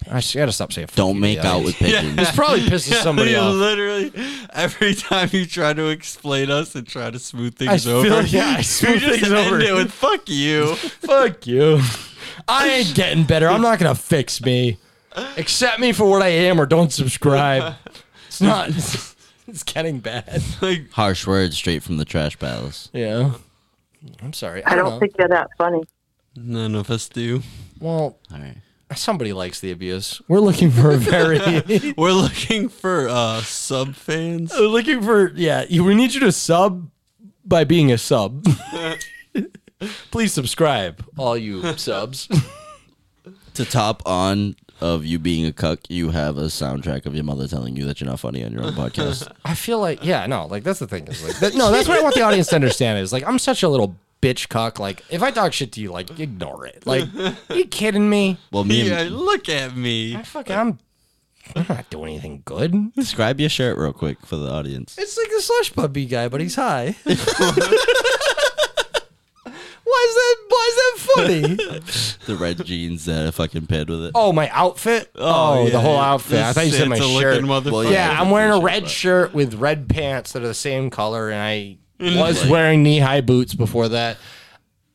[SPEAKER 1] I just gotta stop saying. Fuck
[SPEAKER 4] Don't
[SPEAKER 1] you,
[SPEAKER 4] make
[SPEAKER 1] yeah.
[SPEAKER 4] out with pigeons.
[SPEAKER 1] This probably pisses somebody
[SPEAKER 5] You
[SPEAKER 1] off.
[SPEAKER 5] Literally, every time you try to explain us and try to smooth
[SPEAKER 1] I
[SPEAKER 5] things
[SPEAKER 1] feel
[SPEAKER 5] over,
[SPEAKER 1] yeah, I
[SPEAKER 5] you
[SPEAKER 1] smooth
[SPEAKER 5] just
[SPEAKER 1] things
[SPEAKER 5] end
[SPEAKER 1] over.
[SPEAKER 5] it with "fuck you."
[SPEAKER 1] Fuck you. I ain't getting better. I'm not gonna fix me. Accept me for what I am, or don't subscribe. It's not. It's getting bad.
[SPEAKER 5] like,
[SPEAKER 4] Harsh words straight from the trash palace.
[SPEAKER 1] Yeah. I'm sorry. I,
[SPEAKER 3] I
[SPEAKER 1] don't,
[SPEAKER 3] don't
[SPEAKER 1] know.
[SPEAKER 3] think they're that funny.
[SPEAKER 5] none of us do.
[SPEAKER 1] Well,
[SPEAKER 4] All right.
[SPEAKER 1] somebody likes the abuse. We're looking for a very. we're
[SPEAKER 5] We're looking for uh sub fans.
[SPEAKER 1] looking for yeah. you- We need you to sub by being a sub. Please subscribe, all you subs.
[SPEAKER 4] To top on of you being a cuck, you have a soundtrack of your mother telling you that you're not funny on your own podcast.
[SPEAKER 1] I feel like yeah, no, like that's the thing. Is like that, no, that's what I want the audience to understand is like I'm such a little bitch cuck. Like if I talk shit to you, like ignore it. Like are you kidding me?
[SPEAKER 4] Well, me
[SPEAKER 5] Yeah,
[SPEAKER 4] and
[SPEAKER 5] look at me.
[SPEAKER 1] I fucking I'm. I'm not doing anything good.
[SPEAKER 4] describe your shirt real quick for the audience.
[SPEAKER 1] It's like the slush puppy guy, but he's high. why is that? Why is that funny?
[SPEAKER 4] The red jeans that are fucking paired with it.
[SPEAKER 1] oh, my outfit. Oh, the
[SPEAKER 5] yeah,
[SPEAKER 1] whole
[SPEAKER 5] yeah.
[SPEAKER 1] outfit. I
[SPEAKER 5] This
[SPEAKER 1] thought you said my
[SPEAKER 5] Santa-looking
[SPEAKER 1] shirt.
[SPEAKER 5] motherfucker.
[SPEAKER 4] Well,
[SPEAKER 1] yeah,
[SPEAKER 4] yeah,
[SPEAKER 1] I'm wearing a
[SPEAKER 4] appreciate
[SPEAKER 1] red
[SPEAKER 4] that.
[SPEAKER 1] shirt with red pants that are the same color, and I
[SPEAKER 5] Mm-hmm.
[SPEAKER 1] was wearing knee high boots before that.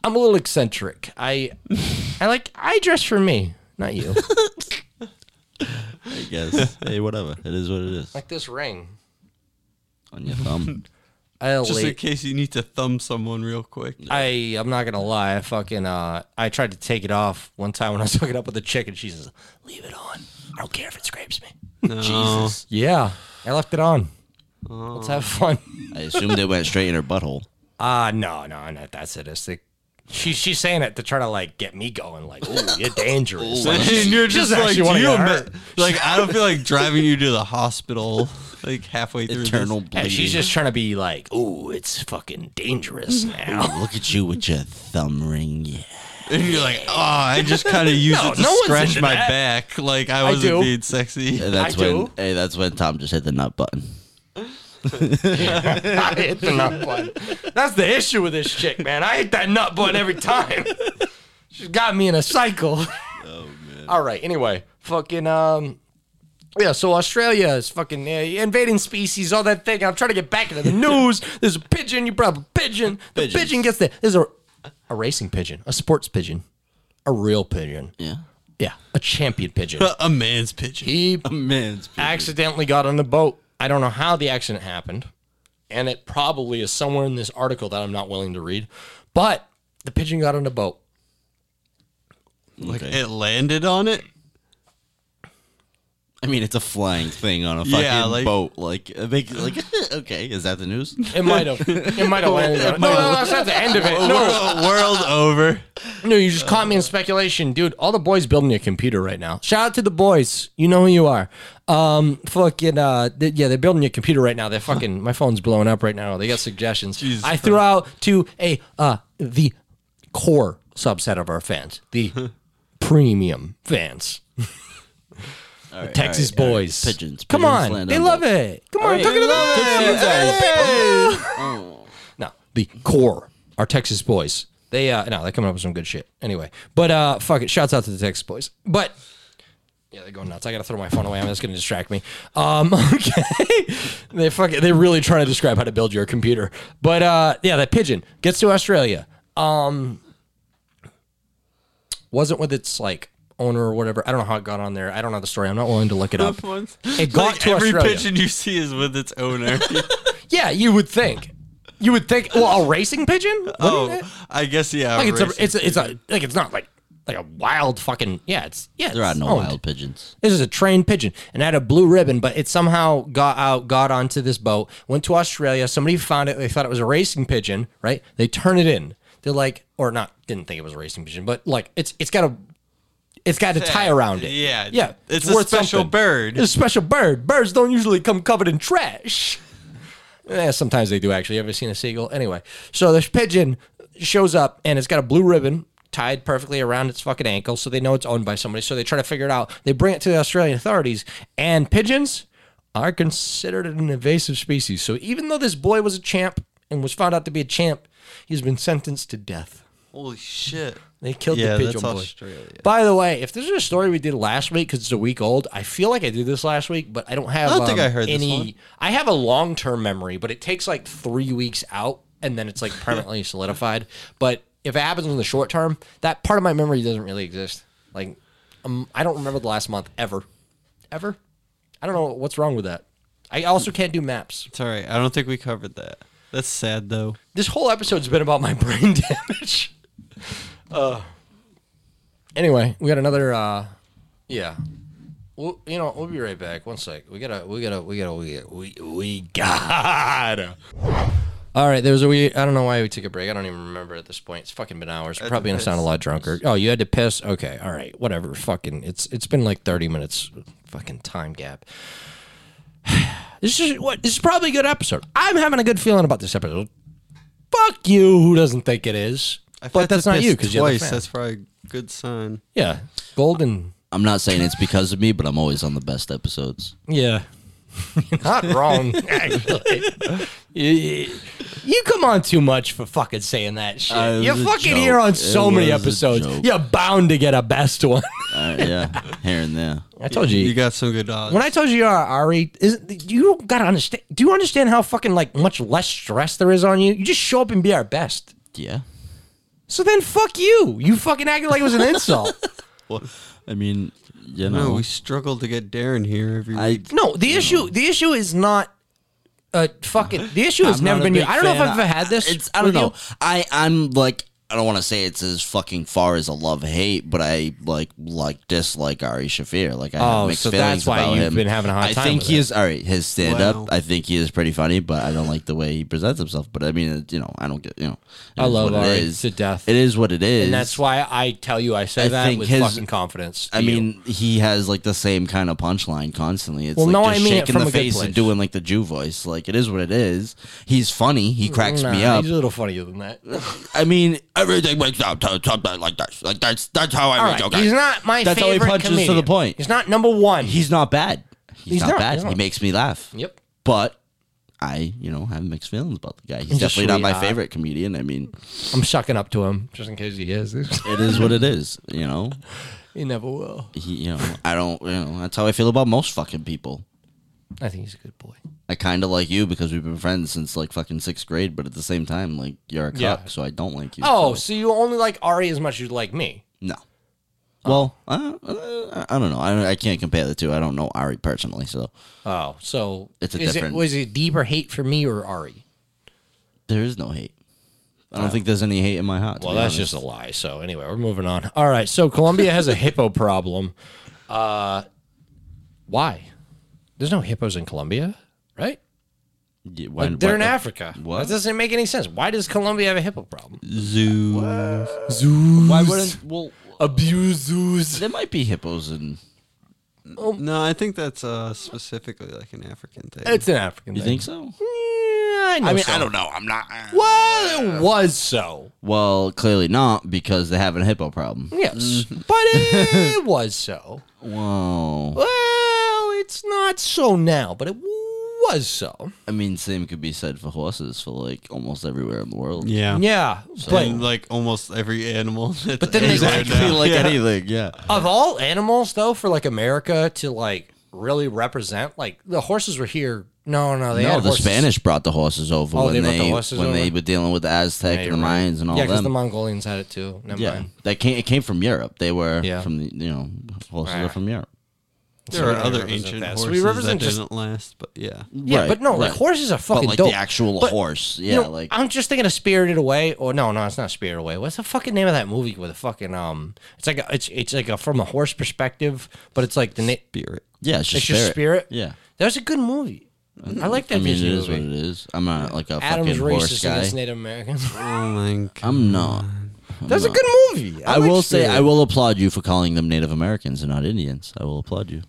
[SPEAKER 1] I'm a little eccentric. I, I like I dress for me, not you.
[SPEAKER 4] I
[SPEAKER 1] Oh.
[SPEAKER 4] guess. hey, whatever. It is what it is.
[SPEAKER 1] like this ring.
[SPEAKER 4] On your thumb.
[SPEAKER 1] I
[SPEAKER 5] Just in
[SPEAKER 1] late.
[SPEAKER 5] case you need to thumb someone real quick.
[SPEAKER 1] I I'm not gonna lie. I fucking uh, I tried to take it off one time when I was hooking up with a chick, and she says, "Leave it on. I don't care if it scrapes me."
[SPEAKER 4] Jesus.
[SPEAKER 1] Yeah, I left it on.
[SPEAKER 5] Oh.
[SPEAKER 1] Let's have fun.
[SPEAKER 4] I assumed it went straight in her butthole.
[SPEAKER 1] Ah, no, no, I'm not that sadistic. She she's saying it to try to like get me going. Like, ooh, you're dangerous.
[SPEAKER 5] and you're
[SPEAKER 1] She
[SPEAKER 5] just
[SPEAKER 1] doesn't
[SPEAKER 5] like,
[SPEAKER 1] actually wanna
[SPEAKER 5] do you
[SPEAKER 1] get
[SPEAKER 5] ima-
[SPEAKER 1] hurt.
[SPEAKER 5] like I don't feel like driving you to the hospital like halfway through. this.
[SPEAKER 4] Eternal bleeding.
[SPEAKER 1] And she's just trying to be like, ooh, it's fucking dangerous now.
[SPEAKER 4] Look at you with your thumb ring. Yeah.
[SPEAKER 5] and you're like, oh, I just kind of used
[SPEAKER 1] No,
[SPEAKER 5] it to
[SPEAKER 1] no one's
[SPEAKER 5] scratch
[SPEAKER 1] into
[SPEAKER 5] my
[SPEAKER 1] that.
[SPEAKER 5] back. Like I wasn't
[SPEAKER 1] do.
[SPEAKER 5] being sexy.
[SPEAKER 4] Hey, That's
[SPEAKER 1] I
[SPEAKER 4] when.
[SPEAKER 1] do.
[SPEAKER 4] Hey, that's when Tom just hit the nut button.
[SPEAKER 1] I hit the nut button. That's the issue with this chick, man. I hit that nut button every time. She's got me in a cycle. Oh man. All right. Anyway, fucking um. Yeah, so Australia is fucking uh, invading species, all that thing. I'm trying to get back into the news. There's a pigeon. You brought a pigeon. The
[SPEAKER 4] Pigeons.
[SPEAKER 1] pigeon gets there. There's a a racing pigeon, a sports pigeon, a real pigeon.
[SPEAKER 4] Yeah.
[SPEAKER 1] Yeah, a champion pigeon.
[SPEAKER 5] a man's pigeon.
[SPEAKER 1] He
[SPEAKER 5] a man's pigeon.
[SPEAKER 1] accidentally got on the boat. I don't know how the accident happened, and it probably is somewhere in this article that I'm not willing to read. But the pigeon got on the boat.
[SPEAKER 5] Like it landed on it.
[SPEAKER 4] I mean, it's a flying thing on a fucking
[SPEAKER 5] Yeah, like-
[SPEAKER 4] boat. Like, it make, like, okay, is that the news?
[SPEAKER 1] It might have. It might have landed. on it. No, no, that's not the end of it. No,
[SPEAKER 5] World, world over.
[SPEAKER 1] no, you just caught me in speculation, dude. All the boys building a computer right now. Shout out to the boys. You know who you are. Um, fucking uh, th- yeah, they're building a computer right now. They're fucking. My phone's blowing up right now. They got suggestions.
[SPEAKER 5] Jesus
[SPEAKER 1] I threw out to a uh the core subset of our fans, the premium fans. the Texas boys,
[SPEAKER 4] Pigeons.
[SPEAKER 1] Come
[SPEAKER 4] Pigeons
[SPEAKER 1] on,
[SPEAKER 4] land
[SPEAKER 1] they
[SPEAKER 4] on Oh,
[SPEAKER 1] love
[SPEAKER 4] boat.
[SPEAKER 1] it. Come on, talking to them.
[SPEAKER 4] Oh.
[SPEAKER 1] No, the core are Texas boys. They uh no, they're coming up with some good shit. Anyway, but uh fuck it. Shouts out to the Texas boys. But yeah, they're going nuts. I gotta throw my phone away. I'm just gonna distract me. Um, okay, they fucking they're really trying to describe how to build your computer. But uh, yeah, that pigeon gets to Australia. Um, wasn't with its like owner or whatever. I don't know how it got on there. I don't know the story. I'm not willing to look it up. It got
[SPEAKER 5] Like
[SPEAKER 1] to
[SPEAKER 5] every
[SPEAKER 1] Australia.
[SPEAKER 5] pigeon you see is with its owner.
[SPEAKER 1] Yeah, you would think. You would think. Well, a racing pigeon. Wouldn't
[SPEAKER 5] oh,
[SPEAKER 1] it?
[SPEAKER 5] I guess yeah.
[SPEAKER 1] like it's
[SPEAKER 5] racing.
[SPEAKER 1] a, it's a, it's a like it's not like like a wild fucking yeah it's yeah
[SPEAKER 4] There are
[SPEAKER 1] it's
[SPEAKER 4] no
[SPEAKER 5] Oh.
[SPEAKER 1] owned.
[SPEAKER 4] wild pigeons.
[SPEAKER 1] This is a trained pigeon and had a blue ribbon, but it somehow got out, got onto this boat, went to Australia. Somebody found it. They thought it was a racing pigeon, right? They turn it in. They're like, or not, didn't think it was a racing pigeon, but like it's it's got a it's got a tie around it.
[SPEAKER 5] Yeah,
[SPEAKER 1] yeah.
[SPEAKER 5] it's a special bird.
[SPEAKER 1] It's a special bird. Birds don't usually come covered in trash. Eh, sometimes they do actually. Ever seen a seagull? Anyway, so this pigeon shows up and it's got a blue ribbon tied perfectly around its fucking ankle, so they know it's owned by somebody. So they try to figure it out. They bring it to the Australian authorities, and pigeons are considered an invasive species. So even though this boy was a champ and was found out to be a champ, he's been sentenced to death.
[SPEAKER 5] Holy shit!
[SPEAKER 1] They killed
[SPEAKER 5] Yeah,
[SPEAKER 1] the pigeon
[SPEAKER 5] that's
[SPEAKER 1] boy.
[SPEAKER 5] Australia.
[SPEAKER 1] By the way, if this is a story we did last week because it's a week old, I feel like I did this last week, but I don't have.
[SPEAKER 5] I don't think
[SPEAKER 1] um,
[SPEAKER 5] I heard this
[SPEAKER 1] any.
[SPEAKER 5] one.
[SPEAKER 1] I have a long term memory, but it takes like three weeks out, and then it's like permanently solidified. But if it happens in the short term, that part of my memory doesn't really exist. Like, um, I don't remember the last month ever, ever. I don't know what's wrong with that. I also can't do maps.
[SPEAKER 5] It's all right. I don't think we covered that. That's sad though.
[SPEAKER 1] This whole episode's been about my brain damage. Uh, anyway, we got another. Uh, yeah, we'll, you know, we'll be right back. One sec. We gotta. We gotta. We gotta. We we, we gotta. All right, there was a we. I don't know why we took a break. I don't even remember at this point. It's fucking been hours. We're probably gonna sound a lot drunker. Oh, you had to piss. Okay, all right, whatever. Fucking, it's it's been like thirty minutes. Fucking time gap. This is what this is probably a good episode. I'm having a good feeling about this episode. Fuck you, who doesn't think it is? but that's not you because you're the
[SPEAKER 5] twice.
[SPEAKER 1] fan.
[SPEAKER 5] That's probably a good sign.
[SPEAKER 1] yeah, golden.
[SPEAKER 4] I'm not saying it's because of me, but I'm always on the best episodes.
[SPEAKER 1] Yeah. Not wrong, actually. you, you come on too much for fucking saying that shit.
[SPEAKER 4] Uh, it
[SPEAKER 1] You're
[SPEAKER 4] was a
[SPEAKER 1] fucking
[SPEAKER 4] joke.
[SPEAKER 1] here on
[SPEAKER 4] It
[SPEAKER 1] so many
[SPEAKER 4] was a
[SPEAKER 1] episodes.
[SPEAKER 4] joke.
[SPEAKER 1] You're bound to get a best one.
[SPEAKER 4] Uh, yeah, here and there.
[SPEAKER 1] I told you.
[SPEAKER 5] You got some good odds.
[SPEAKER 1] when I told you you're Ari, isn't, you gotta understand. Do you understand how fucking like much less stress there is on you? You just show up and be our best.
[SPEAKER 4] Yeah.
[SPEAKER 1] So then, fuck you. You fucking acted like it was an insult.
[SPEAKER 4] I mean, you know,
[SPEAKER 5] no, we struggle to get Darren here every
[SPEAKER 4] I
[SPEAKER 5] week.
[SPEAKER 1] No, the issue the issue is not uh fucking the issue has
[SPEAKER 4] I'm
[SPEAKER 1] never
[SPEAKER 4] not a
[SPEAKER 1] been you.
[SPEAKER 4] big
[SPEAKER 1] I don't know if
[SPEAKER 4] fan.
[SPEAKER 1] I've ever had this.
[SPEAKER 4] It's I don't
[SPEAKER 1] with you.
[SPEAKER 4] know. I I'm like I don't want to say it's as fucking far as a love hate, but I like like dislike Ari Shafir. Like I
[SPEAKER 1] Oh,
[SPEAKER 4] have mixed
[SPEAKER 1] so
[SPEAKER 4] feelings
[SPEAKER 1] that's why
[SPEAKER 4] about
[SPEAKER 1] you've
[SPEAKER 4] him.
[SPEAKER 1] been having a hard
[SPEAKER 4] I
[SPEAKER 1] time
[SPEAKER 4] think
[SPEAKER 1] with
[SPEAKER 4] he
[SPEAKER 1] it.
[SPEAKER 4] is all right. His stand up,
[SPEAKER 5] Wow.
[SPEAKER 4] I think he is pretty funny, but I don't like the way he presents himself. But I mean, you know, I don't get you know. it
[SPEAKER 1] I
[SPEAKER 4] is
[SPEAKER 1] love
[SPEAKER 4] what it
[SPEAKER 1] Ari
[SPEAKER 4] is.
[SPEAKER 1] to death.
[SPEAKER 4] It is what it is,
[SPEAKER 1] And that's why I tell you I say
[SPEAKER 4] I
[SPEAKER 1] that
[SPEAKER 4] think
[SPEAKER 1] with
[SPEAKER 4] his-
[SPEAKER 1] fucking confidence. to
[SPEAKER 4] I
[SPEAKER 1] you.
[SPEAKER 4] mean, he has like the same kind of punchline constantly. It's
[SPEAKER 1] Well,
[SPEAKER 4] like
[SPEAKER 1] no,
[SPEAKER 4] just
[SPEAKER 1] I mean it
[SPEAKER 4] shaking
[SPEAKER 1] from a
[SPEAKER 4] the
[SPEAKER 1] good
[SPEAKER 4] face
[SPEAKER 1] place.
[SPEAKER 4] and doing like the Jew voice. Like it is what it is. He's funny. He cracks
[SPEAKER 1] Nah,
[SPEAKER 4] me up.
[SPEAKER 1] He's a little funnier than that. All
[SPEAKER 4] I mean, everything wakes up to something like that. Like that's that's how I
[SPEAKER 1] right,
[SPEAKER 4] reach. Okay,
[SPEAKER 1] he's not my
[SPEAKER 4] That's how he
[SPEAKER 1] favorite
[SPEAKER 4] punches to the
[SPEAKER 1] comedian.
[SPEAKER 4] point.
[SPEAKER 1] He's not number one.
[SPEAKER 4] He's not bad. He's,
[SPEAKER 1] He's
[SPEAKER 4] not,
[SPEAKER 1] not,
[SPEAKER 4] bad.
[SPEAKER 1] he's not.
[SPEAKER 4] He makes me laugh.
[SPEAKER 1] yep.
[SPEAKER 4] But I, you know, have mixed feelings about the guy. He's,
[SPEAKER 1] He's a
[SPEAKER 4] definitely not my
[SPEAKER 1] sweetheart.
[SPEAKER 4] favorite comedian. I mean,
[SPEAKER 1] I'm sucking up to him just in case he is.
[SPEAKER 4] it is what it is. You know,
[SPEAKER 1] he never will.
[SPEAKER 4] he, you know, I don't, you know, that's how I feel about most fucking people.
[SPEAKER 1] I think he's a good boy.
[SPEAKER 4] I kind of like you because we've been friends since like fucking sixth grade, but at the same time, like you're a cuck,
[SPEAKER 1] Yeah.
[SPEAKER 4] so I don't like you.
[SPEAKER 1] Oh,
[SPEAKER 4] so-
[SPEAKER 1] so you only like Ari as much as you like me?
[SPEAKER 4] no. Well, I, I- I don't know. I, I can't compare the two. I don't know Ari personally, so
[SPEAKER 1] Oh, so
[SPEAKER 4] It's a
[SPEAKER 1] is
[SPEAKER 4] different-
[SPEAKER 1] It, was it deeper hate for me or Ari?
[SPEAKER 4] there is no hate. I don't think there's any hate in my heart. to
[SPEAKER 1] Well,
[SPEAKER 4] be
[SPEAKER 1] that's
[SPEAKER 4] honest.
[SPEAKER 1] just a lie. So anyway, we're moving on. All right. So Colombia has a hippo problem. Uh, why? There's no hippos in Colombia, right?
[SPEAKER 4] Yeah, why-
[SPEAKER 1] Like, they're
[SPEAKER 4] why-
[SPEAKER 1] in Africa.
[SPEAKER 4] what?
[SPEAKER 1] That doesn't make any sense. Why does Colombia have a hippo problem?
[SPEAKER 5] Zoo.
[SPEAKER 4] Why wouldn't? Well,
[SPEAKER 1] Abuse zoos.
[SPEAKER 4] there might be hippos and.
[SPEAKER 5] No, I think that's uh, specifically like an African thing.
[SPEAKER 1] It's an African.
[SPEAKER 4] You
[SPEAKER 1] thing.
[SPEAKER 4] think so?
[SPEAKER 1] Yeah, I, know
[SPEAKER 4] I mean,
[SPEAKER 1] so.
[SPEAKER 4] I don't know. I'm not. uh,
[SPEAKER 1] Well, it was so.
[SPEAKER 4] Well, clearly not because they have a hippo problem.
[SPEAKER 1] Yes,
[SPEAKER 4] Mm-hmm.
[SPEAKER 1] but it was so.
[SPEAKER 4] Whoa.
[SPEAKER 1] Well, it's not so now, but it was so.
[SPEAKER 4] I mean, same could be said for horses for like almost everywhere in the world.
[SPEAKER 5] yeah.
[SPEAKER 1] Yeah,
[SPEAKER 5] And
[SPEAKER 1] but
[SPEAKER 5] like almost every animal. That's
[SPEAKER 1] But then they like-
[SPEAKER 5] everywhere now.
[SPEAKER 4] like
[SPEAKER 5] Yeah.
[SPEAKER 4] anything. Yeah.
[SPEAKER 1] of all animals, though, for like America to like really represent, like the horses were here. No, no, they
[SPEAKER 4] no,
[SPEAKER 1] had
[SPEAKER 4] the
[SPEAKER 1] horses.
[SPEAKER 4] Spanish brought the horses over
[SPEAKER 1] Oh, they
[SPEAKER 4] when
[SPEAKER 1] brought
[SPEAKER 4] they,
[SPEAKER 1] the horses
[SPEAKER 4] when they
[SPEAKER 1] over?
[SPEAKER 4] were dealing with the Aztec
[SPEAKER 1] Yeah,
[SPEAKER 4] and
[SPEAKER 1] you're
[SPEAKER 4] the
[SPEAKER 1] right.
[SPEAKER 4] Mayans and all
[SPEAKER 1] Yeah, because
[SPEAKER 4] them.
[SPEAKER 1] the Mongolians had it too. Never
[SPEAKER 4] yeah,
[SPEAKER 1] mind.
[SPEAKER 4] that came. It came from Europe. They were
[SPEAKER 1] Yeah.
[SPEAKER 4] from the you know horses are
[SPEAKER 1] Right.
[SPEAKER 4] from Europe.
[SPEAKER 5] There
[SPEAKER 1] So we
[SPEAKER 5] are
[SPEAKER 1] don't
[SPEAKER 5] other
[SPEAKER 1] represent
[SPEAKER 5] ancient
[SPEAKER 1] that. So we
[SPEAKER 5] horses
[SPEAKER 1] represent
[SPEAKER 5] that
[SPEAKER 1] just-
[SPEAKER 5] didn't last, but yeah.
[SPEAKER 1] Yeah,
[SPEAKER 4] Right,
[SPEAKER 1] but no, like
[SPEAKER 4] right.
[SPEAKER 1] horses are fucking
[SPEAKER 4] but like
[SPEAKER 1] dope.
[SPEAKER 4] the actual
[SPEAKER 1] But,
[SPEAKER 4] horse. Yeah,
[SPEAKER 1] you know,
[SPEAKER 4] like
[SPEAKER 1] I'm just thinking of Spirited Away, or no, no, it's not Spirited Away. What's the fucking name of that movie with a fucking um? It's like a, it's it's like a from a horse perspective, but it's like the name.
[SPEAKER 5] Spirit.
[SPEAKER 4] yeah, it's just,
[SPEAKER 1] It's just Spirit.
[SPEAKER 4] Yeah,
[SPEAKER 1] That was a good movie. I like that
[SPEAKER 4] I mean it
[SPEAKER 1] Disney
[SPEAKER 4] is what
[SPEAKER 1] movie.
[SPEAKER 4] it is. I'm not like a
[SPEAKER 1] Adam's
[SPEAKER 4] fucking horse
[SPEAKER 1] racist
[SPEAKER 4] guy.
[SPEAKER 1] against Native Americans.
[SPEAKER 5] Oh my god.
[SPEAKER 4] I'm not.
[SPEAKER 1] That's a good movie.
[SPEAKER 4] I,
[SPEAKER 1] like
[SPEAKER 4] will say
[SPEAKER 1] Spirited.
[SPEAKER 4] I will applaud you for calling them Native Americans and not Indians. I will applaud you.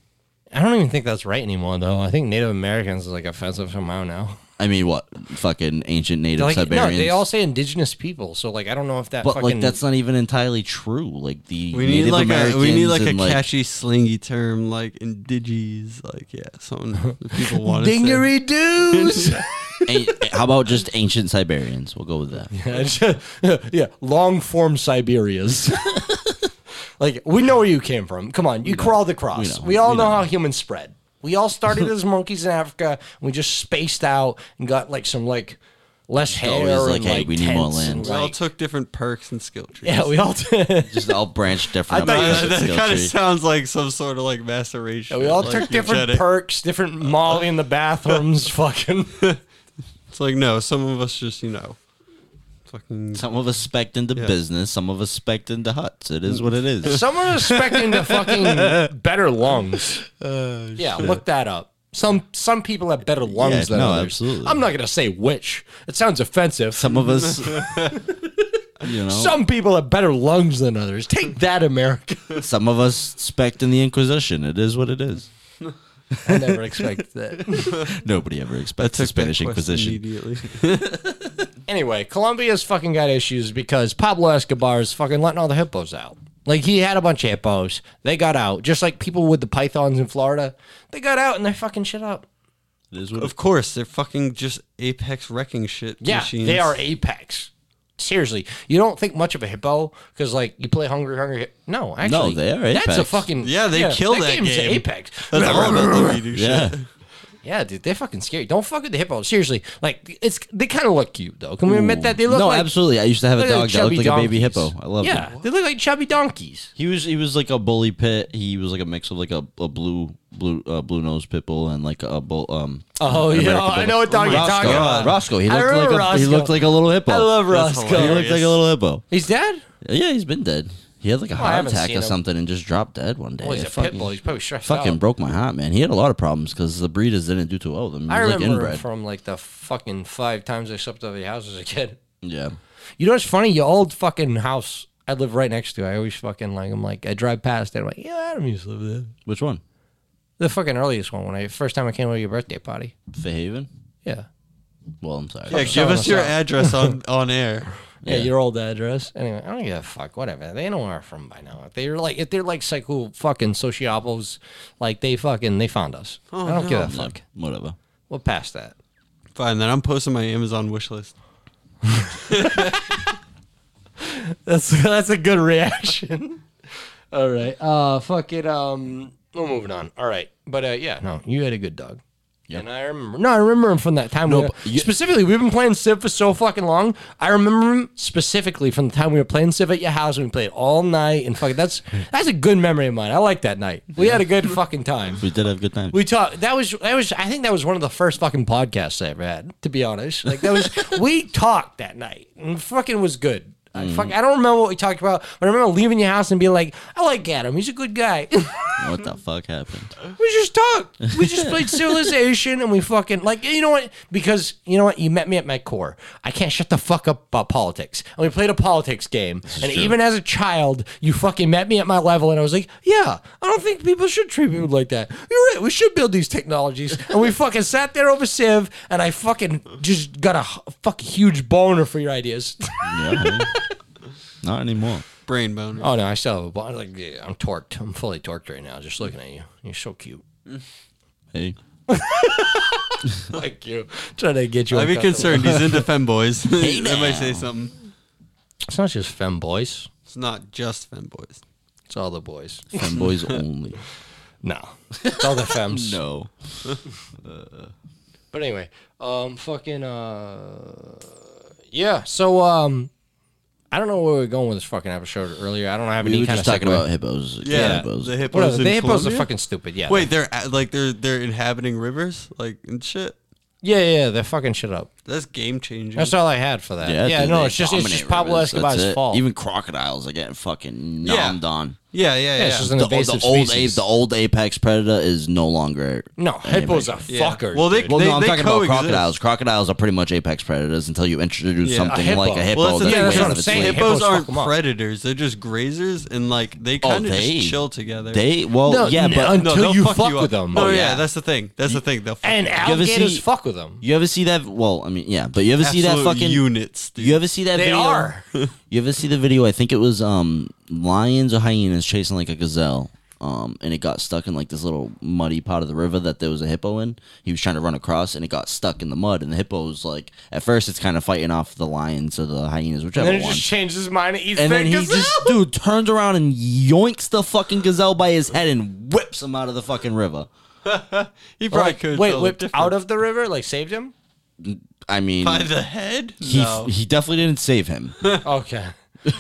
[SPEAKER 1] I don't even think that's right anymore, though. I think Native Americans is like offensive somehow now.
[SPEAKER 4] I mean, what fucking ancient Native
[SPEAKER 1] They're like, no,
[SPEAKER 4] Siberians?
[SPEAKER 1] they all say indigenous people, so like I don't know if that.
[SPEAKER 4] but
[SPEAKER 1] fucking,
[SPEAKER 4] like that's not even entirely true. Like the
[SPEAKER 5] We need
[SPEAKER 4] Native
[SPEAKER 5] like a
[SPEAKER 4] Americans
[SPEAKER 5] we need like a
[SPEAKER 4] and, like,
[SPEAKER 5] catchy slingy term like indigis, like yeah, something that people want to say.
[SPEAKER 1] dingery doos.
[SPEAKER 4] an- how about just ancient Siberians? We'll go with that.
[SPEAKER 1] yeah, long form Siberias. like we know where you came from. Come on, you crawled across. We,
[SPEAKER 4] know.
[SPEAKER 1] all
[SPEAKER 4] We
[SPEAKER 1] know,
[SPEAKER 4] know.
[SPEAKER 1] how humans spread. We all started as monkeys in Africa. And we just spaced out and got like some like less hair
[SPEAKER 4] always
[SPEAKER 1] and
[SPEAKER 4] like,
[SPEAKER 1] like,
[SPEAKER 4] hey, we need more
[SPEAKER 1] tents and,
[SPEAKER 4] land.
[SPEAKER 5] We all
[SPEAKER 1] like-
[SPEAKER 5] took different perks and skill trees.
[SPEAKER 1] yeah, we all did.
[SPEAKER 4] Just all branch
[SPEAKER 1] I
[SPEAKER 4] different.
[SPEAKER 1] thought you
[SPEAKER 4] branches
[SPEAKER 1] said
[SPEAKER 4] of
[SPEAKER 5] that
[SPEAKER 4] skill
[SPEAKER 5] kind of
[SPEAKER 4] tree.
[SPEAKER 5] sounds like some sort of like maceration.
[SPEAKER 1] we all
[SPEAKER 5] like
[SPEAKER 1] took
[SPEAKER 5] you
[SPEAKER 1] different
[SPEAKER 5] get it.
[SPEAKER 1] perks, different Molly in the bathrooms. fucking
[SPEAKER 5] It's like no, some of us just you know, fucking
[SPEAKER 4] Some of us specked into
[SPEAKER 5] Yeah.
[SPEAKER 4] business. Some of us specked into huts. It is what it is.
[SPEAKER 1] someone expecting the fucking better lungs. yeah, look that up. Some some people have better lungs
[SPEAKER 4] Yeah,
[SPEAKER 1] than
[SPEAKER 4] no,
[SPEAKER 1] others.
[SPEAKER 4] absolutely.
[SPEAKER 1] I'm not gonna say which. It sounds offensive.
[SPEAKER 4] Some of us, you know, some,
[SPEAKER 1] Some people have better lungs than others. Take that, America.
[SPEAKER 4] of us specked in the Inquisition. It is what it is.
[SPEAKER 1] I never expected that.
[SPEAKER 4] Nobody ever
[SPEAKER 5] I
[SPEAKER 4] expects the
[SPEAKER 5] took that
[SPEAKER 4] Spanish
[SPEAKER 5] quest
[SPEAKER 4] Inquisition.
[SPEAKER 5] immediately.
[SPEAKER 1] Anyway, Colombia's fucking got issues because Pablo Escobar is fucking letting all the hippos out. Like he had a bunch of hippos. They got out. Just like people with the pythons in Florida. They got out and they're fucking shit up.
[SPEAKER 4] It is what it
[SPEAKER 5] of course, they're fucking just apex wrecking shit.
[SPEAKER 1] Yeah,
[SPEAKER 5] machines.
[SPEAKER 1] they are apex. Seriously, you don't think much of a hippo because like you play Hungry Hungry. Hi- No, actually,
[SPEAKER 4] they are
[SPEAKER 1] That's a
[SPEAKER 4] apex.
[SPEAKER 1] fucking
[SPEAKER 5] Yeah, they kill that
[SPEAKER 1] game's
[SPEAKER 5] game.
[SPEAKER 1] Apex.
[SPEAKER 5] That's all about the voodoo
[SPEAKER 4] Yeah.
[SPEAKER 5] shit.
[SPEAKER 1] yeah, dude, they're fucking scary. Don't fuck with the hippo. Seriously, like it's they kind of look cute though. Can we admit that they look?
[SPEAKER 4] no,
[SPEAKER 1] like,
[SPEAKER 4] absolutely. I used to have a
[SPEAKER 1] they look
[SPEAKER 4] dog that looked
[SPEAKER 1] chubby
[SPEAKER 4] like a baby hippo.
[SPEAKER 1] donkeys.
[SPEAKER 4] I love
[SPEAKER 1] Yeah,
[SPEAKER 4] him.
[SPEAKER 1] they look like chubby donkeys.
[SPEAKER 4] He was he was like a bully pit. He was like a mix of like a, a blue blue uh, blue nose pit bull and like a bull um.
[SPEAKER 1] Oh,
[SPEAKER 4] American
[SPEAKER 1] yeah, I
[SPEAKER 4] bull.
[SPEAKER 1] know what dog you're
[SPEAKER 4] Roscoe.
[SPEAKER 1] talking about.
[SPEAKER 4] Roscoe. He
[SPEAKER 1] I
[SPEAKER 4] looked like a
[SPEAKER 1] remember
[SPEAKER 4] he
[SPEAKER 1] Roscoe.
[SPEAKER 4] looked like a little hippo.
[SPEAKER 1] I love
[SPEAKER 5] That's
[SPEAKER 1] Roscoe.
[SPEAKER 4] He
[SPEAKER 5] hilarious.
[SPEAKER 4] looked like a little hippo.
[SPEAKER 1] He's dead.
[SPEAKER 4] Yeah, he's been dead. He had like a
[SPEAKER 1] I
[SPEAKER 4] heart
[SPEAKER 1] haven't
[SPEAKER 4] attack
[SPEAKER 1] seen
[SPEAKER 4] or
[SPEAKER 1] him.
[SPEAKER 4] something and just dropped dead one day.
[SPEAKER 1] Oh, he's
[SPEAKER 4] It
[SPEAKER 1] a pit
[SPEAKER 4] fucking,
[SPEAKER 1] bull. He's probably stressed
[SPEAKER 4] fucking
[SPEAKER 1] out.
[SPEAKER 4] broke my heart, man. He had a lot of problems because the breeders didn't do too well with him. He
[SPEAKER 1] I
[SPEAKER 4] was, like,
[SPEAKER 1] remember
[SPEAKER 4] inbred.
[SPEAKER 1] from like the fucking five times I slept over your house as a kid.
[SPEAKER 4] yeah.
[SPEAKER 1] You know what's funny? Your old fucking house I live right next to. I always fucking like I'm like I drive past it. I'm like, yeah, Adam used to live there.
[SPEAKER 4] Which one?
[SPEAKER 1] The fucking earliest one when I first time I came over to your birthday party.
[SPEAKER 4] Fairhaven?
[SPEAKER 1] Yeah.
[SPEAKER 4] Well, I'm sorry.
[SPEAKER 5] Yeah, give us your address on on air.
[SPEAKER 1] Yeah, your old address. Anyway, I don't give a fuck. Whatever. They know where I'm from by now. If they're like, if they're like psycho fucking sociopos, like they fucking they found us. I don't give a fuck.
[SPEAKER 4] Whatever.
[SPEAKER 1] We're past that.
[SPEAKER 5] Fine, then I'm posting my Amazon wish list.
[SPEAKER 1] That's that's a good reaction. All right. Uh fuck it. Um we're moving on. All right. But uh yeah, no, you had a good dog. And I remember no, I remember him from that time we
[SPEAKER 4] but you-
[SPEAKER 1] specifically we've been playing Civ for so fucking long. I remember him specifically from the time we were playing Civ at your house and we played all night and fucking that's that's a good memory of mine. I like that night. We had a good fucking time.
[SPEAKER 4] We did have a good time.
[SPEAKER 1] We talked. That was that was. I think that was one of the first fucking podcasts I ever had. To be honest, like that was. we talked that night. And fucking was good. I fuck. I don't remember what we talked about, but I remember leaving your house and being like, "I like Adam. He's a good guy."
[SPEAKER 4] what the fuck happened?
[SPEAKER 1] we just talked. We just played Civilization, and we fucking like you know what? Because you know what? You met me at my core. I can't shut the fuck up about politics. And we played a politics game. And even as a child, you fucking met me at my level, and I was like, yeah, I don't think people should treat people like that. You're right. We should build these technologies. And we fucking sat there over Civ, and I fucking just got a h- fucking huge boner for your ideas.
[SPEAKER 4] Not anymore.
[SPEAKER 5] Brain boner.
[SPEAKER 1] oh no, I still have a boner. Like yeah, I'm torqued. I'm fully torqued right now. Just looking at you. You're so cute.
[SPEAKER 4] Hey,
[SPEAKER 1] like you trying to get you.
[SPEAKER 5] I'd be
[SPEAKER 1] uncomfortable.
[SPEAKER 5] concerned. He's into femboys. I might say something.
[SPEAKER 1] It's not just femboys.
[SPEAKER 5] It's not just femboys.
[SPEAKER 1] It's all the boys.
[SPEAKER 4] femboys only.
[SPEAKER 1] No. It's all the femmes.
[SPEAKER 4] No.
[SPEAKER 1] But anyway, um fucking uh yeah, so um I don't know where we are going with this fucking episode earlier. I don't have any
[SPEAKER 4] We were
[SPEAKER 1] kind
[SPEAKER 4] just
[SPEAKER 1] of
[SPEAKER 4] talking
[SPEAKER 1] segue.
[SPEAKER 4] about hippos.
[SPEAKER 5] Yeah,
[SPEAKER 4] hippos.
[SPEAKER 5] the hippos.
[SPEAKER 1] Whatever,
[SPEAKER 5] in
[SPEAKER 1] the hippos are
[SPEAKER 5] Colombia?
[SPEAKER 1] fucking stupid. Yeah.
[SPEAKER 5] Wait, they're at- like they're they're inhabiting rivers, like and shit.
[SPEAKER 1] Yeah, yeah, yeah, they're fucking shit up.
[SPEAKER 5] That's game changing.
[SPEAKER 1] That's all I had for that. Uh, Yeah,
[SPEAKER 4] dude,
[SPEAKER 1] no,
[SPEAKER 4] they
[SPEAKER 1] it's just it's
[SPEAKER 4] dominate
[SPEAKER 1] just Pablo
[SPEAKER 4] rivers.
[SPEAKER 1] Escobar's
[SPEAKER 4] That's it.
[SPEAKER 1] fault.
[SPEAKER 4] Even crocodiles are getting fucking
[SPEAKER 5] Yeah.
[SPEAKER 4] nommed on.
[SPEAKER 5] yeah, yeah, yeah.
[SPEAKER 1] it's just an
[SPEAKER 4] The,
[SPEAKER 1] invasive
[SPEAKER 4] the old a,
[SPEAKER 1] species.
[SPEAKER 4] the old apex predator is no longer.
[SPEAKER 1] no, hippos are
[SPEAKER 5] Yeah.
[SPEAKER 1] fuckers.
[SPEAKER 5] Well, they
[SPEAKER 1] dude.
[SPEAKER 4] Well,
[SPEAKER 5] they,
[SPEAKER 4] no, I'm
[SPEAKER 5] they
[SPEAKER 4] talking
[SPEAKER 5] coexist.
[SPEAKER 4] about crocodiles. Crocodiles are pretty much apex predators until you introduce
[SPEAKER 5] Yeah.
[SPEAKER 4] something
[SPEAKER 1] A
[SPEAKER 4] like
[SPEAKER 1] hippo.
[SPEAKER 4] a hippo.
[SPEAKER 5] Well, that's the thing.
[SPEAKER 1] that's
[SPEAKER 4] way
[SPEAKER 1] what
[SPEAKER 4] out
[SPEAKER 1] I'm
[SPEAKER 4] of its
[SPEAKER 1] saying.
[SPEAKER 4] league.
[SPEAKER 1] Hippos
[SPEAKER 5] Hippos
[SPEAKER 1] fuck
[SPEAKER 5] aren't
[SPEAKER 1] 'em up.
[SPEAKER 5] predators; they're just grazers, and like they
[SPEAKER 4] Oh,
[SPEAKER 5] kind of
[SPEAKER 4] they-
[SPEAKER 5] just chill together.
[SPEAKER 4] They well,
[SPEAKER 1] No,
[SPEAKER 4] yeah,
[SPEAKER 1] no,
[SPEAKER 4] but
[SPEAKER 1] un- until
[SPEAKER 5] they'll
[SPEAKER 1] you fuck with
[SPEAKER 5] up.
[SPEAKER 1] them.
[SPEAKER 5] No,
[SPEAKER 1] Oh,
[SPEAKER 5] yeah.
[SPEAKER 1] yeah.
[SPEAKER 5] that's the thing. That's the thing. They'll fuck
[SPEAKER 1] and
[SPEAKER 5] you.
[SPEAKER 1] alligators
[SPEAKER 4] see-
[SPEAKER 1] fuck with them.
[SPEAKER 4] you ever see that? Well, I mean, yeah, but you ever see that
[SPEAKER 5] Absolute
[SPEAKER 4] fucking?
[SPEAKER 5] units. Dude.
[SPEAKER 4] you ever see that?
[SPEAKER 1] They
[SPEAKER 4] video?
[SPEAKER 1] are.
[SPEAKER 4] You ever see the video? I think it was um lions or hyenas chasing like a gazelle. Um, and it got stuck in like this little muddy part of the river that there was a hippo in. He was trying to run across, and it got stuck in the mud. And the hippo's like, at first, it's kind of fighting off the lions or the hyenas,
[SPEAKER 1] And
[SPEAKER 4] whichever
[SPEAKER 1] then he
[SPEAKER 4] one.
[SPEAKER 1] just changed his mind and eats
[SPEAKER 4] and
[SPEAKER 1] that
[SPEAKER 4] then he
[SPEAKER 1] gazelle.
[SPEAKER 4] just dude turns around and yoinks the fucking gazelle by his head and whips him out of the fucking river.
[SPEAKER 5] He probably
[SPEAKER 1] Like,
[SPEAKER 5] could.
[SPEAKER 1] wait,
[SPEAKER 5] tell the
[SPEAKER 1] whipped
[SPEAKER 5] difference.
[SPEAKER 1] out of the river, like saved him.
[SPEAKER 4] I mean,
[SPEAKER 5] by the head.
[SPEAKER 4] he
[SPEAKER 5] no.
[SPEAKER 4] he definitely didn't save him.
[SPEAKER 1] Okay. no,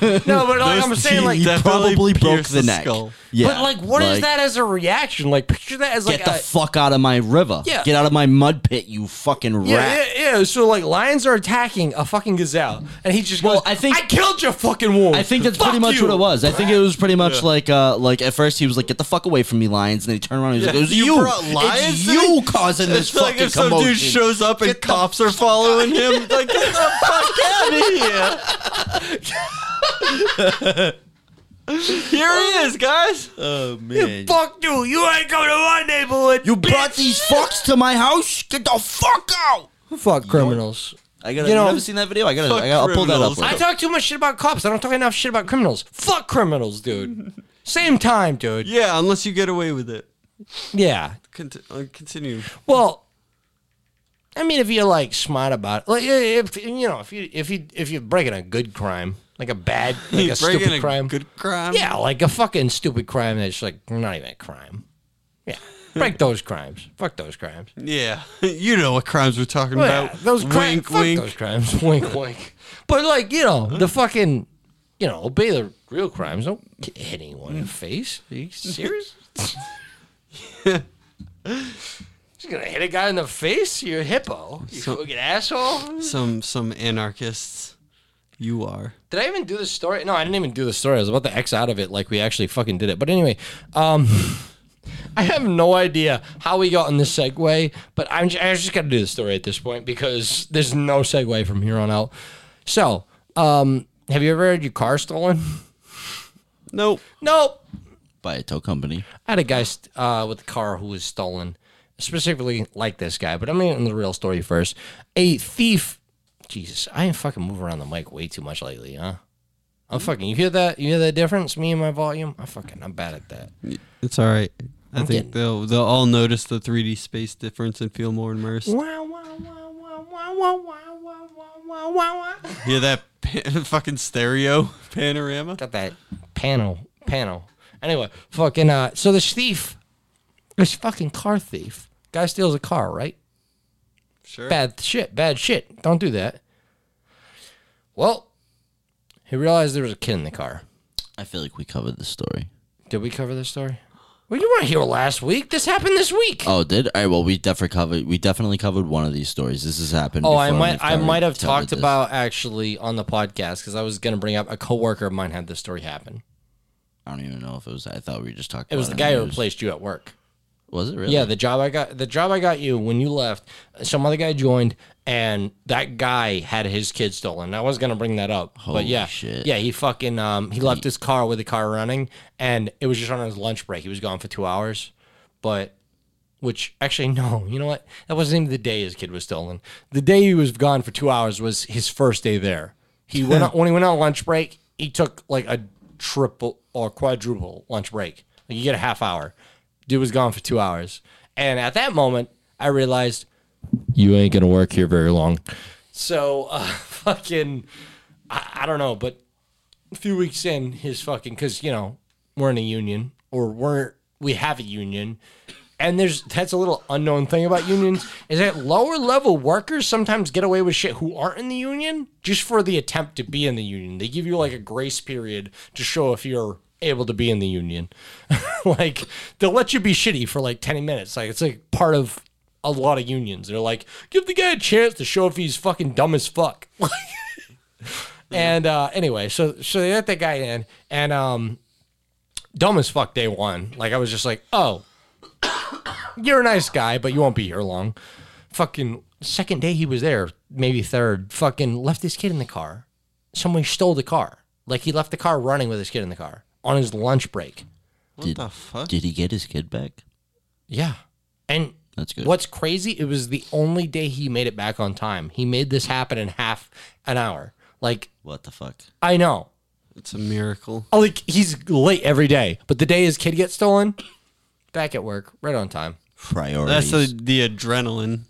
[SPEAKER 1] but like I'm
[SPEAKER 5] Those
[SPEAKER 1] saying,
[SPEAKER 5] teeth
[SPEAKER 1] like,
[SPEAKER 5] that- Definitely
[SPEAKER 4] Probably broke
[SPEAKER 5] pierced
[SPEAKER 4] the,
[SPEAKER 5] the
[SPEAKER 4] neck.
[SPEAKER 5] skull.
[SPEAKER 4] Yeah,
[SPEAKER 1] but like, what is
[SPEAKER 4] like-
[SPEAKER 1] that as a reaction? Like, picture that as like
[SPEAKER 4] Get the
[SPEAKER 1] a,
[SPEAKER 4] fuck out of my river.
[SPEAKER 1] Yeah.
[SPEAKER 4] Get out of my mud pit, you fucking
[SPEAKER 1] yeah,
[SPEAKER 4] rat.
[SPEAKER 1] yeah, yeah. So like, lions are attacking a fucking gazelle, and he just
[SPEAKER 4] Well,
[SPEAKER 1] goes,
[SPEAKER 4] I think-
[SPEAKER 1] I killed your fucking wolf.
[SPEAKER 4] I think that's pretty
[SPEAKER 1] Fuck
[SPEAKER 4] much
[SPEAKER 1] you."
[SPEAKER 4] what it was. I think it was pretty much like uh like at first he was like, Get the fuck away from me, lions, and then he turned around and he was like, It was
[SPEAKER 5] Yeah. You
[SPEAKER 4] you,
[SPEAKER 5] brought lions
[SPEAKER 4] it's
[SPEAKER 5] to
[SPEAKER 4] you
[SPEAKER 5] me?
[SPEAKER 4] causing this
[SPEAKER 5] It's like
[SPEAKER 4] fucking
[SPEAKER 5] if some
[SPEAKER 4] commotion.
[SPEAKER 5] dude shows up and cops are following him. Like, get the fuck out of here! Here he is, guys.
[SPEAKER 4] oh man.
[SPEAKER 1] Fuck you! You ain't coming to my neighborhood.
[SPEAKER 4] You brought these fucks to my house? Get the fuck out.
[SPEAKER 1] fuck criminals.
[SPEAKER 4] I gotta
[SPEAKER 1] You
[SPEAKER 4] you,
[SPEAKER 1] know-
[SPEAKER 4] never seen that video? I gotta
[SPEAKER 5] Fuck
[SPEAKER 4] I gotta I'll pull that up.
[SPEAKER 5] criminals.
[SPEAKER 4] later.
[SPEAKER 1] I talk too much shit about cops. I don't talk enough shit about criminals. Fuck criminals, dude. Same time, dude.
[SPEAKER 5] Yeah, unless you get away with it.
[SPEAKER 1] Yeah.
[SPEAKER 5] Conti- uh, continue.
[SPEAKER 1] Well, I mean, if you're like smart about it, like if you know, if you if you if you're breaking a good crime, like a bad, like a
[SPEAKER 5] He's breaking
[SPEAKER 1] stupid
[SPEAKER 5] a
[SPEAKER 1] crime,
[SPEAKER 5] good crime.
[SPEAKER 1] yeah, like a fucking stupid crime that's like not even a crime. Yeah, break those crimes. Fuck those crimes.
[SPEAKER 5] yeah. You know what crimes we're talking
[SPEAKER 1] Well,
[SPEAKER 5] about.
[SPEAKER 1] Oh, yeah, those crimes.
[SPEAKER 5] wink,
[SPEAKER 1] Fuck
[SPEAKER 5] wink.
[SPEAKER 1] those crimes. wink, wink. But like you know, the fucking, you know, obey the real crimes. Don't hit anyone in the face. Are you serious? Just gonna hit a guy in the face? You hippo? You fucking asshole!
[SPEAKER 5] Some some anarchists. You are.
[SPEAKER 1] Did I even do the story? No, I didn't even do the story. I was about to X out of it like we actually fucking did it. But anyway, um, I have no idea how we got on this segue, but I'm j- I just got to do the story at this point because there's no segue from here on out. So, um, have you ever had your car stolen?
[SPEAKER 5] Nope.
[SPEAKER 1] Nope.
[SPEAKER 4] by a tow company.
[SPEAKER 1] I had a guy st- uh, with a car who was stolen, specifically like this guy, but I'm going the real story first. A thief. Jesus, I ain't fucking move around the mic way too much lately, huh? I'm fucking. You hear that? You hear that difference? Me and my volume. I fucking. I'm bad at that.
[SPEAKER 5] It's all right. I
[SPEAKER 1] I'm
[SPEAKER 5] think
[SPEAKER 1] getting-
[SPEAKER 5] they'll they'll all notice the 3D space difference and feel more immersed.
[SPEAKER 1] Wow, wow, wow, wow, wah, wah, wah, wah, wah, wah, wah.
[SPEAKER 5] Hear that pa- fucking stereo panorama?
[SPEAKER 1] Got that panel, panel. Anyway, fucking, uh, so this thief, this fucking car thief, guy steals a car, right?
[SPEAKER 5] Sure.
[SPEAKER 1] Bad shit, bad shit. Don't do that. Well, he realized there was a kid in the car.
[SPEAKER 4] I feel like we covered this story.
[SPEAKER 1] Did we cover this story? Well, you weren't here last week. This happened this week.
[SPEAKER 4] Oh, did all right. Well, we definitely covered. We definitely covered one of these stories. This has happened.
[SPEAKER 1] Oh, I
[SPEAKER 4] before, and
[SPEAKER 1] might
[SPEAKER 4] we've
[SPEAKER 1] I
[SPEAKER 4] covered-
[SPEAKER 1] might have
[SPEAKER 4] covered
[SPEAKER 1] talked
[SPEAKER 4] this.
[SPEAKER 1] about actually on the podcast because I was going to bring up a coworker of mine had this story happen.
[SPEAKER 4] I don't even know if it was. I thought we just talked.
[SPEAKER 1] It was the
[SPEAKER 4] about
[SPEAKER 1] guy
[SPEAKER 4] in
[SPEAKER 1] who
[SPEAKER 4] news.
[SPEAKER 1] replaced you at work.
[SPEAKER 4] Was it really?
[SPEAKER 1] Yeah, the job I got the job I got you when you left, some other guy joined and that guy had his kid stolen. I was gonna bring that up.
[SPEAKER 4] Holy
[SPEAKER 1] but yeah.
[SPEAKER 4] shit.
[SPEAKER 1] Yeah, he fucking um he left his car with the car running and it was just on his lunch break. He was gone for two hours. But which actually no, you know what? That wasn't even the day his kid was stolen. The day he was gone for two hours was his first day there. He went on, when he went on lunch break, he took like a triple or quadruple lunch break. Like you get a half hour. Dude was gone for two hours, and at that moment, I realized you ain't gonna work here very long. So uh, fucking, I, I don't know, but a few weeks in, his fucking because you know we're in a union or we're we have a union, and there's that's a little unknown thing about unions is that lower level workers sometimes get away with shit who aren't in the union just for the attempt to be in the union. They give you like a grace period to show if you're able to be in the union. like they'll let you be shitty for like ten minutes. Like it's like part of a lot of unions. They're like give the guy a chance to show if he's fucking dumb as fuck. And uh, anyway, so so they let that guy in, and um, dumb as fuck day one. Like I was just like, oh, you're a nice guy, but you won't be here long. Fucking second day he was there, maybe third. Fucking left his kid in the car. Someone stole the car. Like he left the car running with his kid in the car on his lunch break.
[SPEAKER 5] what the fuck?
[SPEAKER 4] Did he get his kid back?
[SPEAKER 1] Yeah, and
[SPEAKER 4] That's good.
[SPEAKER 1] what's crazy? It was the only day he made it back on time. He made this happen in half an hour. Like
[SPEAKER 4] What the fuck?
[SPEAKER 1] I know.
[SPEAKER 5] It's a miracle.
[SPEAKER 1] Oh, like he's late every day, but the day his kid gets stolen, back at work, right on time.
[SPEAKER 4] Priorities.
[SPEAKER 5] That's the, the adrenaline.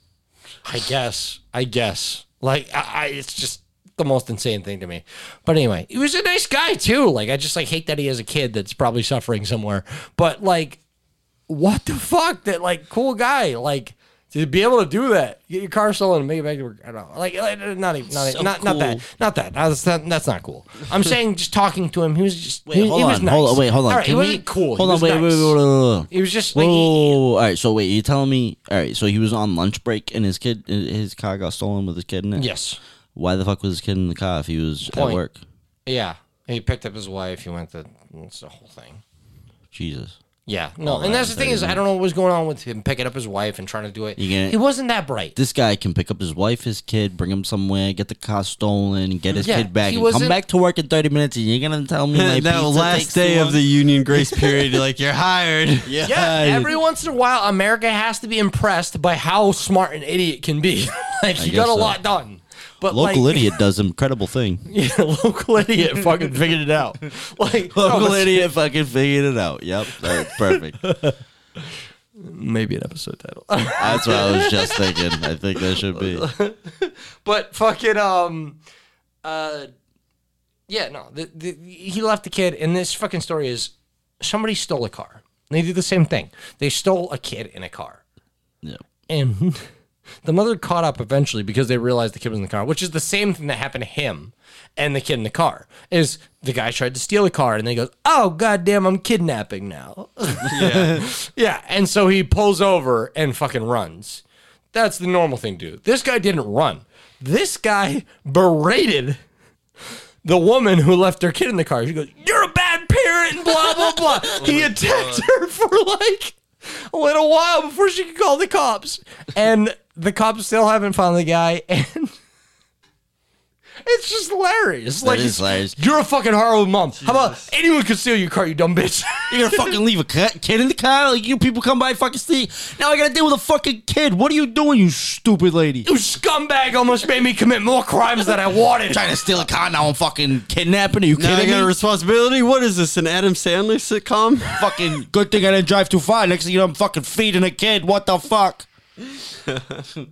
[SPEAKER 1] I guess. I guess. Like I, I it's just the most insane thing to me. But anyway, he was a nice guy too. Like I just like hate that he has a kid that's probably suffering somewhere. But like what the fuck? That like cool guy. Like to be able to do that, get your car stolen and make it back to work. I don't know. Like, like, not even, not,
[SPEAKER 4] So
[SPEAKER 1] not, not that,
[SPEAKER 4] cool.
[SPEAKER 1] not that. That's not, that's not cool. I'm saying just talking to him. He was just
[SPEAKER 4] Wait,
[SPEAKER 1] he,
[SPEAKER 4] hold
[SPEAKER 1] he
[SPEAKER 4] on.
[SPEAKER 1] was nice.
[SPEAKER 4] Hold on. Wait, hold on.
[SPEAKER 1] All right, he
[SPEAKER 4] Can we-
[SPEAKER 1] wasn't cool.
[SPEAKER 4] Hold
[SPEAKER 1] He
[SPEAKER 4] on.
[SPEAKER 1] was
[SPEAKER 4] wait, wait,
[SPEAKER 1] nice.
[SPEAKER 4] wait, wait, wait, wait.
[SPEAKER 1] He was just
[SPEAKER 4] Whoa,
[SPEAKER 1] like
[SPEAKER 4] whoa,
[SPEAKER 1] he-
[SPEAKER 4] whoa, whoa. All right. So wait, you telling me? All right. So he was on lunch break and his kid, his car got stolen with his kid in it.
[SPEAKER 1] yes,
[SPEAKER 4] Why the fuck was his kid in the car if he was at
[SPEAKER 1] Point.
[SPEAKER 4] work?
[SPEAKER 1] yeah. He picked up his wife. He went to it's the whole thing.
[SPEAKER 4] Jesus.
[SPEAKER 1] Yeah, no, and that's the thing is I don't know what was going on with him picking up his wife and trying to do it.
[SPEAKER 4] You get it?
[SPEAKER 1] He wasn't that bright.
[SPEAKER 4] This guy can pick up his wife, his kid, bring him somewhere, get the car stolen, get his
[SPEAKER 1] Yeah,
[SPEAKER 4] kid back,
[SPEAKER 1] he
[SPEAKER 4] and come
[SPEAKER 1] wasn't-
[SPEAKER 4] back to work in thirty minutes, and you're gonna tell me my
[SPEAKER 5] that
[SPEAKER 4] pizza
[SPEAKER 5] last
[SPEAKER 4] takes
[SPEAKER 5] day
[SPEAKER 4] too
[SPEAKER 5] of
[SPEAKER 4] long?
[SPEAKER 5] the union grace period, you're like, you're hired.
[SPEAKER 4] Yeah.
[SPEAKER 1] Yeah, every once in a while, America has to be impressed by how smart an idiot can be. like he got
[SPEAKER 4] guess
[SPEAKER 1] a
[SPEAKER 4] so.
[SPEAKER 1] lot done, but
[SPEAKER 4] Local
[SPEAKER 1] like,
[SPEAKER 4] idiot does an incredible thing.
[SPEAKER 1] yeah, local idiot fucking figured it out. Like no,
[SPEAKER 4] Local
[SPEAKER 1] but-
[SPEAKER 4] idiot fucking figured it out. Yep. All right, perfect.
[SPEAKER 1] maybe an episode title.
[SPEAKER 4] That's what I was just thinking. I think that should be.
[SPEAKER 1] but fucking um uh yeah no the, the, he left the kid and this fucking story is somebody stole a car they did the same thing they stole a kid in a car
[SPEAKER 4] Yep.
[SPEAKER 1] and the mother caught up eventually because they realized the kid was in the car, which is the same thing that happened to him and the kid in the car. Is the guy tried to steal the car and then he goes, "Oh goddamn, I'm kidnapping now." Yeah, yeah, and so he pulls over and fucking runs. That's the normal thing to do. This guy didn't run. This guy berated the woman who left her kid in the car. She goes, "You're a bad parent," and blah blah blah.
[SPEAKER 4] Oh
[SPEAKER 1] he attacked her for like a little while before she could call the cops, and the cops still haven't found the guy. And it's just hilarious. like
[SPEAKER 4] is hilarious.
[SPEAKER 1] you're a fucking horrible mom. How about anyone could steal your car, you dumb bitch?
[SPEAKER 4] You're gonna fucking leave a ki- kid in the car? Like you people come by fucking see. Now I gotta deal with a fucking kid. What are you doing, you stupid lady?
[SPEAKER 1] you scumbag almost made me commit more crimes than I wanted.
[SPEAKER 4] Trying to steal a car now I'm fucking kidnapping. Are you
[SPEAKER 5] Now I
[SPEAKER 4] kidding
[SPEAKER 5] got a
[SPEAKER 4] me?
[SPEAKER 5] responsibility. What is this? An Adam Sandler sitcom?
[SPEAKER 4] fucking good thing I didn't drive too far. Next thing you know, I'm fucking feeding a kid. What the fuck?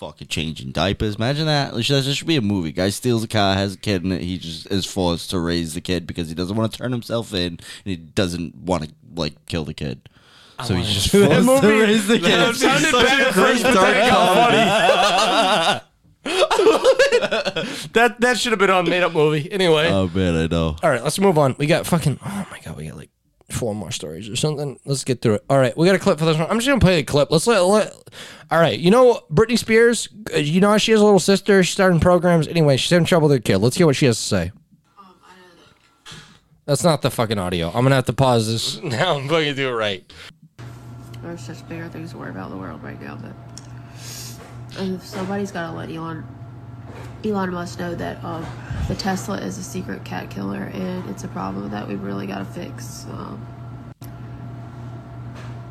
[SPEAKER 4] fucking changing diapers. Imagine that. Like, That should be a movie. Guy steals a car, has a kid, and he just is forced to raise the kid because he doesn't want to turn himself in and he doesn't want to like kill the kid. So he's just
[SPEAKER 1] That
[SPEAKER 4] forced to
[SPEAKER 1] movie-
[SPEAKER 4] raise the kid.
[SPEAKER 1] sounded better first
[SPEAKER 5] dark
[SPEAKER 1] That that should have been on made up movie. Anyway.
[SPEAKER 4] Oh man, I know.
[SPEAKER 1] All right, let's move on. We got fucking. Oh my god, we got like four more stories or something. Let's get through it. All right, we got a clip for this one. I'm just gonna play the clip. Let's let. let all right, you know Britney Spears. uh, You know how she has a little sister. She's starting programs. Anyway, she's having trouble with her kid. Let's hear what she has to say. That's not the fucking audio. I'm gonna have to pause this now. I'm gonna do it right.
[SPEAKER 8] There's such bigger things to worry about in the world right now that and if somebody's gotta let Elon Elon Musk know that um, the Tesla is a secret cat killer and it's a problem that we really gotta fix. Um,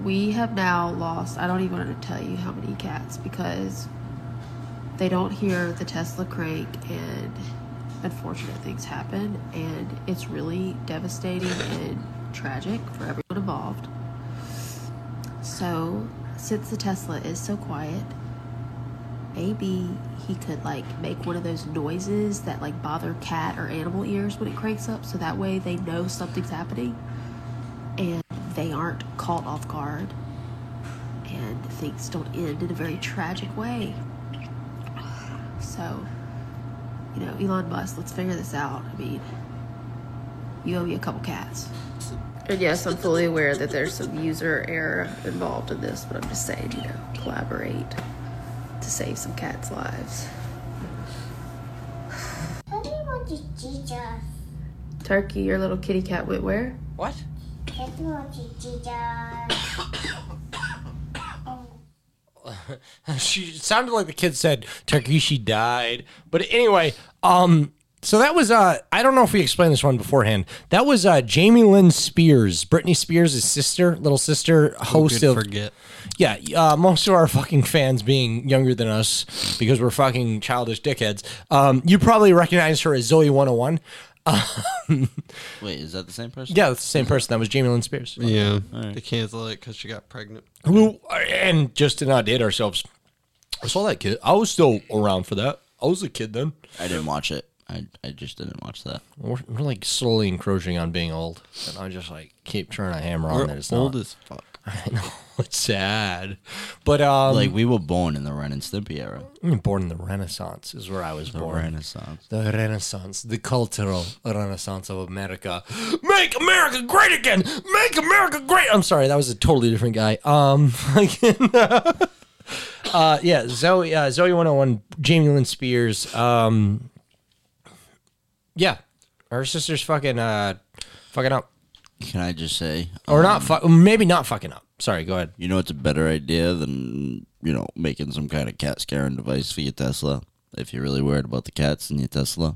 [SPEAKER 8] we have now lost I don't even want to tell you how many cats because they don't hear the Tesla crank and unfortunate things happen and it's really devastating and tragic for everyone involved. So, since the Tesla is so quiet, maybe he could like make one of those noises that like bother cat or animal ears when it cranks up so that way they know something's happening and they aren't caught off guard and things don't end in a very tragic way. So, you know, Elon Musk, let's figure this out. I mean, you owe me a couple cats. And yes, I'm fully aware that there's some user error involved in this, but I'm just saying, you know, collaborate to save some cats' lives.
[SPEAKER 9] Who do you want to teach us?
[SPEAKER 8] Turkey, your little kitty cat went where?
[SPEAKER 9] Who do you want to teach us?
[SPEAKER 1] she it sounded like the kid said Takeshi died. But anyway, um so that was uh I don't know if we explained this one beforehand. That was uh Jamie Lynn Spears, Britney Spears' sister, little sister, host of
[SPEAKER 5] forget.
[SPEAKER 1] yeah, uh, most of our fucking fans being younger than us because we're fucking childish dickheads. Um, you probably recognize her as Zoe 101.
[SPEAKER 4] Wait, is that the same person?
[SPEAKER 1] Yeah, that's the same person. That was Jamie Lynn Spears.
[SPEAKER 5] Yeah, they cancel it because she got pregnant.
[SPEAKER 1] Who and just to not date ourselves. I saw that kid. I was still around for that. I was a kid then.
[SPEAKER 4] I didn't watch it. I, I just didn't watch that.
[SPEAKER 1] We're, we're like slowly encroaching on being old, and I just like keep trying to hammer on that it's
[SPEAKER 5] Old
[SPEAKER 1] not.
[SPEAKER 5] as fuck.
[SPEAKER 1] I know it's sad, but um,
[SPEAKER 4] Like
[SPEAKER 1] like
[SPEAKER 4] we were born in the Ren and Stimpy era.
[SPEAKER 1] born in the Renaissance is where I was born.
[SPEAKER 4] Renaissance.
[SPEAKER 1] the Renaissance, the cultural Renaissance of America. Make America great again. Make America great. I'm sorry, that was a totally different guy. Um, uh, yeah, Zoe, uh, Zoe 101, Jamie Lynn Spears. Um, yeah, her sister's fucking, uh, fucking up.
[SPEAKER 4] Can I just say?
[SPEAKER 1] or not fu- maybe not fucking up. Sorry, go ahead.
[SPEAKER 4] You know, it's a better idea than you know making some kind of cat scaring device for your Tesla. If you're really worried about the cats in your Tesla,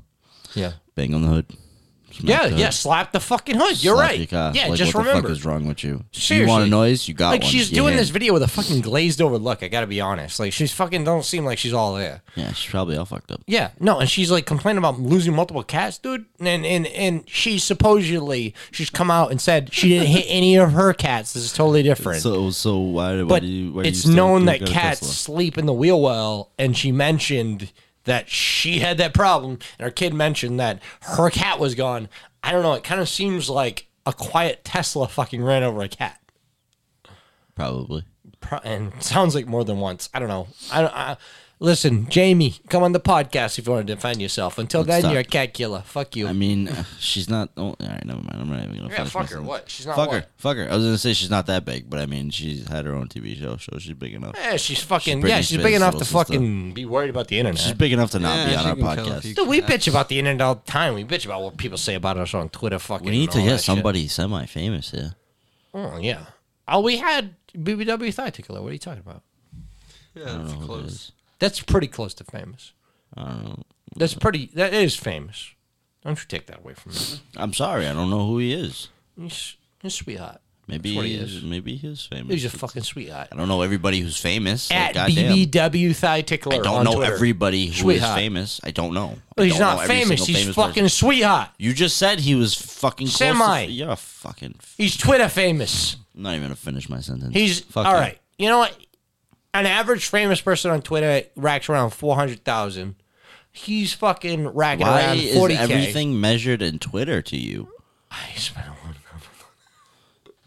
[SPEAKER 1] Yeah.
[SPEAKER 4] bang on the hood. Smack
[SPEAKER 1] Yeah,
[SPEAKER 4] the hood.
[SPEAKER 1] yeah, slap the fucking hood. You're
[SPEAKER 4] Slap
[SPEAKER 1] right.
[SPEAKER 4] your car.
[SPEAKER 1] Yeah,
[SPEAKER 4] Like,
[SPEAKER 1] just
[SPEAKER 4] what
[SPEAKER 1] remember.
[SPEAKER 4] the fuck is wrong with you? You want
[SPEAKER 1] Seriously.
[SPEAKER 4] a noise? You got
[SPEAKER 1] like
[SPEAKER 4] one.
[SPEAKER 1] she's
[SPEAKER 4] Your
[SPEAKER 1] doing
[SPEAKER 4] hand.
[SPEAKER 1] this video with a fucking glazed over look, I gotta be honest. Like she's fucking don't seem like she's all there.
[SPEAKER 4] Yeah, she's probably all fucked up.
[SPEAKER 1] Yeah, no, and she's like complaining about losing multiple cats, dude. And and and she supposedly she's come out and said she didn't hit any of her cats. This is totally different.
[SPEAKER 4] So so why? why
[SPEAKER 1] but
[SPEAKER 4] do you, why do you
[SPEAKER 1] it's
[SPEAKER 4] still
[SPEAKER 1] known
[SPEAKER 4] do
[SPEAKER 1] that
[SPEAKER 4] get a
[SPEAKER 1] cats
[SPEAKER 4] Tesla?
[SPEAKER 1] sleep in the wheel well, and she mentioned that she had that problem, and her kid mentioned that her cat was gone. I don't know. It kind of seems like a quiet Tesla fucking ran over a cat,
[SPEAKER 4] probably.
[SPEAKER 1] Pro- and it sounds like more than once. I don't know. I, don't- I listen, Jamie, come on the podcast if you want to defend yourself. Until then,
[SPEAKER 4] talk.
[SPEAKER 1] you're a cat killer. Fuck you.
[SPEAKER 4] I mean, she's not. Oh, all right, never mind. I'm not even gonna.
[SPEAKER 1] Yeah,
[SPEAKER 4] finish
[SPEAKER 1] fuck
[SPEAKER 4] my
[SPEAKER 1] her.
[SPEAKER 4] sentence.
[SPEAKER 1] What? She's not
[SPEAKER 4] Fuck
[SPEAKER 1] what?
[SPEAKER 4] her. Fuck her. I was gonna say she's not that big, but I mean, she's had her own TV show, so she's big enough.
[SPEAKER 1] yeah, she's fucking.
[SPEAKER 4] She's
[SPEAKER 1] yeah,
[SPEAKER 4] Britney
[SPEAKER 1] she's big
[SPEAKER 4] Spears'
[SPEAKER 1] enough to
[SPEAKER 4] little sister.
[SPEAKER 1] fucking be worried about the internet.
[SPEAKER 4] She's big enough to not
[SPEAKER 5] Yeah,
[SPEAKER 4] be on
[SPEAKER 5] she
[SPEAKER 4] our
[SPEAKER 5] can kill a
[SPEAKER 4] podcast.
[SPEAKER 5] few
[SPEAKER 1] Dude, we bitch about the internet all the time. We bitch about what people say about us on Twitter. Fucking.
[SPEAKER 4] We need
[SPEAKER 1] and
[SPEAKER 4] to
[SPEAKER 1] all
[SPEAKER 4] get
[SPEAKER 1] that shit.
[SPEAKER 4] somebody semi-famous here.
[SPEAKER 1] Oh yeah. Oh, we had BBW Thightickler. What are you talking about?
[SPEAKER 5] Yeah, it's close.
[SPEAKER 1] That's pretty close to famous.
[SPEAKER 4] I don't know.
[SPEAKER 1] That's pretty. That is famous. Don't you take that away from me.
[SPEAKER 4] I'm sorry, I don't know who he is.
[SPEAKER 1] He's, he's a sweetheart.
[SPEAKER 4] Maybe
[SPEAKER 1] That's what he
[SPEAKER 4] he is.
[SPEAKER 1] is.
[SPEAKER 4] Maybe he is famous.
[SPEAKER 1] He's a fucking sweetheart.
[SPEAKER 4] I don't know everybody who's famous. Like,
[SPEAKER 1] At
[SPEAKER 4] goddamn.
[SPEAKER 1] BBW Thigh Tickler.
[SPEAKER 4] I don't
[SPEAKER 1] on
[SPEAKER 4] know
[SPEAKER 1] Twitter.
[SPEAKER 4] everybody who is
[SPEAKER 1] Sweetheart.
[SPEAKER 4] famous. I don't know. I
[SPEAKER 1] Well, he's
[SPEAKER 4] don't know
[SPEAKER 1] not
[SPEAKER 4] every
[SPEAKER 1] famous.
[SPEAKER 4] single
[SPEAKER 1] He's
[SPEAKER 4] famous
[SPEAKER 1] fucking
[SPEAKER 4] person.
[SPEAKER 1] sweetheart.
[SPEAKER 4] You just said he was fucking close to-
[SPEAKER 1] Semi.
[SPEAKER 4] you're a fucking.
[SPEAKER 1] He's Twitter famous.
[SPEAKER 4] I'm not even gonna finish my sentence.
[SPEAKER 1] He's
[SPEAKER 4] Fuck
[SPEAKER 1] all
[SPEAKER 4] him.
[SPEAKER 1] right. You know what? an average famous person on Twitter racks around four hundred thousand. He's fucking racking
[SPEAKER 4] Why
[SPEAKER 1] around
[SPEAKER 4] is
[SPEAKER 1] forty k.
[SPEAKER 4] everything measured in Twitter to you?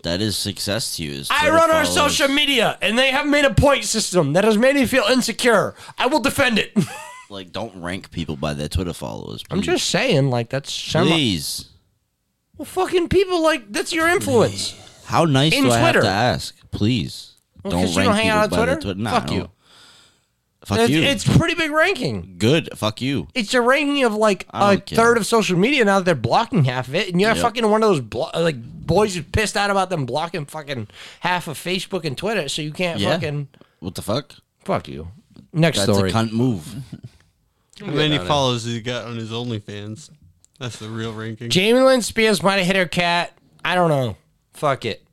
[SPEAKER 4] That is success to you. is
[SPEAKER 1] I
[SPEAKER 4] Twitter
[SPEAKER 1] run our
[SPEAKER 4] followers.
[SPEAKER 1] social media, and they have made a point system that has made me feel insecure. I will defend it.
[SPEAKER 4] Like, don't rank people by their Twitter followers.
[SPEAKER 1] I'm
[SPEAKER 4] please.
[SPEAKER 1] just saying, like that's semi-
[SPEAKER 4] please.
[SPEAKER 1] well, fucking people like that's your influence.
[SPEAKER 4] How nice
[SPEAKER 1] In
[SPEAKER 4] do I have
[SPEAKER 1] Twitter.
[SPEAKER 4] to ask? Please.
[SPEAKER 1] Well, 'cause
[SPEAKER 4] don't
[SPEAKER 1] you
[SPEAKER 4] rank
[SPEAKER 1] don't hang out
[SPEAKER 4] people
[SPEAKER 1] on
[SPEAKER 4] by their
[SPEAKER 1] Twitter?
[SPEAKER 4] Twi- Nah,
[SPEAKER 1] Fuck
[SPEAKER 4] I don't.
[SPEAKER 1] you.
[SPEAKER 4] Fuck
[SPEAKER 1] it's,
[SPEAKER 4] you.
[SPEAKER 1] it's pretty big ranking.
[SPEAKER 4] good. Fuck you.
[SPEAKER 1] It's a ranking of like
[SPEAKER 4] I
[SPEAKER 1] a
[SPEAKER 4] don't care.
[SPEAKER 1] third of social media now that they're blocking half of it, and you're
[SPEAKER 4] Yep.
[SPEAKER 1] fucking one of those blo- like boys who's pissed out about them blocking fucking half of Facebook and Twitter, so you can't
[SPEAKER 4] Yeah.
[SPEAKER 1] fucking
[SPEAKER 4] What the fuck?
[SPEAKER 1] fuck you. Next
[SPEAKER 4] That's
[SPEAKER 1] story.
[SPEAKER 4] a cunt move.
[SPEAKER 5] How many follows he got on his OnlyFans? That's the real ranking.
[SPEAKER 1] Jamie Lynn Spears might have hit her cat. I don't know. Fuck it.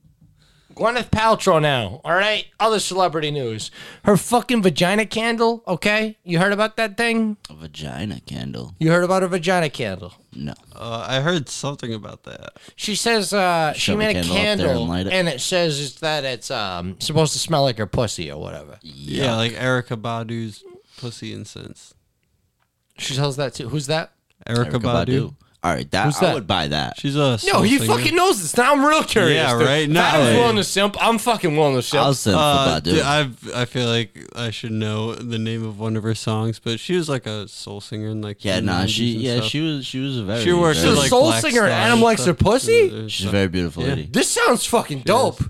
[SPEAKER 1] Gwyneth Paltrow now. All right. Other celebrity news. Her fucking vagina candle. Okay. You heard about that thing?
[SPEAKER 4] A vagina candle.
[SPEAKER 1] You heard about her vagina candle.
[SPEAKER 4] No.
[SPEAKER 5] Uh, I heard something about that.
[SPEAKER 1] She says uh, she
[SPEAKER 4] Shove a
[SPEAKER 1] made a
[SPEAKER 4] candle up there and
[SPEAKER 1] candle,
[SPEAKER 4] light
[SPEAKER 1] and,
[SPEAKER 4] it.
[SPEAKER 1] it says it's that it's um supposed to smell like her pussy or whatever.
[SPEAKER 5] Yeah, like Erica Badu's pussy incense.
[SPEAKER 1] She sells that too. Who's that?
[SPEAKER 5] Erica,
[SPEAKER 4] Erykah
[SPEAKER 5] Badu.
[SPEAKER 4] Badu. All right, that,
[SPEAKER 1] Who's
[SPEAKER 4] I
[SPEAKER 1] that?
[SPEAKER 4] would buy that.
[SPEAKER 5] She's a
[SPEAKER 1] No,
[SPEAKER 5] soul
[SPEAKER 1] he
[SPEAKER 5] singer.
[SPEAKER 1] fucking knows this. Now I'm real curious.
[SPEAKER 5] Yeah,
[SPEAKER 1] dude.
[SPEAKER 5] right?
[SPEAKER 1] If I
[SPEAKER 5] No,
[SPEAKER 1] was
[SPEAKER 5] like-
[SPEAKER 1] willing to simp. I'm fucking willing to simp.
[SPEAKER 4] I'll send
[SPEAKER 5] Uh,
[SPEAKER 4] for Badu.
[SPEAKER 5] dude, I've, I feel like I should know the name of one of her songs, but she was like a soul singer and like
[SPEAKER 4] yeah,
[SPEAKER 5] the
[SPEAKER 4] nah,
[SPEAKER 5] 90s
[SPEAKER 4] she
[SPEAKER 5] and
[SPEAKER 4] yeah,
[SPEAKER 5] stuff.
[SPEAKER 4] she was she was a very
[SPEAKER 5] she works
[SPEAKER 1] She's
[SPEAKER 4] very,
[SPEAKER 5] at
[SPEAKER 1] a
[SPEAKER 5] like
[SPEAKER 1] soul
[SPEAKER 5] Black
[SPEAKER 1] singer and
[SPEAKER 5] Star
[SPEAKER 1] Animal Likes
[SPEAKER 5] stuff.
[SPEAKER 1] Her Pussy?
[SPEAKER 5] Uh, uh,
[SPEAKER 4] she's a very beautiful lady.
[SPEAKER 1] this sounds fucking dope.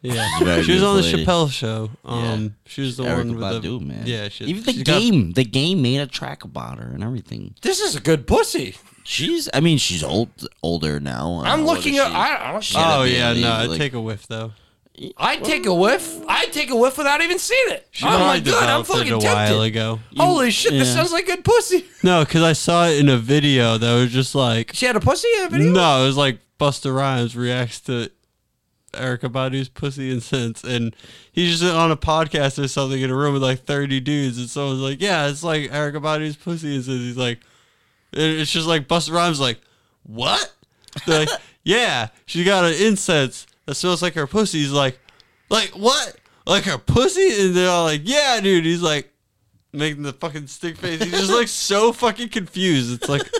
[SPEAKER 5] Yeah,
[SPEAKER 4] very
[SPEAKER 5] she was on the
[SPEAKER 4] beautiful lady.
[SPEAKER 5] Chappelle show. Um, she was the
[SPEAKER 4] Erica
[SPEAKER 5] one with
[SPEAKER 4] Badu,
[SPEAKER 5] the
[SPEAKER 4] man.
[SPEAKER 5] Yeah, she,
[SPEAKER 4] even the
[SPEAKER 5] she's got-
[SPEAKER 4] game, the game made a track about her and everything.
[SPEAKER 1] This is a good pussy.
[SPEAKER 4] She's, I mean, she's old, older now.
[SPEAKER 1] I'm looking
[SPEAKER 4] at.
[SPEAKER 1] at. I, I don't.
[SPEAKER 4] Yeah,
[SPEAKER 5] oh
[SPEAKER 4] that'd be
[SPEAKER 5] yeah,
[SPEAKER 4] amazing,
[SPEAKER 5] no, I'd
[SPEAKER 4] like-
[SPEAKER 5] take a whiff though.
[SPEAKER 1] I'd take a whiff. I'd take a whiff without even seeing it.
[SPEAKER 5] She
[SPEAKER 1] Oh my
[SPEAKER 5] probably
[SPEAKER 1] god, I'm
[SPEAKER 5] developed it
[SPEAKER 1] fucking
[SPEAKER 5] a while
[SPEAKER 1] tempted.
[SPEAKER 5] ago.
[SPEAKER 1] Holy shit, this
[SPEAKER 4] yeah.
[SPEAKER 1] sounds like good pussy.
[SPEAKER 5] No, because I saw it in a video that was just like
[SPEAKER 1] She had a pussy in a video.
[SPEAKER 5] no, it was like Buster Rhymes reacts to Erica Badu's pussy incense, and he's just on a podcast or something in a room with like thirty dudes, and someone's like, "Yeah, it's like Erica Badu's pussy incense." He's like, and "It's just like Buster Rhymes." Like, what? They're like, "Yeah, she got an incense that smells like her pussy." He's like, "Like what? Like her pussy?" And they're all like, "Yeah, dude." He's like. Making the fucking stick face. He's just like so fucking confused. It's like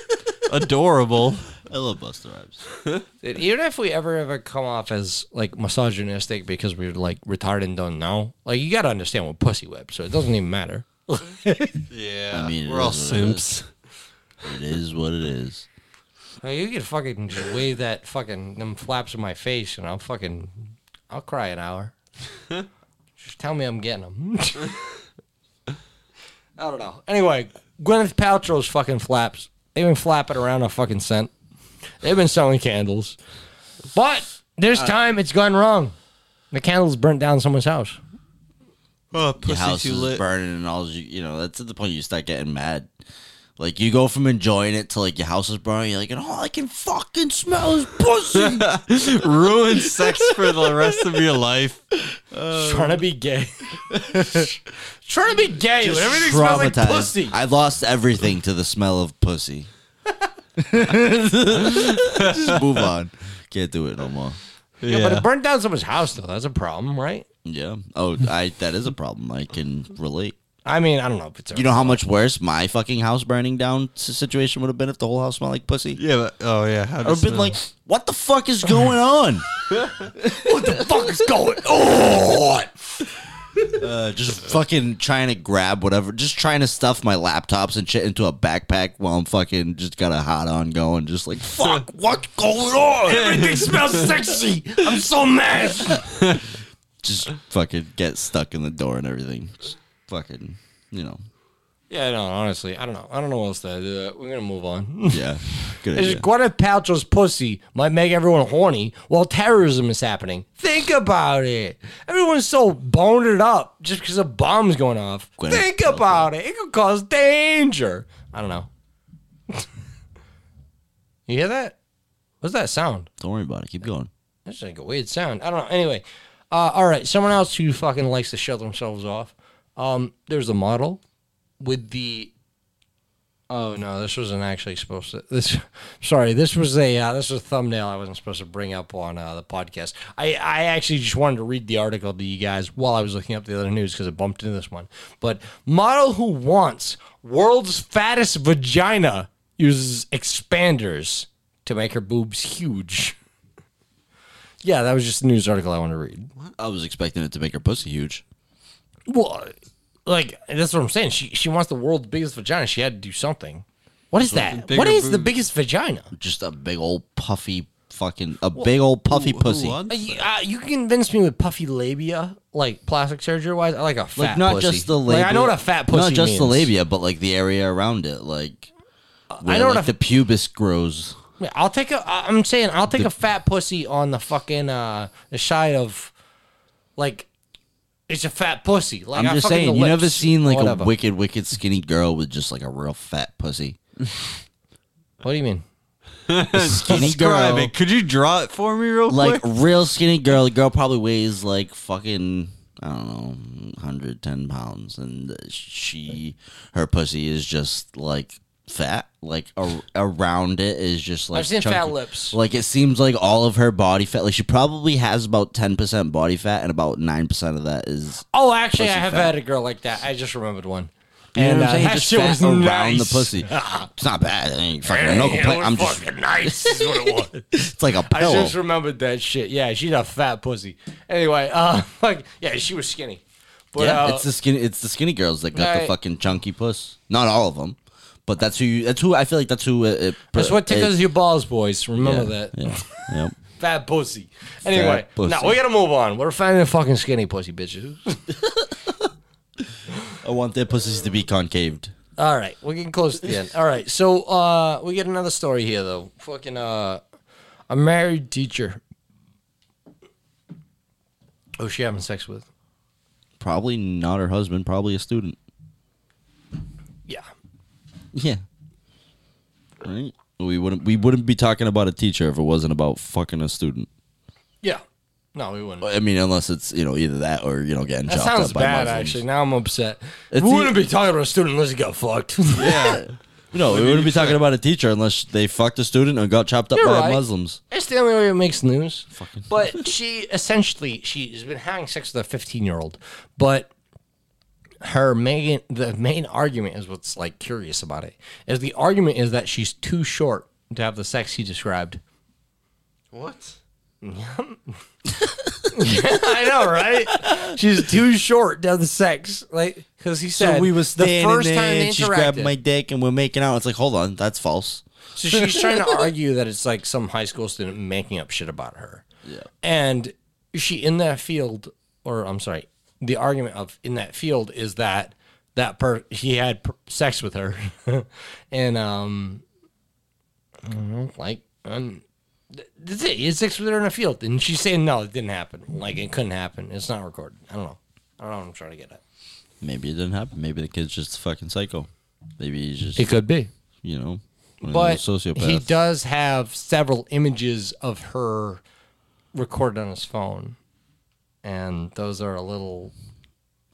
[SPEAKER 5] adorable.
[SPEAKER 4] I love Buster Rhymes.
[SPEAKER 1] Dude, even if we ever ever come off as like misogynistic because we're like retarded and don't know, like you gotta understand what pussy whip, so it doesn't even matter.
[SPEAKER 5] Yeah,
[SPEAKER 4] I mean, it
[SPEAKER 5] we're all
[SPEAKER 4] is what it is.
[SPEAKER 5] simps.
[SPEAKER 4] It is what it is.
[SPEAKER 1] Like, you could fucking just wave that fucking them flaps in my face, and I'll fucking I'll cry an hour. just tell me I'm getting them. I don't know. Anyway, Gwyneth Paltrow's fucking flaps. They've been flapping around a fucking scent. They've been selling candles, but this time it's gone wrong. The candles burnt down someone's house.
[SPEAKER 5] Oh,
[SPEAKER 4] Your
[SPEAKER 5] pussy
[SPEAKER 4] house
[SPEAKER 5] too
[SPEAKER 4] is
[SPEAKER 5] lit.
[SPEAKER 4] burning and all. You, you know, that's at the point you start getting mad. Like you go from enjoying it to like your house is burning. You're like, and all I can fucking smell is pussy.
[SPEAKER 5] Ruin sex for the rest of your life.
[SPEAKER 1] trying to be gay. trying to be gay. When everything smells like
[SPEAKER 4] Traumatized.
[SPEAKER 1] pussy.
[SPEAKER 4] I lost everything to the smell of pussy. Just move on. Can't do it no more.
[SPEAKER 5] Yeah,
[SPEAKER 1] But it burnt down someone's house though. That's a problem, right?
[SPEAKER 4] Yeah. Oh, I that is a problem. I can relate.
[SPEAKER 1] I mean, I don't know if it's.
[SPEAKER 4] You know how much worse my fucking house burning down s- situation would have been if the whole house smelled like pussy?
[SPEAKER 5] yeah, but oh yeah, how
[SPEAKER 4] I've been like, what the fuck is going on?
[SPEAKER 1] what the fuck is going on?
[SPEAKER 4] Uh, just fucking trying to grab whatever, just trying to stuff my laptops and shit into a backpack while I'm fucking just got a hot on going, just like fuck, what's going on?
[SPEAKER 1] Everything smells sexy. I'm so mad.
[SPEAKER 4] just fucking get stuck in the door and everything. Just fucking, you know,
[SPEAKER 1] Yeah, no, honestly, I don't know. I don't know what else to do. We're gonna move on.
[SPEAKER 4] yeah, good
[SPEAKER 1] Is
[SPEAKER 4] idea.
[SPEAKER 1] Gwyneth Paltrow's pussy might make everyone horny while terrorism is happening. Think about it. Everyone's so boned up just because a bomb's going off.
[SPEAKER 4] Gwyneth
[SPEAKER 1] Think about it. It could cause danger. I don't know. you hear that? What's that sound?
[SPEAKER 4] Don't worry about it. Keep going.
[SPEAKER 1] That's like a weird sound. I don't know. Anyway, uh, all right. Someone else who fucking likes to shut themselves off. Um, there's a model with the Oh no, this wasn't actually supposed to. This, sorry, this was a uh, this was a thumbnail I wasn't supposed to bring up on uh, the podcast. I I actually just wanted to read the article to you guys while I was looking up the other news because it bumped into this one. But model who wants world's fattest vagina uses expanders to make her boobs huge. Yeah, that was just the news article I wanted to read.
[SPEAKER 4] I was expecting it to make her pussy huge.
[SPEAKER 1] Well, like that's what I'm saying. She she wants the world's biggest vagina. She had to do something. What is that?
[SPEAKER 5] bigger
[SPEAKER 1] What is the
[SPEAKER 5] boobs.
[SPEAKER 1] biggest vagina?
[SPEAKER 4] Just a big old puffy fucking a big old puffy pussy.
[SPEAKER 1] Uh, you, uh, you can convince me with puffy labia, like plastic surgery wise. I like a fat
[SPEAKER 4] like not
[SPEAKER 1] pussy.
[SPEAKER 4] just the labia.
[SPEAKER 1] Like, I know what a fat pussy
[SPEAKER 4] Not just
[SPEAKER 1] means.
[SPEAKER 4] the
[SPEAKER 1] Uh,
[SPEAKER 4] labia, but like the area around it, like where
[SPEAKER 1] know what
[SPEAKER 4] like
[SPEAKER 1] a-
[SPEAKER 4] the pubis grows.
[SPEAKER 1] Yeah, I'll take a. I- I'm saying I'll take a fat pussy on the fucking uh the side of, like, it's a fat pussy. Like
[SPEAKER 4] I'm
[SPEAKER 1] I
[SPEAKER 4] just
[SPEAKER 1] fucking
[SPEAKER 4] saying,
[SPEAKER 1] the
[SPEAKER 4] you never
[SPEAKER 1] lips,
[SPEAKER 4] seen like
[SPEAKER 1] whatever.
[SPEAKER 4] a wicked, wicked skinny girl with just like a real fat pussy.
[SPEAKER 1] What do you mean?
[SPEAKER 4] Skinny
[SPEAKER 5] Describe
[SPEAKER 4] girl,
[SPEAKER 5] it. Could you draw it for me real
[SPEAKER 4] like
[SPEAKER 5] quick?
[SPEAKER 4] real skinny girl. The girl probably weighs like fucking I don't know, 110 pounds, and she her pussy is just like fat. Like a, around it is just like
[SPEAKER 1] I've seen fat
[SPEAKER 4] chunky.
[SPEAKER 1] lips.
[SPEAKER 4] Like it seems like all of her body fat. Like she probably has about 10% body fat, and about 9% of that is
[SPEAKER 1] Oh, actually, I
[SPEAKER 4] Pussy
[SPEAKER 1] have
[SPEAKER 4] fat.
[SPEAKER 1] had a girl like that. I just remembered one.
[SPEAKER 4] You know
[SPEAKER 1] and
[SPEAKER 4] what I'm
[SPEAKER 1] uh,
[SPEAKER 4] saying?
[SPEAKER 1] that
[SPEAKER 4] Just
[SPEAKER 1] shit
[SPEAKER 4] fat
[SPEAKER 1] was
[SPEAKER 4] around
[SPEAKER 1] nice.
[SPEAKER 4] the pussy. It's not bad. It ain't fucking no complaint. I'm just
[SPEAKER 1] nice. Is what it was.
[SPEAKER 4] it's like a
[SPEAKER 1] I
[SPEAKER 4] pillow.
[SPEAKER 1] just remembered that shit. Yeah, she's a fat pussy. Anyway, uh, like, yeah, she was skinny. But,
[SPEAKER 4] yeah,
[SPEAKER 1] uh,
[SPEAKER 4] it's the skinny. It's the skinny girls that got the
[SPEAKER 1] Right.
[SPEAKER 4] fucking chunky puss. Not all of them, but that's who. You, that's who. I feel like that's who. It, it,
[SPEAKER 1] that's what tickles your balls, boys. Remember that.
[SPEAKER 4] Yeah, yep.
[SPEAKER 1] Fat pussy. Anyway,
[SPEAKER 4] pussy.
[SPEAKER 1] now we gotta move on. We're finding fucking skinny pussy bitches.
[SPEAKER 4] I want their pussies to be concaved.
[SPEAKER 1] All right, we're getting close to the end. All right, so uh, we get another story here though. Fucking uh, a married teacher. Oh, she having sex with?
[SPEAKER 4] Probably not her husband. Probably a student.
[SPEAKER 1] Yeah.
[SPEAKER 4] Yeah. Right. We wouldn't. We wouldn't be talking about a teacher if it wasn't about fucking a student.
[SPEAKER 1] Yeah. No, we wouldn't.
[SPEAKER 4] I mean, unless it's you know either that or you know getting
[SPEAKER 1] That
[SPEAKER 4] chopped
[SPEAKER 1] sounds
[SPEAKER 4] up by
[SPEAKER 1] bad,
[SPEAKER 4] Muslims.
[SPEAKER 1] actually. Now I'm upset.
[SPEAKER 4] It's
[SPEAKER 1] we
[SPEAKER 4] the-
[SPEAKER 1] wouldn't be talking about a student unless he got fucked.
[SPEAKER 5] yeah.
[SPEAKER 4] No, we wouldn't be talking about a teacher unless they fucked a student and got chopped up
[SPEAKER 1] You're
[SPEAKER 4] by
[SPEAKER 1] right.
[SPEAKER 4] Muslims.
[SPEAKER 1] It's the only way it makes news. But she essentially she's been having sex with a 15 year old, but her main the main argument is what's like curious about it is the argument is that she's too short to have the sex he described.
[SPEAKER 5] What?
[SPEAKER 1] I know, right? she's too short to have the sex, like because he said the first time they
[SPEAKER 4] she's grabbing
[SPEAKER 1] interacted.
[SPEAKER 4] my dick and we're making out. It's like, hold on, that's false.
[SPEAKER 1] So she's trying to argue that it's like some high school student making up shit about her. Yeah. And she in that field, or I'm sorry, the argument of in that field is that that per he had per- sex with her, and um, I don't know, like um, th- that's it. He had sex with her in a field, and she's saying no, it didn't happen. Like it couldn't happen. It's not recorded. I don't know. I don't know. What I'm trying to get at.
[SPEAKER 4] Maybe it didn't happen. Maybe the kid's just fucking psycho. Maybe he's just
[SPEAKER 1] could be.
[SPEAKER 4] you know, one
[SPEAKER 1] but
[SPEAKER 4] of those sociopaths.
[SPEAKER 1] he does have several images of her recorded on his phone, and those are a little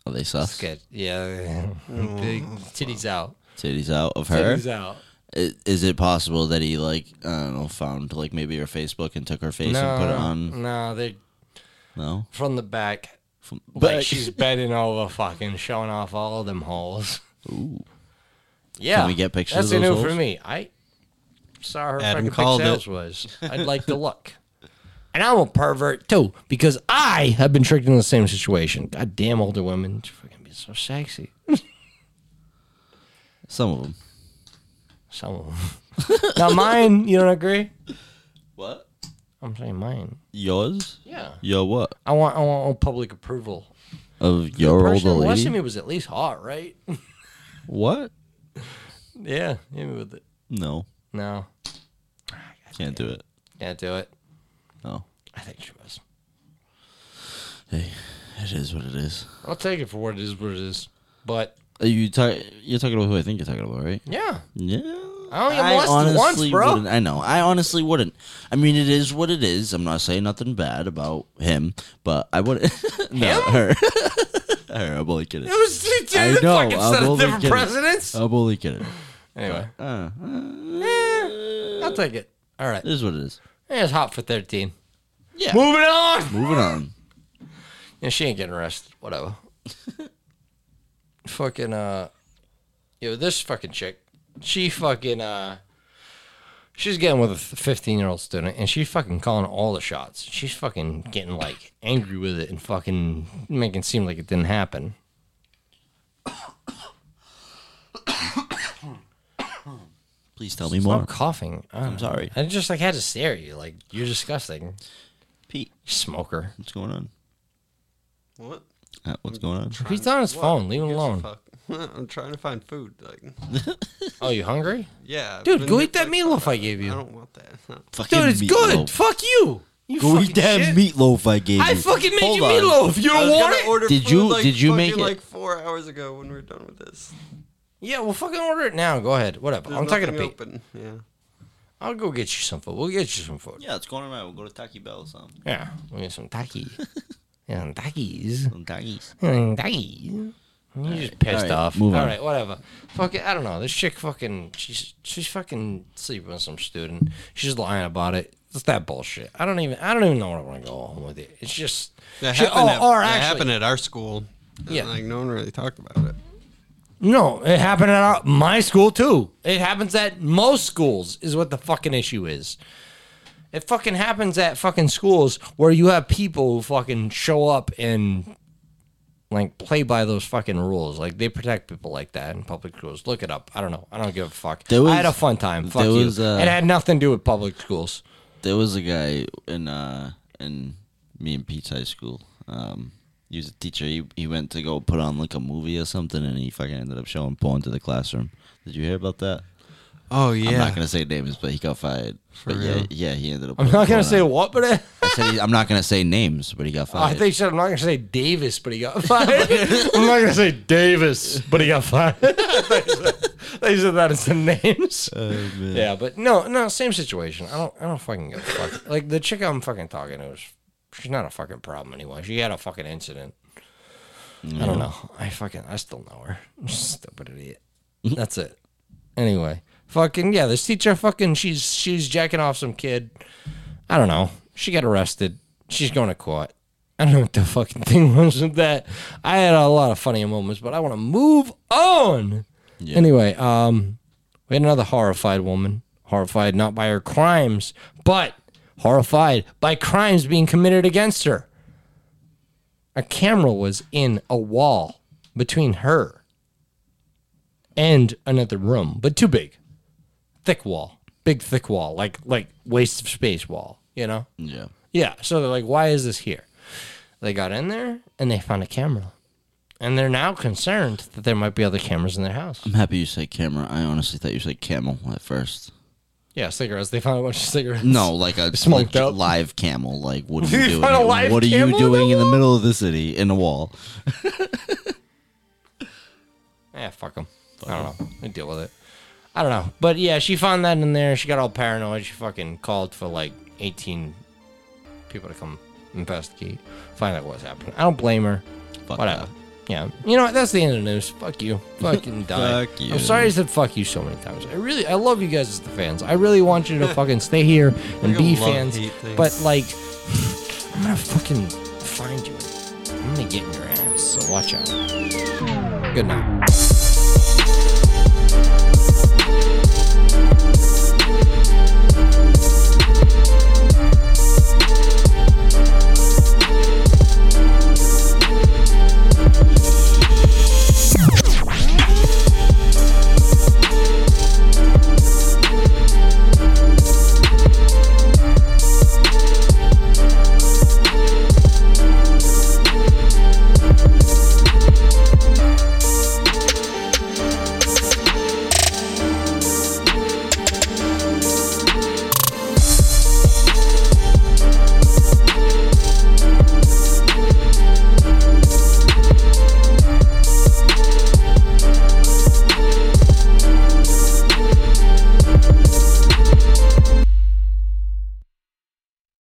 [SPEAKER 4] Are Oh, they sus?
[SPEAKER 1] sketch. Yeah, big titties out,
[SPEAKER 4] Titties out of her.
[SPEAKER 1] Mm. titties out.
[SPEAKER 4] I- Is it possible that he like I don't know found like maybe her Facebook and took her face and put it on?
[SPEAKER 1] No, they
[SPEAKER 4] No,
[SPEAKER 1] from the back.
[SPEAKER 4] but
[SPEAKER 1] like she's bending over, fucking showing off all of them holes. Ooh. Yeah.
[SPEAKER 4] Can we get pictures
[SPEAKER 1] That's
[SPEAKER 4] of
[SPEAKER 1] the
[SPEAKER 4] those
[SPEAKER 1] new for
[SPEAKER 4] holes?
[SPEAKER 1] me. I saw her
[SPEAKER 5] Adam
[SPEAKER 1] fucking
[SPEAKER 5] called
[SPEAKER 1] big
[SPEAKER 5] it.
[SPEAKER 1] sales was. I'd like to look. And I'm a pervert too because I have been tricked into the same situation. God damn older women, fucking be so sexy.
[SPEAKER 4] some of them.
[SPEAKER 1] Some of them. now mine, you don't agree?
[SPEAKER 4] What?
[SPEAKER 1] I'm saying mine.
[SPEAKER 4] Yours?
[SPEAKER 1] Yeah.
[SPEAKER 4] Your what?
[SPEAKER 1] I want I want public approval.
[SPEAKER 4] Of your
[SPEAKER 1] Person
[SPEAKER 4] older lady?
[SPEAKER 1] watching me was at least hot, right?
[SPEAKER 4] What?
[SPEAKER 1] yeah, hit me with it.
[SPEAKER 4] No,
[SPEAKER 1] No,
[SPEAKER 4] can't do it.
[SPEAKER 1] can't do it.
[SPEAKER 4] No,
[SPEAKER 1] I think she was.
[SPEAKER 4] it is what it is.
[SPEAKER 1] I'll take it for what it is, what it is. But
[SPEAKER 4] Are you talk, you're talking about who I think you're talking about, right?
[SPEAKER 1] yeah,
[SPEAKER 4] Yeah.
[SPEAKER 1] I only got molested once, bro.
[SPEAKER 4] wouldn't. I know. I honestly wouldn't. I mean, it is what it is. I'm not saying nothing bad about him, but I wouldn't. no, her. her. I'm only kidding.
[SPEAKER 1] it was she
[SPEAKER 4] I
[SPEAKER 1] did
[SPEAKER 4] know,
[SPEAKER 1] fucking
[SPEAKER 4] I'm
[SPEAKER 1] set a
[SPEAKER 4] only
[SPEAKER 1] different
[SPEAKER 4] kidding.
[SPEAKER 1] precedents.
[SPEAKER 4] I'm only kidding.
[SPEAKER 1] Anyway,
[SPEAKER 4] Uh,
[SPEAKER 1] I'll take it. All right.
[SPEAKER 4] it is what it is.
[SPEAKER 1] It's hot for 13.
[SPEAKER 4] Yeah.
[SPEAKER 1] Moving on.
[SPEAKER 4] Moving on.
[SPEAKER 1] Yeah, she ain't getting arrested. Whatever. fucking, uh, yo, this fucking chick, she fucking, uh, she's getting with a 15 year old student and she's fucking calling all the shots. She's fucking getting like angry with it and fucking making it seem like it didn't happen.
[SPEAKER 4] Please tell me
[SPEAKER 1] Stop
[SPEAKER 4] more.
[SPEAKER 1] coughing. I'm
[SPEAKER 4] sorry.
[SPEAKER 1] I just like had to stare at you. Like, you're disgusting.
[SPEAKER 4] Pete,
[SPEAKER 1] Smoker.
[SPEAKER 4] what's going on?
[SPEAKER 5] What?
[SPEAKER 4] Uh, what's going on?
[SPEAKER 1] He's on his phone. Leave him
[SPEAKER 5] Gives a
[SPEAKER 1] alone.
[SPEAKER 5] fuck. I'm trying to find food. Like,
[SPEAKER 1] Oh, you hungry?
[SPEAKER 5] yeah, I've
[SPEAKER 1] Dude,
[SPEAKER 5] been
[SPEAKER 1] go
[SPEAKER 5] here
[SPEAKER 1] eat that
[SPEAKER 5] for, like,
[SPEAKER 1] meatloaf I
[SPEAKER 5] five
[SPEAKER 1] gave
[SPEAKER 5] hours.
[SPEAKER 1] you.
[SPEAKER 5] I don't want that.
[SPEAKER 4] Fucking
[SPEAKER 1] Dude, it's good.
[SPEAKER 4] meatloaf.
[SPEAKER 1] Fuck you. You
[SPEAKER 4] Go
[SPEAKER 1] fucking
[SPEAKER 4] eat that
[SPEAKER 1] shit.
[SPEAKER 4] meatloaf I gave you.
[SPEAKER 1] I fucking made
[SPEAKER 4] Hold
[SPEAKER 1] you
[SPEAKER 4] on.
[SPEAKER 1] meatloaf. You
[SPEAKER 5] I
[SPEAKER 1] don't
[SPEAKER 5] was
[SPEAKER 1] want
[SPEAKER 5] gonna
[SPEAKER 1] it?
[SPEAKER 5] order
[SPEAKER 4] Did
[SPEAKER 5] food,
[SPEAKER 4] you-
[SPEAKER 5] like,
[SPEAKER 4] did you make
[SPEAKER 5] fucking,
[SPEAKER 4] it?
[SPEAKER 5] like four hours ago when we were done with this?
[SPEAKER 1] Yeah, well, fucking order it now. Go ahead. Whatever.
[SPEAKER 5] There's
[SPEAKER 1] I'm talking to
[SPEAKER 5] nothing
[SPEAKER 1] Pete.
[SPEAKER 5] open. Yeah.
[SPEAKER 1] I'll go get you some food. We'll get you some food. Yeah,
[SPEAKER 4] Yeah, it's going around. We'll go to Taco Bell or something.
[SPEAKER 1] we'll get some taki. yeah, some takis.
[SPEAKER 4] Some Takis.
[SPEAKER 1] Mm, taki. You're just pissed
[SPEAKER 4] All right,
[SPEAKER 1] off.
[SPEAKER 4] move
[SPEAKER 1] All
[SPEAKER 4] on.
[SPEAKER 1] right, whatever. Fucking, I don't know. This chick fucking, she's she's fucking sleeping with some student. She's lying about it. It's that bullshit. I don't even. I don't even know what I want to go home with it. It's just.
[SPEAKER 5] That
[SPEAKER 1] Shit,
[SPEAKER 5] happened,
[SPEAKER 1] oh,
[SPEAKER 5] at,
[SPEAKER 1] or
[SPEAKER 5] that
[SPEAKER 1] actually-
[SPEAKER 5] happened at our school. and,
[SPEAKER 1] Yeah.
[SPEAKER 5] Like, no one really talked about it.
[SPEAKER 1] No, it happened at our, my school too. It happens at most schools, is what the fucking issue is. It fucking happens at fucking schools where you have people who fucking show up and like play by those fucking rules. Like they protect people like that in public schools. Look it up. I don't know. I don't give a fuck.
[SPEAKER 4] There
[SPEAKER 1] I had a
[SPEAKER 4] was-
[SPEAKER 1] fun time. Fuck
[SPEAKER 4] there
[SPEAKER 1] you.
[SPEAKER 4] was, uh,
[SPEAKER 1] it had nothing to do with public schools.
[SPEAKER 4] There was a guy in uh in me and Pete's high school. Um, he was a teacher. He, he went to go put on like a movie or something, and he fucking ended up showing porn to the classroom. Did you hear about that?
[SPEAKER 5] Oh
[SPEAKER 4] I'm
[SPEAKER 5] yeah.
[SPEAKER 4] not gonna say names, but he got fired. but yeah,
[SPEAKER 5] real?
[SPEAKER 4] yeah, he ended up.
[SPEAKER 1] I'm
[SPEAKER 4] putting
[SPEAKER 1] not gonna
[SPEAKER 4] porn
[SPEAKER 1] say
[SPEAKER 4] on.
[SPEAKER 1] what, but I,
[SPEAKER 4] I said he, I'm not gonna say names, but he got
[SPEAKER 1] I
[SPEAKER 4] fired.
[SPEAKER 1] think said I'm not gonna say Davis, but he got fired. I'm not gonna say Davis, but he got fired. they said that as the names. yeah, but no, no, same situation. I don't, I don't fucking give a fuck. Like the chick I'm fucking talking to, is, she's not a fucking problem anyway. She had a fucking incident. I don't know. I fucking, I still know her. Stupid idiot. That's it. Anyway, fucking yeah, this teacher fucking she's she's jacking off some kid. I don't know. She got arrested. She's going to court. I don't know what the fucking thing was with that. I had a lot of funny moments, but I want to move on. Anyway, um, we had another horrified woman, horrified not by her crimes, but horrified by crimes being committed against her. A camera was in a wall between her and another room, but too big. Thick wall. Big thick wall. Like like waste of space wall, you know?
[SPEAKER 4] yeah,
[SPEAKER 1] Yeah. So they're like, why is this here? They got in there and they found a camera. And they're now concerned that there might be other cameras in their house.
[SPEAKER 4] I'm happy you said camera. I honestly thought you said camel at first.
[SPEAKER 1] Yeah, cigarettes. They found a bunch of cigarettes.
[SPEAKER 4] No, like a
[SPEAKER 1] Smoked
[SPEAKER 4] like
[SPEAKER 1] up.
[SPEAKER 4] live camel. Like what are
[SPEAKER 1] You
[SPEAKER 4] you doing?
[SPEAKER 1] found a live
[SPEAKER 4] what are
[SPEAKER 1] camel in the
[SPEAKER 4] you doing in the middle of the city in a wall?
[SPEAKER 1] Yeah, fuck them. I don't know. They deal with it. I don't know. But yeah, she found that in there. She got all paranoid. She fucking called for like 18 people to come investigate, find out what's happening. I don't blame her.
[SPEAKER 4] Fuck
[SPEAKER 1] Whatever.
[SPEAKER 4] that.
[SPEAKER 1] Yeah. You know what? That's the end of the news. Fuck you. Fucking die.
[SPEAKER 4] Fuck you.
[SPEAKER 1] I'm sorry I said fuck you so many times. I really, I love you guys as the fans. I really want you to fucking stay here and
[SPEAKER 5] Like a
[SPEAKER 1] be
[SPEAKER 5] love
[SPEAKER 1] fans.
[SPEAKER 5] hate thing.
[SPEAKER 1] But like, I'm gonna fucking find you. I'm gonna get in your ass. So watch out. Good night.